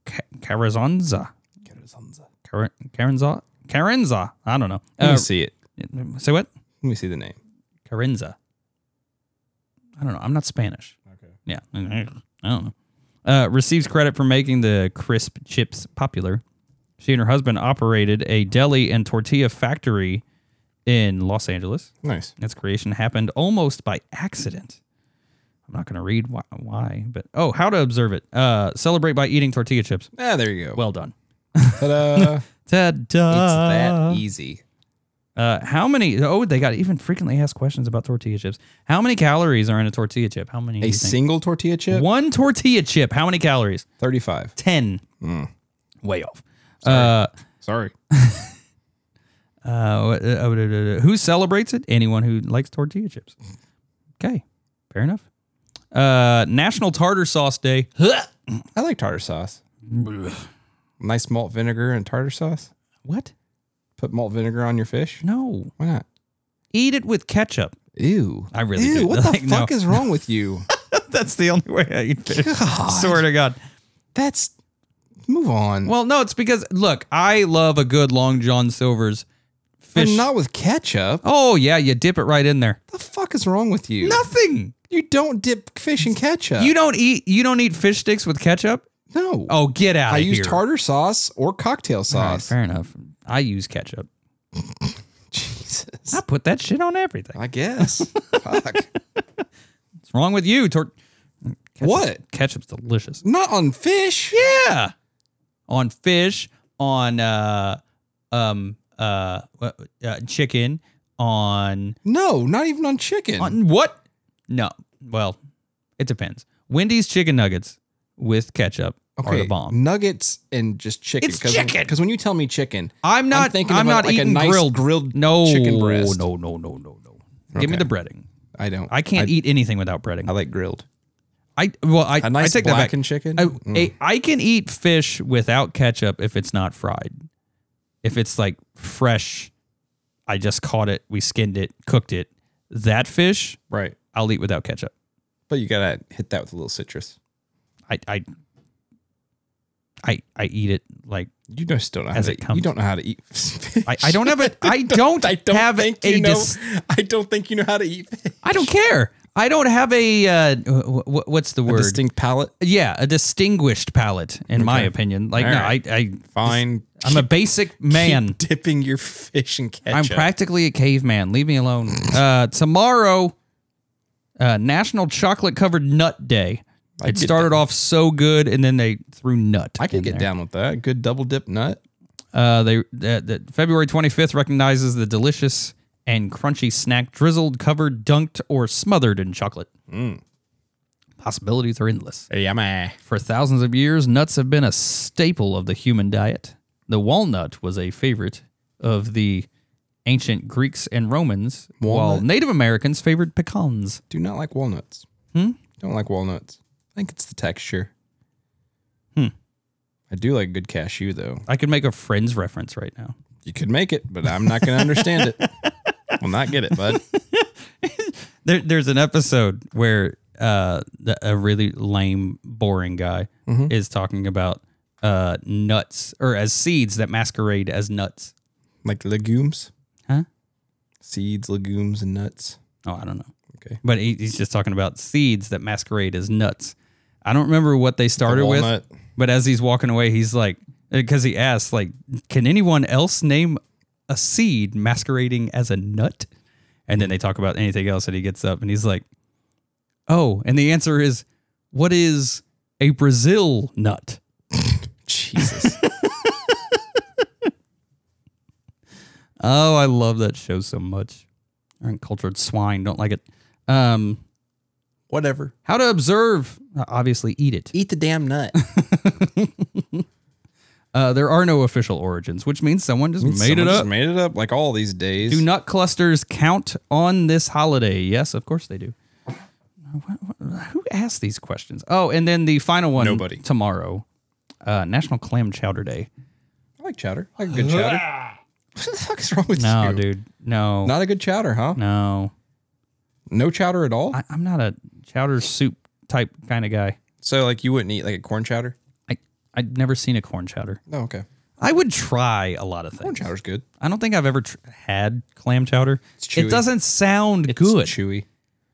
Ca- Carranza, Car- Carranza, Carranza, I don't know.
Let
Uh,
me see it.
say what?
Let me see the name.
Carranza. I don't know. I'm not Spanish.
Okay.
Yeah. I don't know. Uh, receives credit for making the crisp chips popular. She and her husband operated a deli and tortilla factory in Los Angeles.
Nice.
Its creation happened almost by accident. I'm not going to read why, why, but oh, how to observe it. Uh, celebrate by eating tortilla chips.
Ah, there you go.
Well done.
Ta-da. it's
Ta-da.
that easy.
Uh, how many? Oh, they got even frequently asked questions about tortilla chips. How many calories are in a tortilla chip? How many? do
A
you think?
single tortilla chip,
One tortilla chip. How many calories?
35.
10. Way off. Uh,
Sorry.
uh, what- uh, uh, who celebrates it? Anyone who likes tortilla chips. Okay, fair enough. Uh, National Tartar Sauce Day.
I like tartar sauce. Nice malt vinegar and tartar sauce.
What?
Put malt vinegar on your fish.
No.
Why not?
Eat it with ketchup.
Ew.
I really
Ew,
do.
what the
Like, no.
fuck is wrong with you?
That's the only way I eat fish. Swear to God.
That's move on.
Well, no, it's because look, I love a good Long John Silver's
But
fish.
not with ketchup. What
oh yeah, you dip it right in there.
the fuck is wrong with you?
Nothing.
You don't dip fish in ketchup.
You don't eat. You don't eat fish sticks with ketchup.
no.
Oh, get out
I
of
use
here.
tartar sauce or cocktail
All right,
sauce.
fair enough. I use ketchup.
Jesus.
I put that shit on everything.
I guess. Fuck.
What's wrong with you? Tor- Ketchup's-
What?
Ketchup's delicious.
Not on fish.
Yeah. On fish, on uh, um, uh, uh, uh, chicken, on
No, not even on chicken.
on what? No. Well, it depends. Wendy's chicken nuggets with ketchup are the bomb.
Nuggets and just chicken.
It's chicken!
Because when you tell me chicken,
I'm not. I'm,
thinking of a-
not
like a
eating
nice
grilled
grilled
no,
chicken breast.
No, no, no, no, no. Give me
Okay.
the breading.
I don't.
I can't
I,
eat anything without breading.
I like grilled.
I well, I,
A nice
I take that back.
blackened chicken.
I,
Mm.
I- I can eat fish without ketchup if it's not fried. If it's like fresh, I just caught it, we skinned it, cooked it. That fish,
right.
I'll eat without ketchup.
But you gotta hit that with a little citrus.
I I I, I eat it like
You just don't know how
As
to
it
eat-
comes.
You don't know how to eat.
I, I don't have a I don't,
I don't
have
think
a
you know.
dis-
I don't think you know how to eat fish.
I don't care. I don't have a uh, wh- wh- what's the word?
distinct palate.
yeah, a distinguished palate in my
Okay.
opinion. Like
All
no,
right.
I I
Fine.
I'm a basic man.
Keep dipping your fish in ketchup.
I'm practically a caveman. Leave me alone. Uh, tomorrow, uh, National Chocolate Covered Nut Day.
I
It
get
started off so good, and then they threw nut.
I can
in
get
there.
down with that. Good double dip nut.
Uh, they that that February 25th recognizes the delicious and crunchy snack drizzled, covered, dunked, or smothered in chocolate. Possibilities are endless.
Yummy.
For thousands of years, nuts have been a staple of the human diet. The walnut was a favorite of the ancient Greeks and Romans, while
Walnut?
Native Americans favored pecans.
Do not like walnuts. Hmm? Don't like walnuts. I think it's the texture. Hmm. I do like good cashew though.
I could make a friend's reference right now.
You could make it, but I'm not gonna understand it. Will not get it, bud.
There, there's an episode where uh, the, a really lame, boring guy
Mm-hmm.
is talking about uh, nuts or as seeds that masquerade as nuts.
Like legumes,
Huh?
seeds, legumes, and nuts.
Oh, I don't know.
Okay.
But he, he's just talking about seeds that masquerade as nuts. I don't remember what they started with,
walnut.
but as he's walking away, he's like, because he asks, like, can anyone else name a seed masquerading as a nut? And then they talk about anything else, and he gets up and he's like, oh, and the answer is, what is a Brazil nut?
Jesus.
Oh, I love that show so much. Uncultured swine, don't like it. Um,
Whatever.
how to observe? Obviously, eat it.
Eat the damn nut.
Uh, there are no official origins, which means someone just made
Someone
it
just
up.
Made it up like all these days.
Do nut clusters count on this holiday? Yes, of course they do. Wh- wh- Who asked these questions? Oh, and then the final one
Nobody.
tomorrow, uh, National Clam Chowder Day.
I like chowder. I like a good chowder. what the fuck is wrong with
No,
you?
dude, no,
Not a good chowder, huh? No,
no.
chowder at all.
I, I'm not a chowder soup type kind of guy.
so like you wouldn't eat like a corn chowder.
I I'd never seen a corn chowder.
No, okay.
I would try a lot of things.
Corn chowder's good.
I don't think I've ever tr- had clam chowder.
chewy.
It doesn't sound
It's
good.
chewy.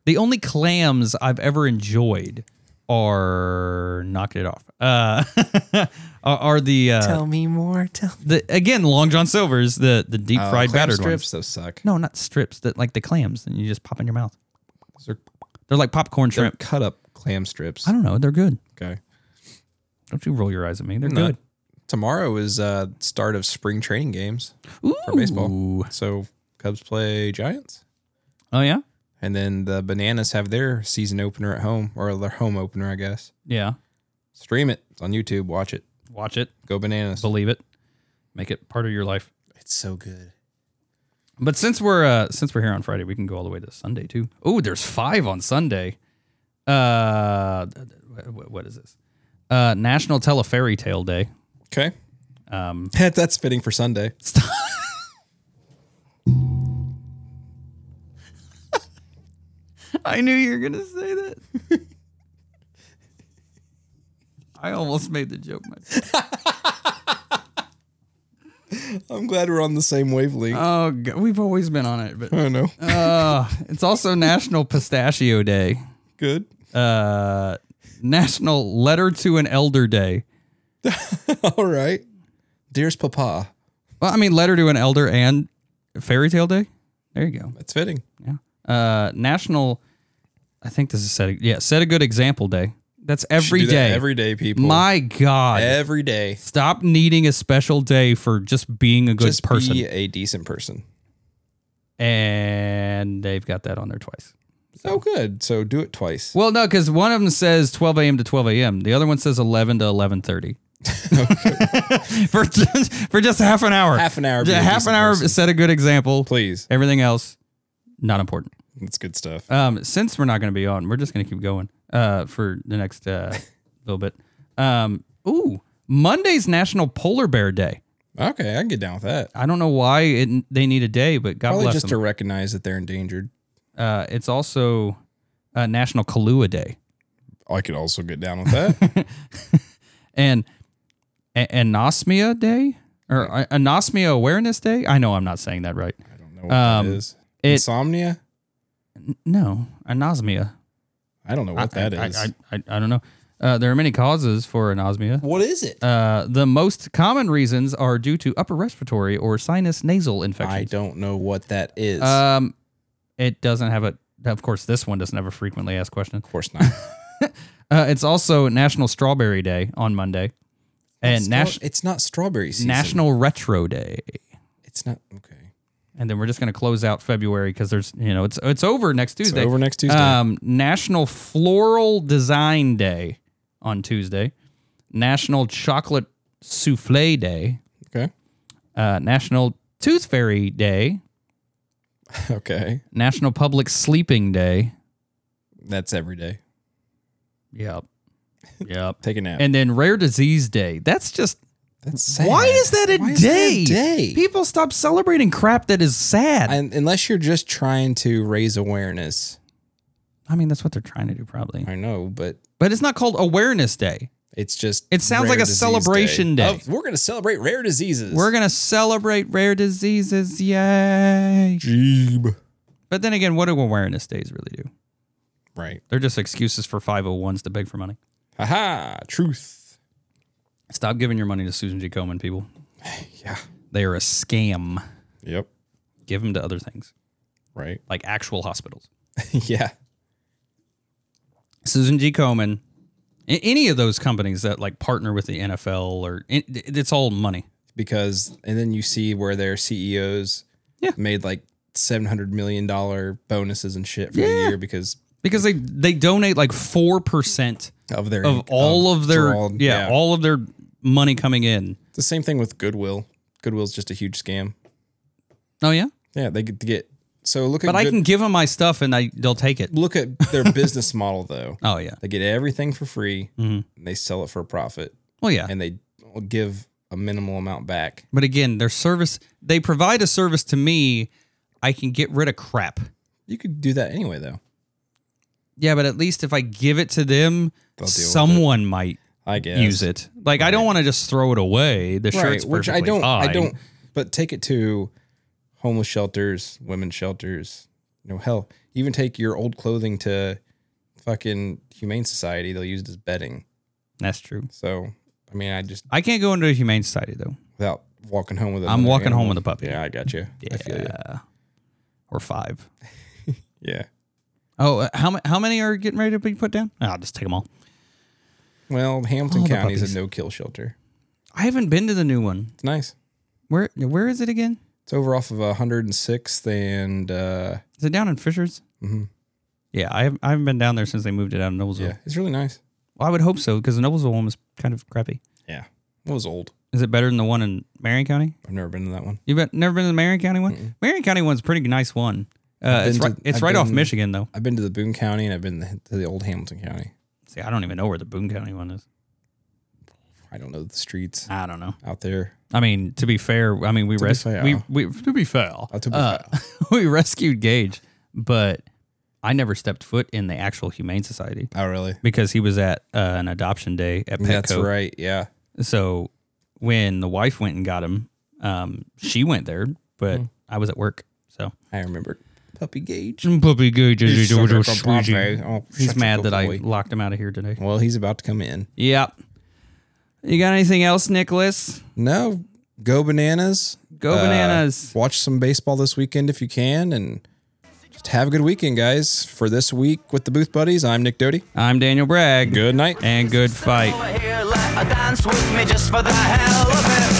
The only clams I've ever enjoyed are knocked it off. Uh, are, are the, uh,
me more. Tell me.
the again Long John Silver's the the deep fried battered
Oh, uh, strips.
ones.
Those suck.
No, not strips. That like the clams, and you just pop in your mouth.
They're,
They're like popcorn
they're
shrimp.
cut up clam strips.
I don't know. They're good.
Okay.
Don't you roll your eyes at me? They're
No.
good.
Tomorrow is uh start of spring training games.
Ooh.
baseball. So Cubs play Giants,
Oh yeah,
and then the Bananas have their season opener at home or their home opener, I guess.
yeah.
Stream it. It's on YouTube. Watch it.
Watch it.
Go Bananas.
Believe it. Make it part of your life.
It's so good.
But since we're uh, since we're here on Friday, we can go all the way to Sunday too. Oh, there's five on Sunday. Uh, th- th- wh- what is this? Uh, National Tell a Fairy Tale Day.
Okay.
Um,
That's fitting for Sunday.
I knew you were gonna say that. I almost made the joke myself.
I'm glad we're on the same wavelength.
Oh, God, we've always been on it, but
I know.
uh, it's also National Pistachio Day.
Good.
Uh, National Letter to an Elder Day.
All right. Dearest Papa.
Well, I mean, letter to an elder and fairy tale day. There you go.
That's fitting.
Yeah. Uh, National. I think this is set. Yeah, set a good example day. That's every
Do that
day.
Every Eh. day, people.
My God.
every day.
Stop needing a special day for just being a good
Just
person.
be a decent person.
And they've got that on there twice.
Oh, good. So do it twice.
Well, no, because one of them says 12 a.m. to 12 a.m. The other one says 11 to 11:30. for just, for just half an hour.
Half an hour. be a
half an
decent
hour.
person.
Set a good example.
Please.
Everything else, not important.
That's good stuff.
Uh, Um, since we're not going to be on, we're just going to keep going. uh, for the next uh, little bit. Um, ooh, Monday's National Polar Bear Day.
Okay, I can get down with that.
I don't know why it, they need a day, but God
Probably
bless
just
them.
to recognize that they're endangered.
uh, it's also uh, National Kahlua Day,
I could also get down with that.
and a- Anosmia Day or a- Anosmia Awareness Day. I know I'm not saying that right.
I don't know what
Um,
that is.
it-
Insomnia?
N- No, anosmia.
I don't know what that is.
I, I, I, I don't know. Uh, there are many causes for anosmia.
what is it?
Uh, the most common reasons are due to upper respiratory or sinus nasal
I
infections.
don't know what that is.
Um, it doesn't have a. Of course, this one doesn't have a frequently asked question.
of course not.
Uh, it's also National Strawberry Day on Monday, and
Stra-
Nash-
it's not strawberry season.
National Retro Day.
It's not okay.
And then we're just going to close out February because there's you know it's it's over next
It's
Tuesday.
over next Tuesday.
Um, National Floral Design Day on Tuesday. National Chocolate Souffle Day.
okay.
Uh, National Tooth Fairy Day.
Okay.
National Public Sleeping Day.
That's every day.
Yep. Yep.
Take a nap.
and then Rare Disease Day. That's just
That's sad.
why is that a
Why is that
day?
a day?
People stop celebrating crap that is sad. I,
And unless you're just trying to raise awareness.
mean, that's what they're trying to do probably.
I know, but
But it's not called Awareness Day.
it's just
It sounds
Rare
like a
Disease
celebration day.
Oh, we're going to celebrate rare diseases.
We're gonna celebrate rare diseases, yay!
Jeeb.
But then again, what do awareness days really do?
Right.
They're just excuses for 501s to beg for money.
Haha, truth.
Stop giving your money to Susan G. Komen, people.
Yeah.
They are a scam.
Yep.
Give them to other things,
Right.
like actual hospitals.
yeah.
Susan G. Komen, a- any of those companies that like partner with the NFL or it- it's all money.
because and then you see where their CEOs
Yeah.
made like seven hundred million dollar bonuses and shit for the year because
Because they, they donate like four percent
of their
of
um,
all of their
drawn-
yeah, all of their money coming in.
It's the same thing with Goodwill. Goodwill's just a huge scam.
Oh yeah,
Yeah, they get, get so look at
but I
Good-
can give them my stuff and I they'll take it.
look at their business model though.
Oh yeah,
They get everything for free
Mm-hmm.
and they sell it for a profit
well yeah.
and they give a minimal amount back.
But again, their service, they provide a service to me. I can get rid of crap.
You could do that anyway though.
Yeah, but at least if I give it to them,
They'll deal with it.
someone might
I guess
use it. Like I don't want to just throw it away. The shirt's
which I
perfectly
don't, I
fine.
don't. But take it to homeless shelters, women's shelters. You know, hell, even take your old clothing to fucking humane society. They'll use it as bedding.
That's true.
So, I mean, I just
I can't go into a humane society though.
without walking home with.
I'm
another
walking home
animal.
with a puppy.
Yeah, I got you. I feel you.
Yeah. Or five.
Yeah.
Oh, uh, how ma- how many are getting ready to be put down? I'll just take them all.
Well,
All
Hamilton
the
County is
puppies.
a no-kill shelter.
I haven't been to the new one.
It's nice.
Where where is it again?
It's over off of 106th and uh,
Is it down in Fishers?
Mhm.
Yeah, I haven't, I haven't been down there since they moved it out of Noblesville.
yeah, it's really nice.
Well, I would hope so because the Noblesville one was kind of crappy.
Yeah, it was old.
Is it better than the one in Marion County?
I've never been to that one.
You've been, never been to the Marion County one? Marion County one's a pretty nice one. Uh,
I've
it's
been
right,
to-
it's
I've
right off
been-
Michigan though.
I've been to the Boone County and I've been to the old Hamilton County.
See, I don't even know where the Boone County one is.
I don't know the streets
I don't know.
out there.
I mean, to be fair, I mean we
be
rescued
fair.
we, we to be fair,
Uh, to be
we rescued Gage, but I never stepped foot in the actual Humane Society
Oh, really?
because he was at uh, an adoption day at Petco.
That's right. Yeah.
So when the wife went and got him, um, she went there, but
Hmm.
I was at work. So
I remember. Puppy Gage.
puppy Gage
He's such a good puppy. Oh,
He's
such a
mad
good
that I
boy.
locked him out of here today.
Well, he's about to come in.
Yep. You got anything else, Nicholas?
No, go bananas.
Go
Uh,
bananas.
Watch some baseball this weekend if you can, and just have a good weekend, guys. For this week with the Booth Buddies, I'm Nick Doty.
I'm Daniel Bragg.
Good night.
and good fight.
Over here, let her dance with me just for the hell of it.